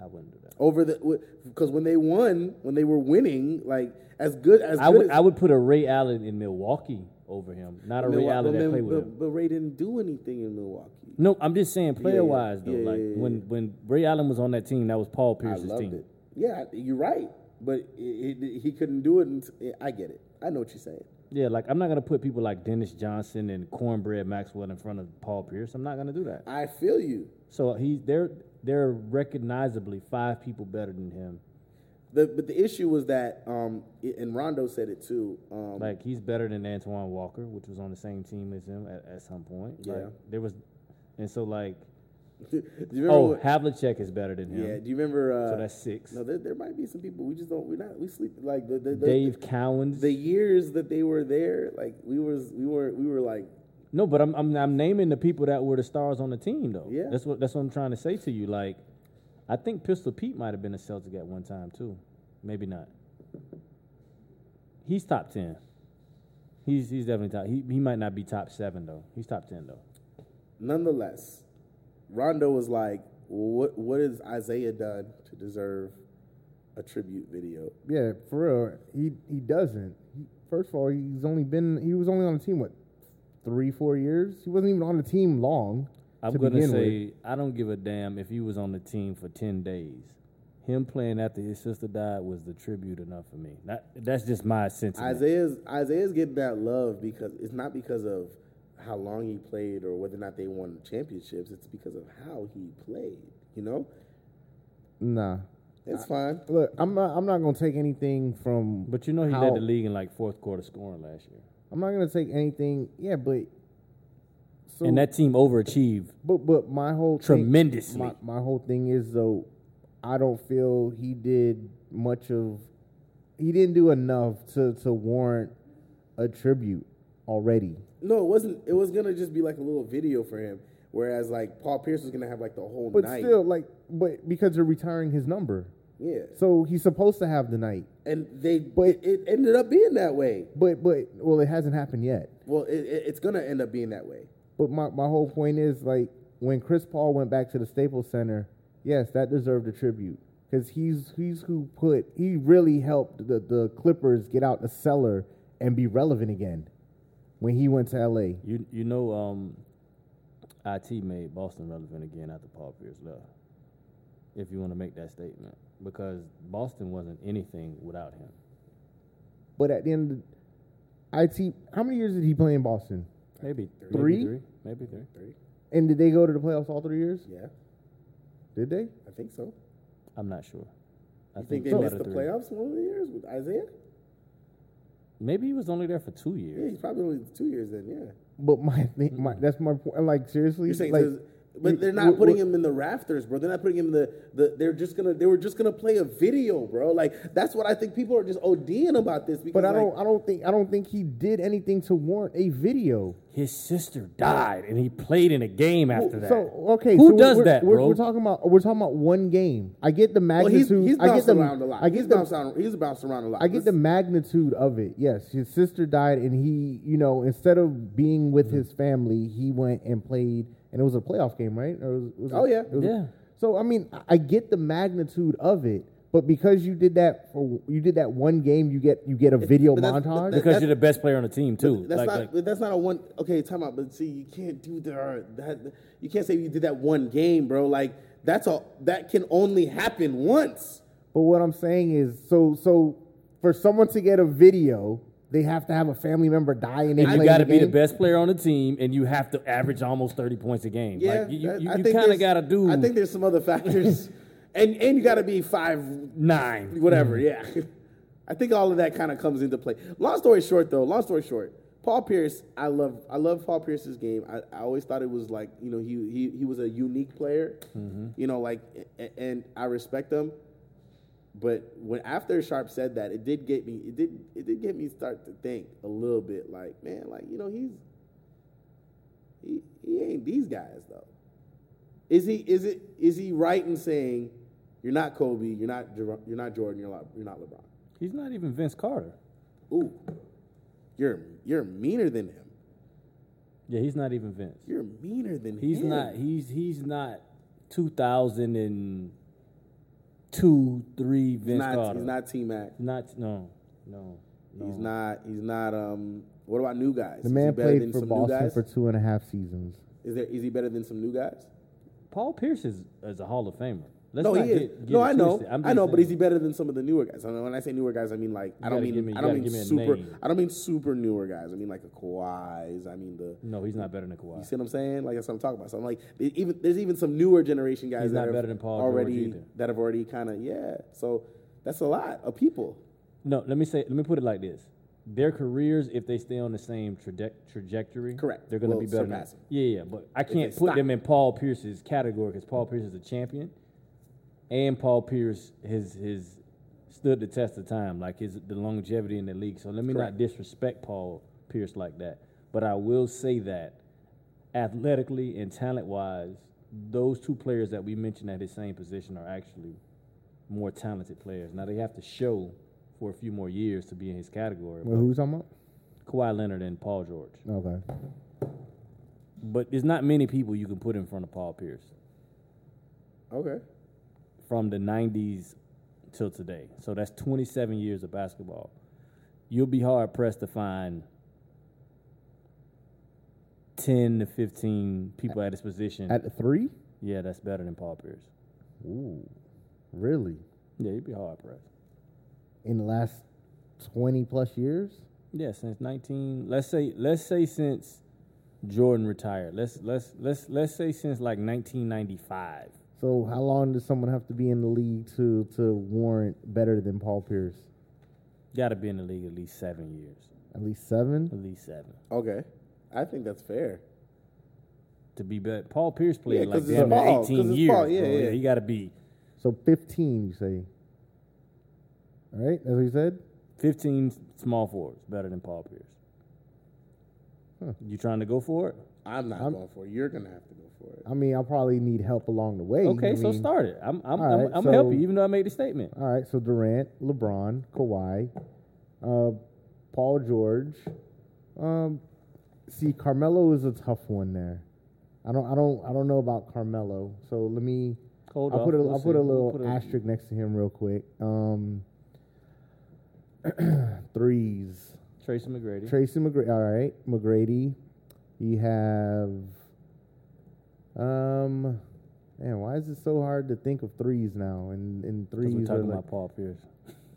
S2: I wouldn't do that.
S1: over the because when they won when they were winning like as good as
S2: I
S1: good
S2: would
S1: as,
S2: I would put a Ray Allen in Milwaukee over him, not a Ray
S1: Milwaukee- but,
S2: Allen that
S1: then-
S2: played with him.
S1: but, but Ray didn't do anything in Milwaukee.
S2: No, I'm just saying player wise though.
S1: yeah,
S2: like
S1: yeah, yeah.
S2: when when Ray Allen was on that team, that was Paul Pierce's
S1: I loved
S2: team.
S1: it. Yeah, you're right, but it, it, he couldn't do it. And eh, I get it. I know what you're saying.
S2: Yeah, like I'm not gonna put people like Dennis Johnson and Cornbread Maxwell in front of Paul Pierce. I'm not gonna do that.
S1: I feel you.
S2: So he they're they're recognizably five people better than him.
S1: The, but the issue was that, um, i- and Rondo said it too. Um,
S2: Like he's better than Antoine Walker, which was on the same team as him at, at some point. Like,
S1: Yeah.
S2: there was, and so like
S1: do you remember?
S2: oh
S1: what-
S2: Havlicek is better than him.
S1: yeah. Do you remember? Uh,
S2: so that's six.
S1: No, there, there might be some people we just don't. We're not. We sleep like the the, the,
S2: Dave Cowens.
S1: the years that they were there. Like we was we were we were like
S2: No, but I'm, I'm I'm naming the people that were the stars on the team though.
S1: Yeah.
S2: That's what that's what I'm trying to say to you. Like, I think Pistol Pete might have been a Celtic at one time too. Maybe not. He's top ten. He's he's definitely top. He he might not be top seven though. He's top ten though.
S1: nonetheless. Rondo was like, what what has Isaiah done to deserve a tribute video?
S3: Yeah, for real. He he doesn't. He, first of all, he's only been he was only on the team what three four years. He wasn't even on the team long.
S2: I'm
S3: to
S2: gonna
S3: begin
S2: say
S3: with.
S2: I don't give a damn if he was on the team for ten days. him playing after his sister died was the tribute enough for me. Not, that's just my sentiment.
S1: Isaiah's Isaiah's getting that love because it's not because of how long he played or whether or not they won championships. It's because of how he played. You know,
S3: Nah.
S1: it's
S3: Uh,
S1: fine.
S3: Look, I'm not. I'm not gonna take anything from.
S2: But you know he
S3: how-
S2: led the league in like fourth quarter scoring last year,
S3: I'm not gonna take anything. Yeah, but. So,
S2: and that team overachieved.
S3: But but my whole
S2: Tremendously.
S3: Thing, my, my whole thing is though, I don't feel he did much of. He didn't do enough to to warrant a tribute already.
S1: No, it wasn't. It was gonna just be like a little video for him. Whereas like Paul Pierce was gonna have like the whole
S3: But
S1: night.
S3: still, like, but because they're retiring his number,
S1: yeah.
S3: so he's supposed to have the night.
S1: And they,
S3: But-
S1: but it ended up being that way.
S3: But but well, it hasn't happened yet.
S1: Well, it, it, it's gonna end up being that way.
S3: But my, my whole point is like when Chris Paul went back to the Staples Center, yes, that deserved a tribute because he's he's who put he really helped the the Clippers get out the cellar and be relevant again when he went to L.A.
S2: You you know, um, it made Boston relevant again after Paul Pierce left. If you want to make that statement, because Boston wasn't anything without him.
S3: But at the end, of the, it how many years did he play in Boston?
S2: Maybe maybe
S3: Three?
S2: three, maybe three.
S1: Three.
S3: And did they go to the playoffs all three years?
S1: Yeah,
S3: Did they?
S1: I think so.
S2: I'm not sure.
S1: I think, they
S2: two
S1: missed
S2: out
S1: the
S2: of three.
S1: playoffs one of the years with Isaiah.
S2: Maybe he was only there for two
S1: Yeah,
S2: years.
S1: he's probably only two years then. Yeah,
S3: But my, thing, my that's my point. Like
S1: Mm-hmm.
S3: seriously,
S1: you're saying,
S3: like,
S1: there's- but they're
S3: we're-
S1: not putting
S3: we're-
S1: him in the rafters, bro. They're not putting him in the, the. They're just gonna. They were just gonna play a video, bro. Like that's what I think people are just ODing about this. Because
S3: But I
S1: like,
S3: don't. I don't think. I don't think he did anything to warrant a video.
S2: His sister died, and he played in a game after that.
S3: So okay,
S2: who
S3: so
S2: does
S3: we're,
S2: that,
S3: We're,
S2: bro?
S3: we're talking about we're talking about one game. I get the
S1: Well, he's,
S3: magnitude.
S1: he's
S3: I get
S1: bounced
S3: the,
S1: around a lot.
S3: I
S1: he's
S3: get
S1: bounced
S3: the,
S1: around. He's bounced around a lot.
S3: I get the
S1: Let's-
S3: magnitude of it. Yes, his sister died, and he, you know, instead of being with his family, he went and played, and it was a playoff game, right? Or it was- it was a-
S1: Oh, yeah.
S3: it was a-
S2: Yeah.
S3: so I mean, I- I get the magnitude of it, but because you did that for you did that one game, you get you get a video
S1: but that's-
S3: montage.
S1: that-
S2: because
S1: that-
S2: you're the best player on the team too.
S1: That's
S2: Like-
S1: not.
S2: like-
S1: that's not a one. Okay, time out. But see, you can't do that. or That you can't say you did that one game, bro. Like that's all. That can only happen once.
S3: But what I'm saying is, so so for someone to get a video, they have to have a family member die and they
S2: you
S3: play
S2: got to
S3: the
S2: be the
S3: game?
S2: best player on the team, and you have to average almost thirty points a game.
S1: Yeah,
S2: like, you
S1: that-
S2: you,
S1: I
S2: you
S1: think
S2: kind of
S1: there's-
S2: got to do.
S1: I think there's some other factors, and and you got to be five,
S2: nine.
S1: whatever. Yeah,
S2: Mm-hmm.
S1: I think all of that kind of comes into play. Long story short, though. Long story short, Paul Pierce. I love I love Paul Pierce's game. I, I always thought it was like you know he he, he was a unique player.
S2: Mm-hmm.
S1: You know, like a- and I respect him. But when after Sharp said that, it did get me. It did. It did get me start to think a little bit. Like, man, like you know, he's he, he ain't these guys though. Is he? Is it? Is he right in saying you're not Kobe, you're not Jer- you're not Jordan, you're not you're not LeBron?
S2: He's not even Vince Carter.
S1: Ooh, you're you're meaner than him.
S2: Yeah, he's not even Vince.
S1: You're meaner than
S2: He's
S1: him.
S2: not. He's he's not two thousand and two three
S1: He's
S2: Vince
S1: not.
S2: Carter.
S1: He's not T Mac.
S2: Not no no. no.
S1: He's not. He's not. Um. What about new guys?
S3: The
S1: Is he
S3: man
S1: better
S3: played
S1: than
S3: for
S1: some new
S3: Boston
S1: guys?
S3: for two and a half seasons.
S1: Is there? Is he better than some new guys?
S2: Paul Pierce is, is a Hall of Famer. Let's
S1: no, he
S2: not
S1: is.
S2: get- get
S1: no,
S2: it
S1: I know.
S2: twisted. I'm
S1: I
S2: just
S1: know, but is he
S2: saying.
S1: better than some of the newer guys? I mean, when I say newer guys, I mean like I don't
S2: gotta
S1: mean
S2: give me- you
S1: I
S2: gotta
S1: don't mean
S2: give me a
S1: super.
S2: name.
S1: I don't mean super newer guys. I mean like a Kawhi's. I mean the.
S2: No, he's not better than
S1: You
S2: Kawhi.
S1: see what I'm saying? Like that's what I'm talking about. So I'm like, they- even there's even some newer generation guys
S2: He's
S1: that
S2: not
S1: have
S2: better than Paul George
S1: already
S2: either.
S1: that have already kind of yeah. So that's a lot of people.
S2: No, let me say. Let me put it like this: Their careers, if they stay on the same traje- trajectory,
S1: Correct,
S2: they're going to
S1: will
S2: be better. Than,
S1: surpass him.
S2: yeah, yeah, but I can't
S1: they
S2: put
S1: stop.
S2: them in Paul Pierce's category because Paul Pierce is a champion, and Paul Pierce has his stood the test of time, like his the longevity in the league. So let me
S1: Correct.
S2: not disrespect Paul Pierce like that, but I will say that athletically and talent wise, those two players that we mentioned at his same position are actually more talented players. Now they have to show for a few more years to be in his category.
S3: Well, who's talking about?
S2: Kawhi Leonard and Paul George.
S3: Okay.
S2: But there's not many people you can put in front of Paul Pierce
S1: Okay.
S2: from the 90s till today. So that's 27 years of basketball. You'll be hard pressed to find 10 to 15 people at his position.
S3: At the three?
S2: yeah, that's better than Paul Pierce.
S3: Ooh, really?
S2: Yeah, you'd be hard pressed.
S3: in the last twenty plus years.
S2: Yeah, since nineteen, let's say, let's say since Jordan retired. Let's let's let's let's say since like nineteen ninety five.
S3: So how long does someone have to be in the league to to warrant better than Paul Pierce?
S2: Got to be in the league at least seven years.
S3: At least seven.
S2: At least seven
S1: Okay, I think that's fair.
S2: to be better. Paul Pierce played
S1: Yeah,
S2: like
S1: 'cause it's
S2: damn near
S1: Paul, 'cause
S2: eighteen
S1: it's
S2: years.
S1: Paul, yeah,
S2: bro.
S1: yeah.
S2: he got to be
S3: So fifteen, you say. All right, that's what you said.
S2: fifteen small forwards better than Paul Pierce.
S3: Huh.
S2: You trying to go for it?
S1: I'm not
S3: I'm-
S1: going for it. You're gonna have to go for it.
S3: I mean, I'll probably need help along the way.
S2: Okay,
S3: I
S2: so
S3: mean,
S2: start it. I'm I'm
S3: all
S2: I'm,
S3: right,
S2: I'm
S3: so-
S2: help you, even though I made the statement.
S3: All right, so Durant, LeBron, Kawhi, uh, Paul George. Um, see, Carmelo is a tough one there. I don't, I don't, I don't know about Carmelo. So let me.
S2: Hold
S3: I'll
S2: off.
S3: put a,
S2: We'll
S3: I'll
S2: see.
S3: put a
S2: We'll
S3: little
S2: put a-
S3: asterisk next to him real quick. Um, threes.
S2: Tracy McGrady.
S3: Tracy McGrady. All right, McGrady. You have. Um, man, why is it so hard to think of threes now? And and
S2: 'Cause
S3: threes
S2: we're
S3: are
S2: talking
S3: like,
S2: about Paul Pierce.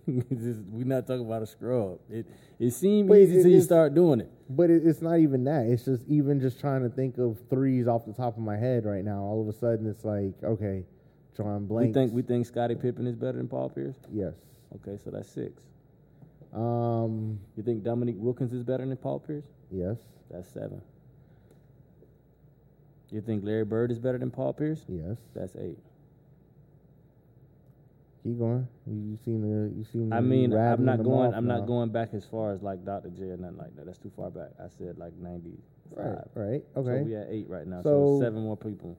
S2: It's just- we're not talking about a scrub. It it seemed
S3: Wait,
S2: easy
S3: it-
S2: till you
S3: it's-
S2: start doing it.
S3: But it, it's not even that. It's just even just trying to think of threes off the top of my head right now. All of a sudden, it's like, okay, John Blank.
S2: We think we think Scottie Pippen is better than Paul Pierce.
S3: yes.
S2: Okay, so that's six.
S3: Um.
S2: You think Dominique Wilkins is better than Paul Pierce?
S3: Yes.
S2: That's seven. You think Larry Bird is better than Paul Pierce?
S3: Yes.
S2: That's eight.
S3: Keep going. You, you seem to. You seem. To
S2: I
S3: be
S2: mean, I'm
S3: rattling
S2: not
S3: them
S2: going.
S3: off
S2: I'm
S3: now.
S2: not going back as far as like Dr. J or nothing like that. That's too far back. I said like ninety
S3: Right.
S2: five.
S3: Right.
S2: So
S3: Okay.
S2: we at eight right now. So,
S3: So-
S2: seven more people.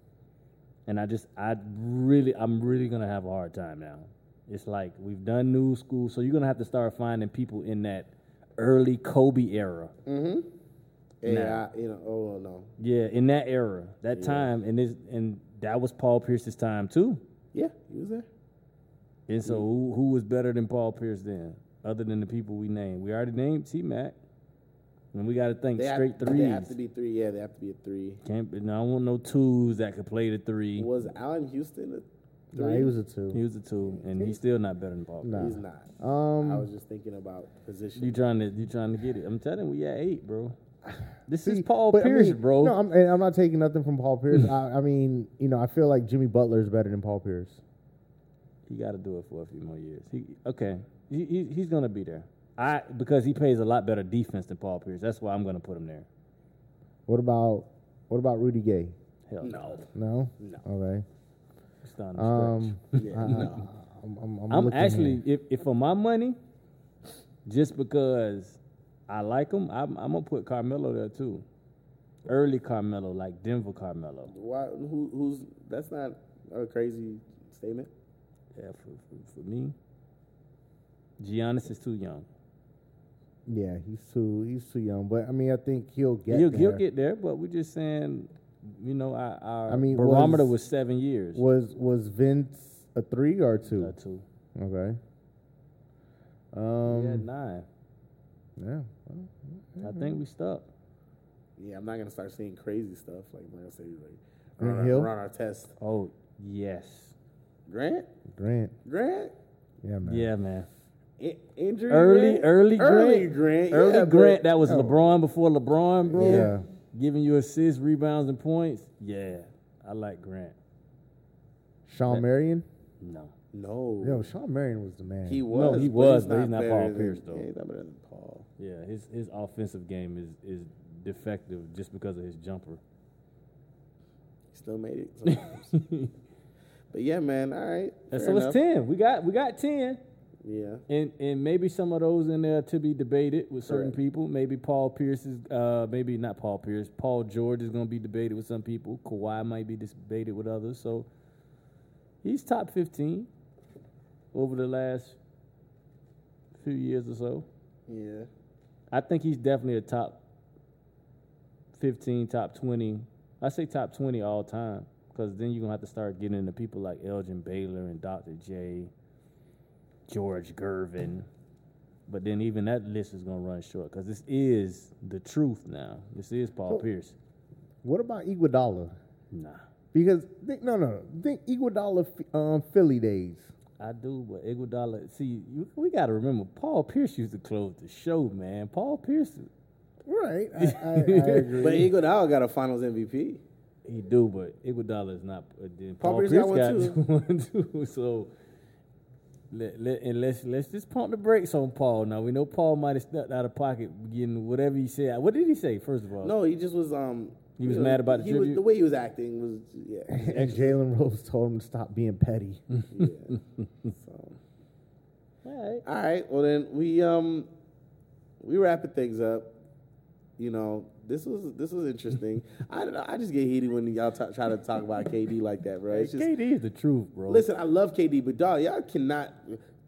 S2: And I just, I really, I'm really gonna have a hard time now. It's like we've done new school, so you're gonna have to start finding people in that early Kobe era.
S1: Mm-hmm. Yeah,
S2: Nah.
S1: I, you know. Oh no.
S2: Yeah, in that era, that
S1: Yeah.
S2: time, and this, and that was Paul Pierce's time too.
S1: Yeah, he was there.
S2: And so, who, who was better than Paul Pierce then, other than the people we named? We already named T Mac, and we got to think
S1: They have-
S2: straight
S1: They have to
S2: threes.
S1: be three. Yeah, they have to be a three.
S2: Can't, be- no, I want no twos that could play the three.
S1: Was Allen Houston a
S3: No,
S1: three?
S3: he was a two.
S2: He was a two, and he's still not better than Paul. Pierce.
S3: Nah.
S1: He's not. I was
S3: um.
S1: just thinking about position.
S2: You trying to you trying to get it? I'm telling you, we at eight, bro. This
S3: see,
S2: is Paul
S3: but I
S2: Pierce,
S3: mean,
S2: bro.
S3: No, I'm, and I'm not taking nothing from Paul Pierce. I, I mean, you know, I feel like Jimmy Butler is better than Paul Pierce.
S2: he got to do it for a few more years. He okay. He, he he's gonna be there. I because he plays a lot better defense than Paul Pierce. That's why I'm gonna put him there.
S3: What about what about Rudy Gay?
S2: Hell
S1: no,
S3: No.
S1: no.
S3: Okay.
S2: It's starting to
S3: Um.
S1: Yeah,
S3: I- I-
S1: no.
S3: I'm, I'm, I'm,
S2: stretch. I'm
S3: looking
S2: actually
S3: here.
S2: if, if for my money, just because I like him, I'm, I'm gonna put Carmelo there too. Early Carmelo, like Denver Carmelo.
S1: Why? Who? Who's? That's not a crazy statement.
S2: Yeah, for, for, for me, Giannis is too young.
S3: Yeah, he's too he's too young, but I mean, I think he'll get.
S2: he'll,
S3: there.
S2: he'll get there, but we're just saying, you know, our, our
S3: I mean,
S2: barometer was,
S3: was-
S2: seven years.
S3: Was was Vince a three or a two?
S2: Uh, two.
S3: okay.
S2: we had
S3: Um.
S2: nine.
S3: Yeah.
S2: I think we stuck.
S1: Yeah, I'm not gonna start saying crazy stuff like I'm not gonna say like
S3: Grant
S1: we're on,
S3: Hill?
S1: we're on our test.
S2: Oh yes,
S1: Grant,
S3: Grant.
S1: Grant,
S3: Yeah, man.
S2: yeah, man.
S1: I- injury.
S2: Early,
S1: Grant?
S2: early,
S1: early
S2: Grant,
S1: Grant,
S2: early
S1: yeah, but-
S2: Grant. That was
S3: oh.
S2: LeBron before LeBron, bro.
S3: Yeah.
S2: Giving you assists, rebounds, and points. Yeah, I like Grant.
S3: Sean Marion.
S2: No,
S1: No,
S3: Yo, Sean Marion was the man.
S1: he was.
S2: he
S1: but
S2: was, but he's not
S1: better
S2: Paul
S1: than-
S2: Pierce, though.
S1: Yeah, he's not better than Paul.
S2: yeah, his his offensive game is is defective just because of his jumper.
S1: He still made it. sometimes. but yeah, man. All right.
S2: And
S1: fair
S2: so
S1: enough.
S2: it's ten. We got we got ten.
S1: Yeah.
S2: And and maybe some of those in there to be debated with certain
S1: Correct.
S2: people. Maybe Paul Pierce is uh maybe not Paul Pierce. Paul George is going to be debated with some people. Kawhi might be debated with others. So he's top 15 over the last few years or so.
S1: Yeah.
S2: I think he's definitely a top 15, top 20. I say top 20 all time because then you're going to have to start getting into people like Elgin Baylor and Dr. J, George Gervin. But then even that list is going to run short because this is the truth now. This is Paul
S3: So-
S2: Pierce.
S3: What about Iguodala?
S2: Nah.
S3: Because think, no, no, no. think Iguodala um, Philly days.
S2: I do, but Iguodala. See, you, we got to remember Paul Pierce used to close the show, man. Paul Pierce,
S3: Right. I, I, I agree.
S1: But Iguodala got a Finals MVP.
S2: he do, but Iguodala is not. Uh, then
S1: Paul
S2: Paul
S1: Pierce
S2: Pierce
S1: got one
S2: got one too. So let, let, and let's let's just pump the brakes on Paul. Now we know Paul might have stepped out of pocket, getting whatever he said. What did he say? First of all,
S1: No, he just was. Um,
S2: Oh. He was
S1: you know,
S2: mad about the
S1: he was,
S2: tribute?
S1: the way he was acting was yeah.
S3: and Jalen Rose told him to stop being petty.
S1: yeah. so,
S2: All right.
S1: all right, well then we um we wrapping things up. You know this was this was interesting. I don't know, I just get heated when y'all t- try to talk about KD like that, bro. It's just
S2: KD is the truth, bro.
S1: listen. I love KD, but dog, y'all cannot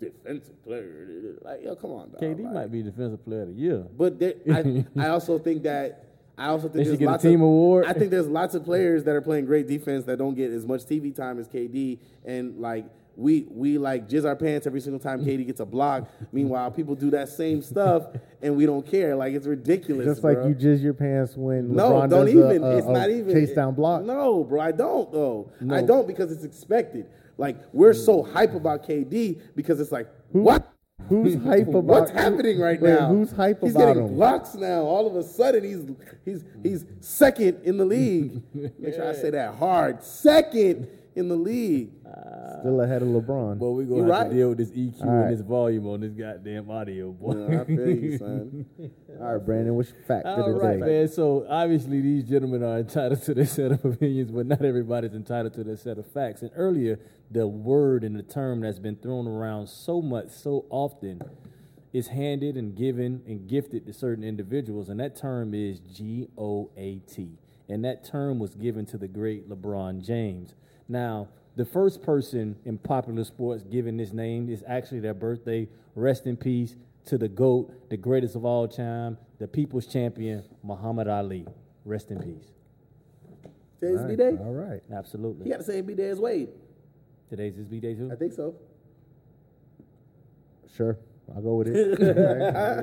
S1: defensive player. Like yo, come on, dog.
S2: KD
S1: like-
S2: might be defensive player of the year.
S1: But there, I, I also think that I also think
S2: They should
S1: there's
S2: get a
S1: lots
S2: team
S1: of,
S2: award.
S1: I think there's lots of players that are playing great defense that don't get as much TV time as KD, and like we we like jizz our pants every single time KD gets a block. Meanwhile, people do that same stuff and we don't care. Like it's ridiculous.
S3: Just like
S1: bro.
S3: you jizz your pants when
S1: No,
S3: LeBron
S1: don't
S3: does
S1: even.
S3: A, a,
S1: it's
S3: a
S1: not even
S3: chase down block.
S1: No, bro, I don't though. I don't because it's expected. Like we're so hype about KD because it's like what.
S3: Who's hype about
S1: What's happening right
S3: Wait,
S1: now?
S3: Who's hype
S1: he's
S3: about
S1: getting
S3: him?
S1: blocks now. All of a sudden, he's he's he's second in the league. Make sure I say that hard. Second in the league.
S3: Still ahead of LeBron.
S2: But we gonna
S1: You
S2: have
S1: right.
S2: to deal with this EQ
S3: All right.
S2: and this volume on this goddamn audio, boy.
S1: Yeah, I feel you, son.
S3: All right, Brandon, which fact did
S2: All
S3: it
S2: right,
S3: today?
S2: man. So obviously these gentlemen are entitled to their set of opinions, but not everybody's entitled to their set of facts. And earlier, the word and the term that's been thrown around so much, so often, is handed and given and gifted to certain individuals, and that term is G O A T. And that term was given to the great LeBron James. Now, the first person in popular sports given this name is actually their birthday. Rest in peace to the GOAT, the greatest of all time, the people's champion, Muhammad Ali. Rest in peace.
S1: Today's
S3: All
S1: his B
S3: right,
S1: day.
S3: All right.
S1: He
S2: Absolutely.
S1: got the same B day as Wade.
S2: Today's his B day too.
S1: I think so.
S3: Sure. I'll go with it. All right. I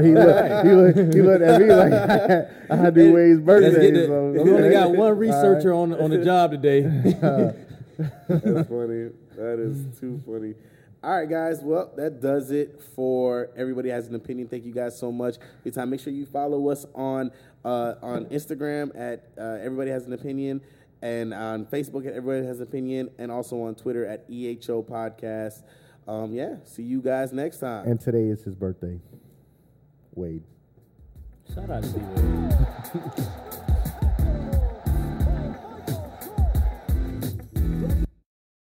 S3: mean, he, looked, he, looked, he looked at me like I do Wade's
S2: Let's
S3: birthday.
S2: get it.
S3: so-
S2: We only got one researcher on, on the job today.
S1: That's funny. That is too funny. All right, guys. Well, that does it for everybody has an opinion. Thank you guys so much for your time. Make sure you follow us on uh, on Instagram at uh, everybody has an opinion, and on Facebook at everybody has an opinion, and also on Twitter at eho podcast. Um, yeah. See you guys next time.
S3: And today is his birthday. Wade.
S2: Shout out to D-Wade.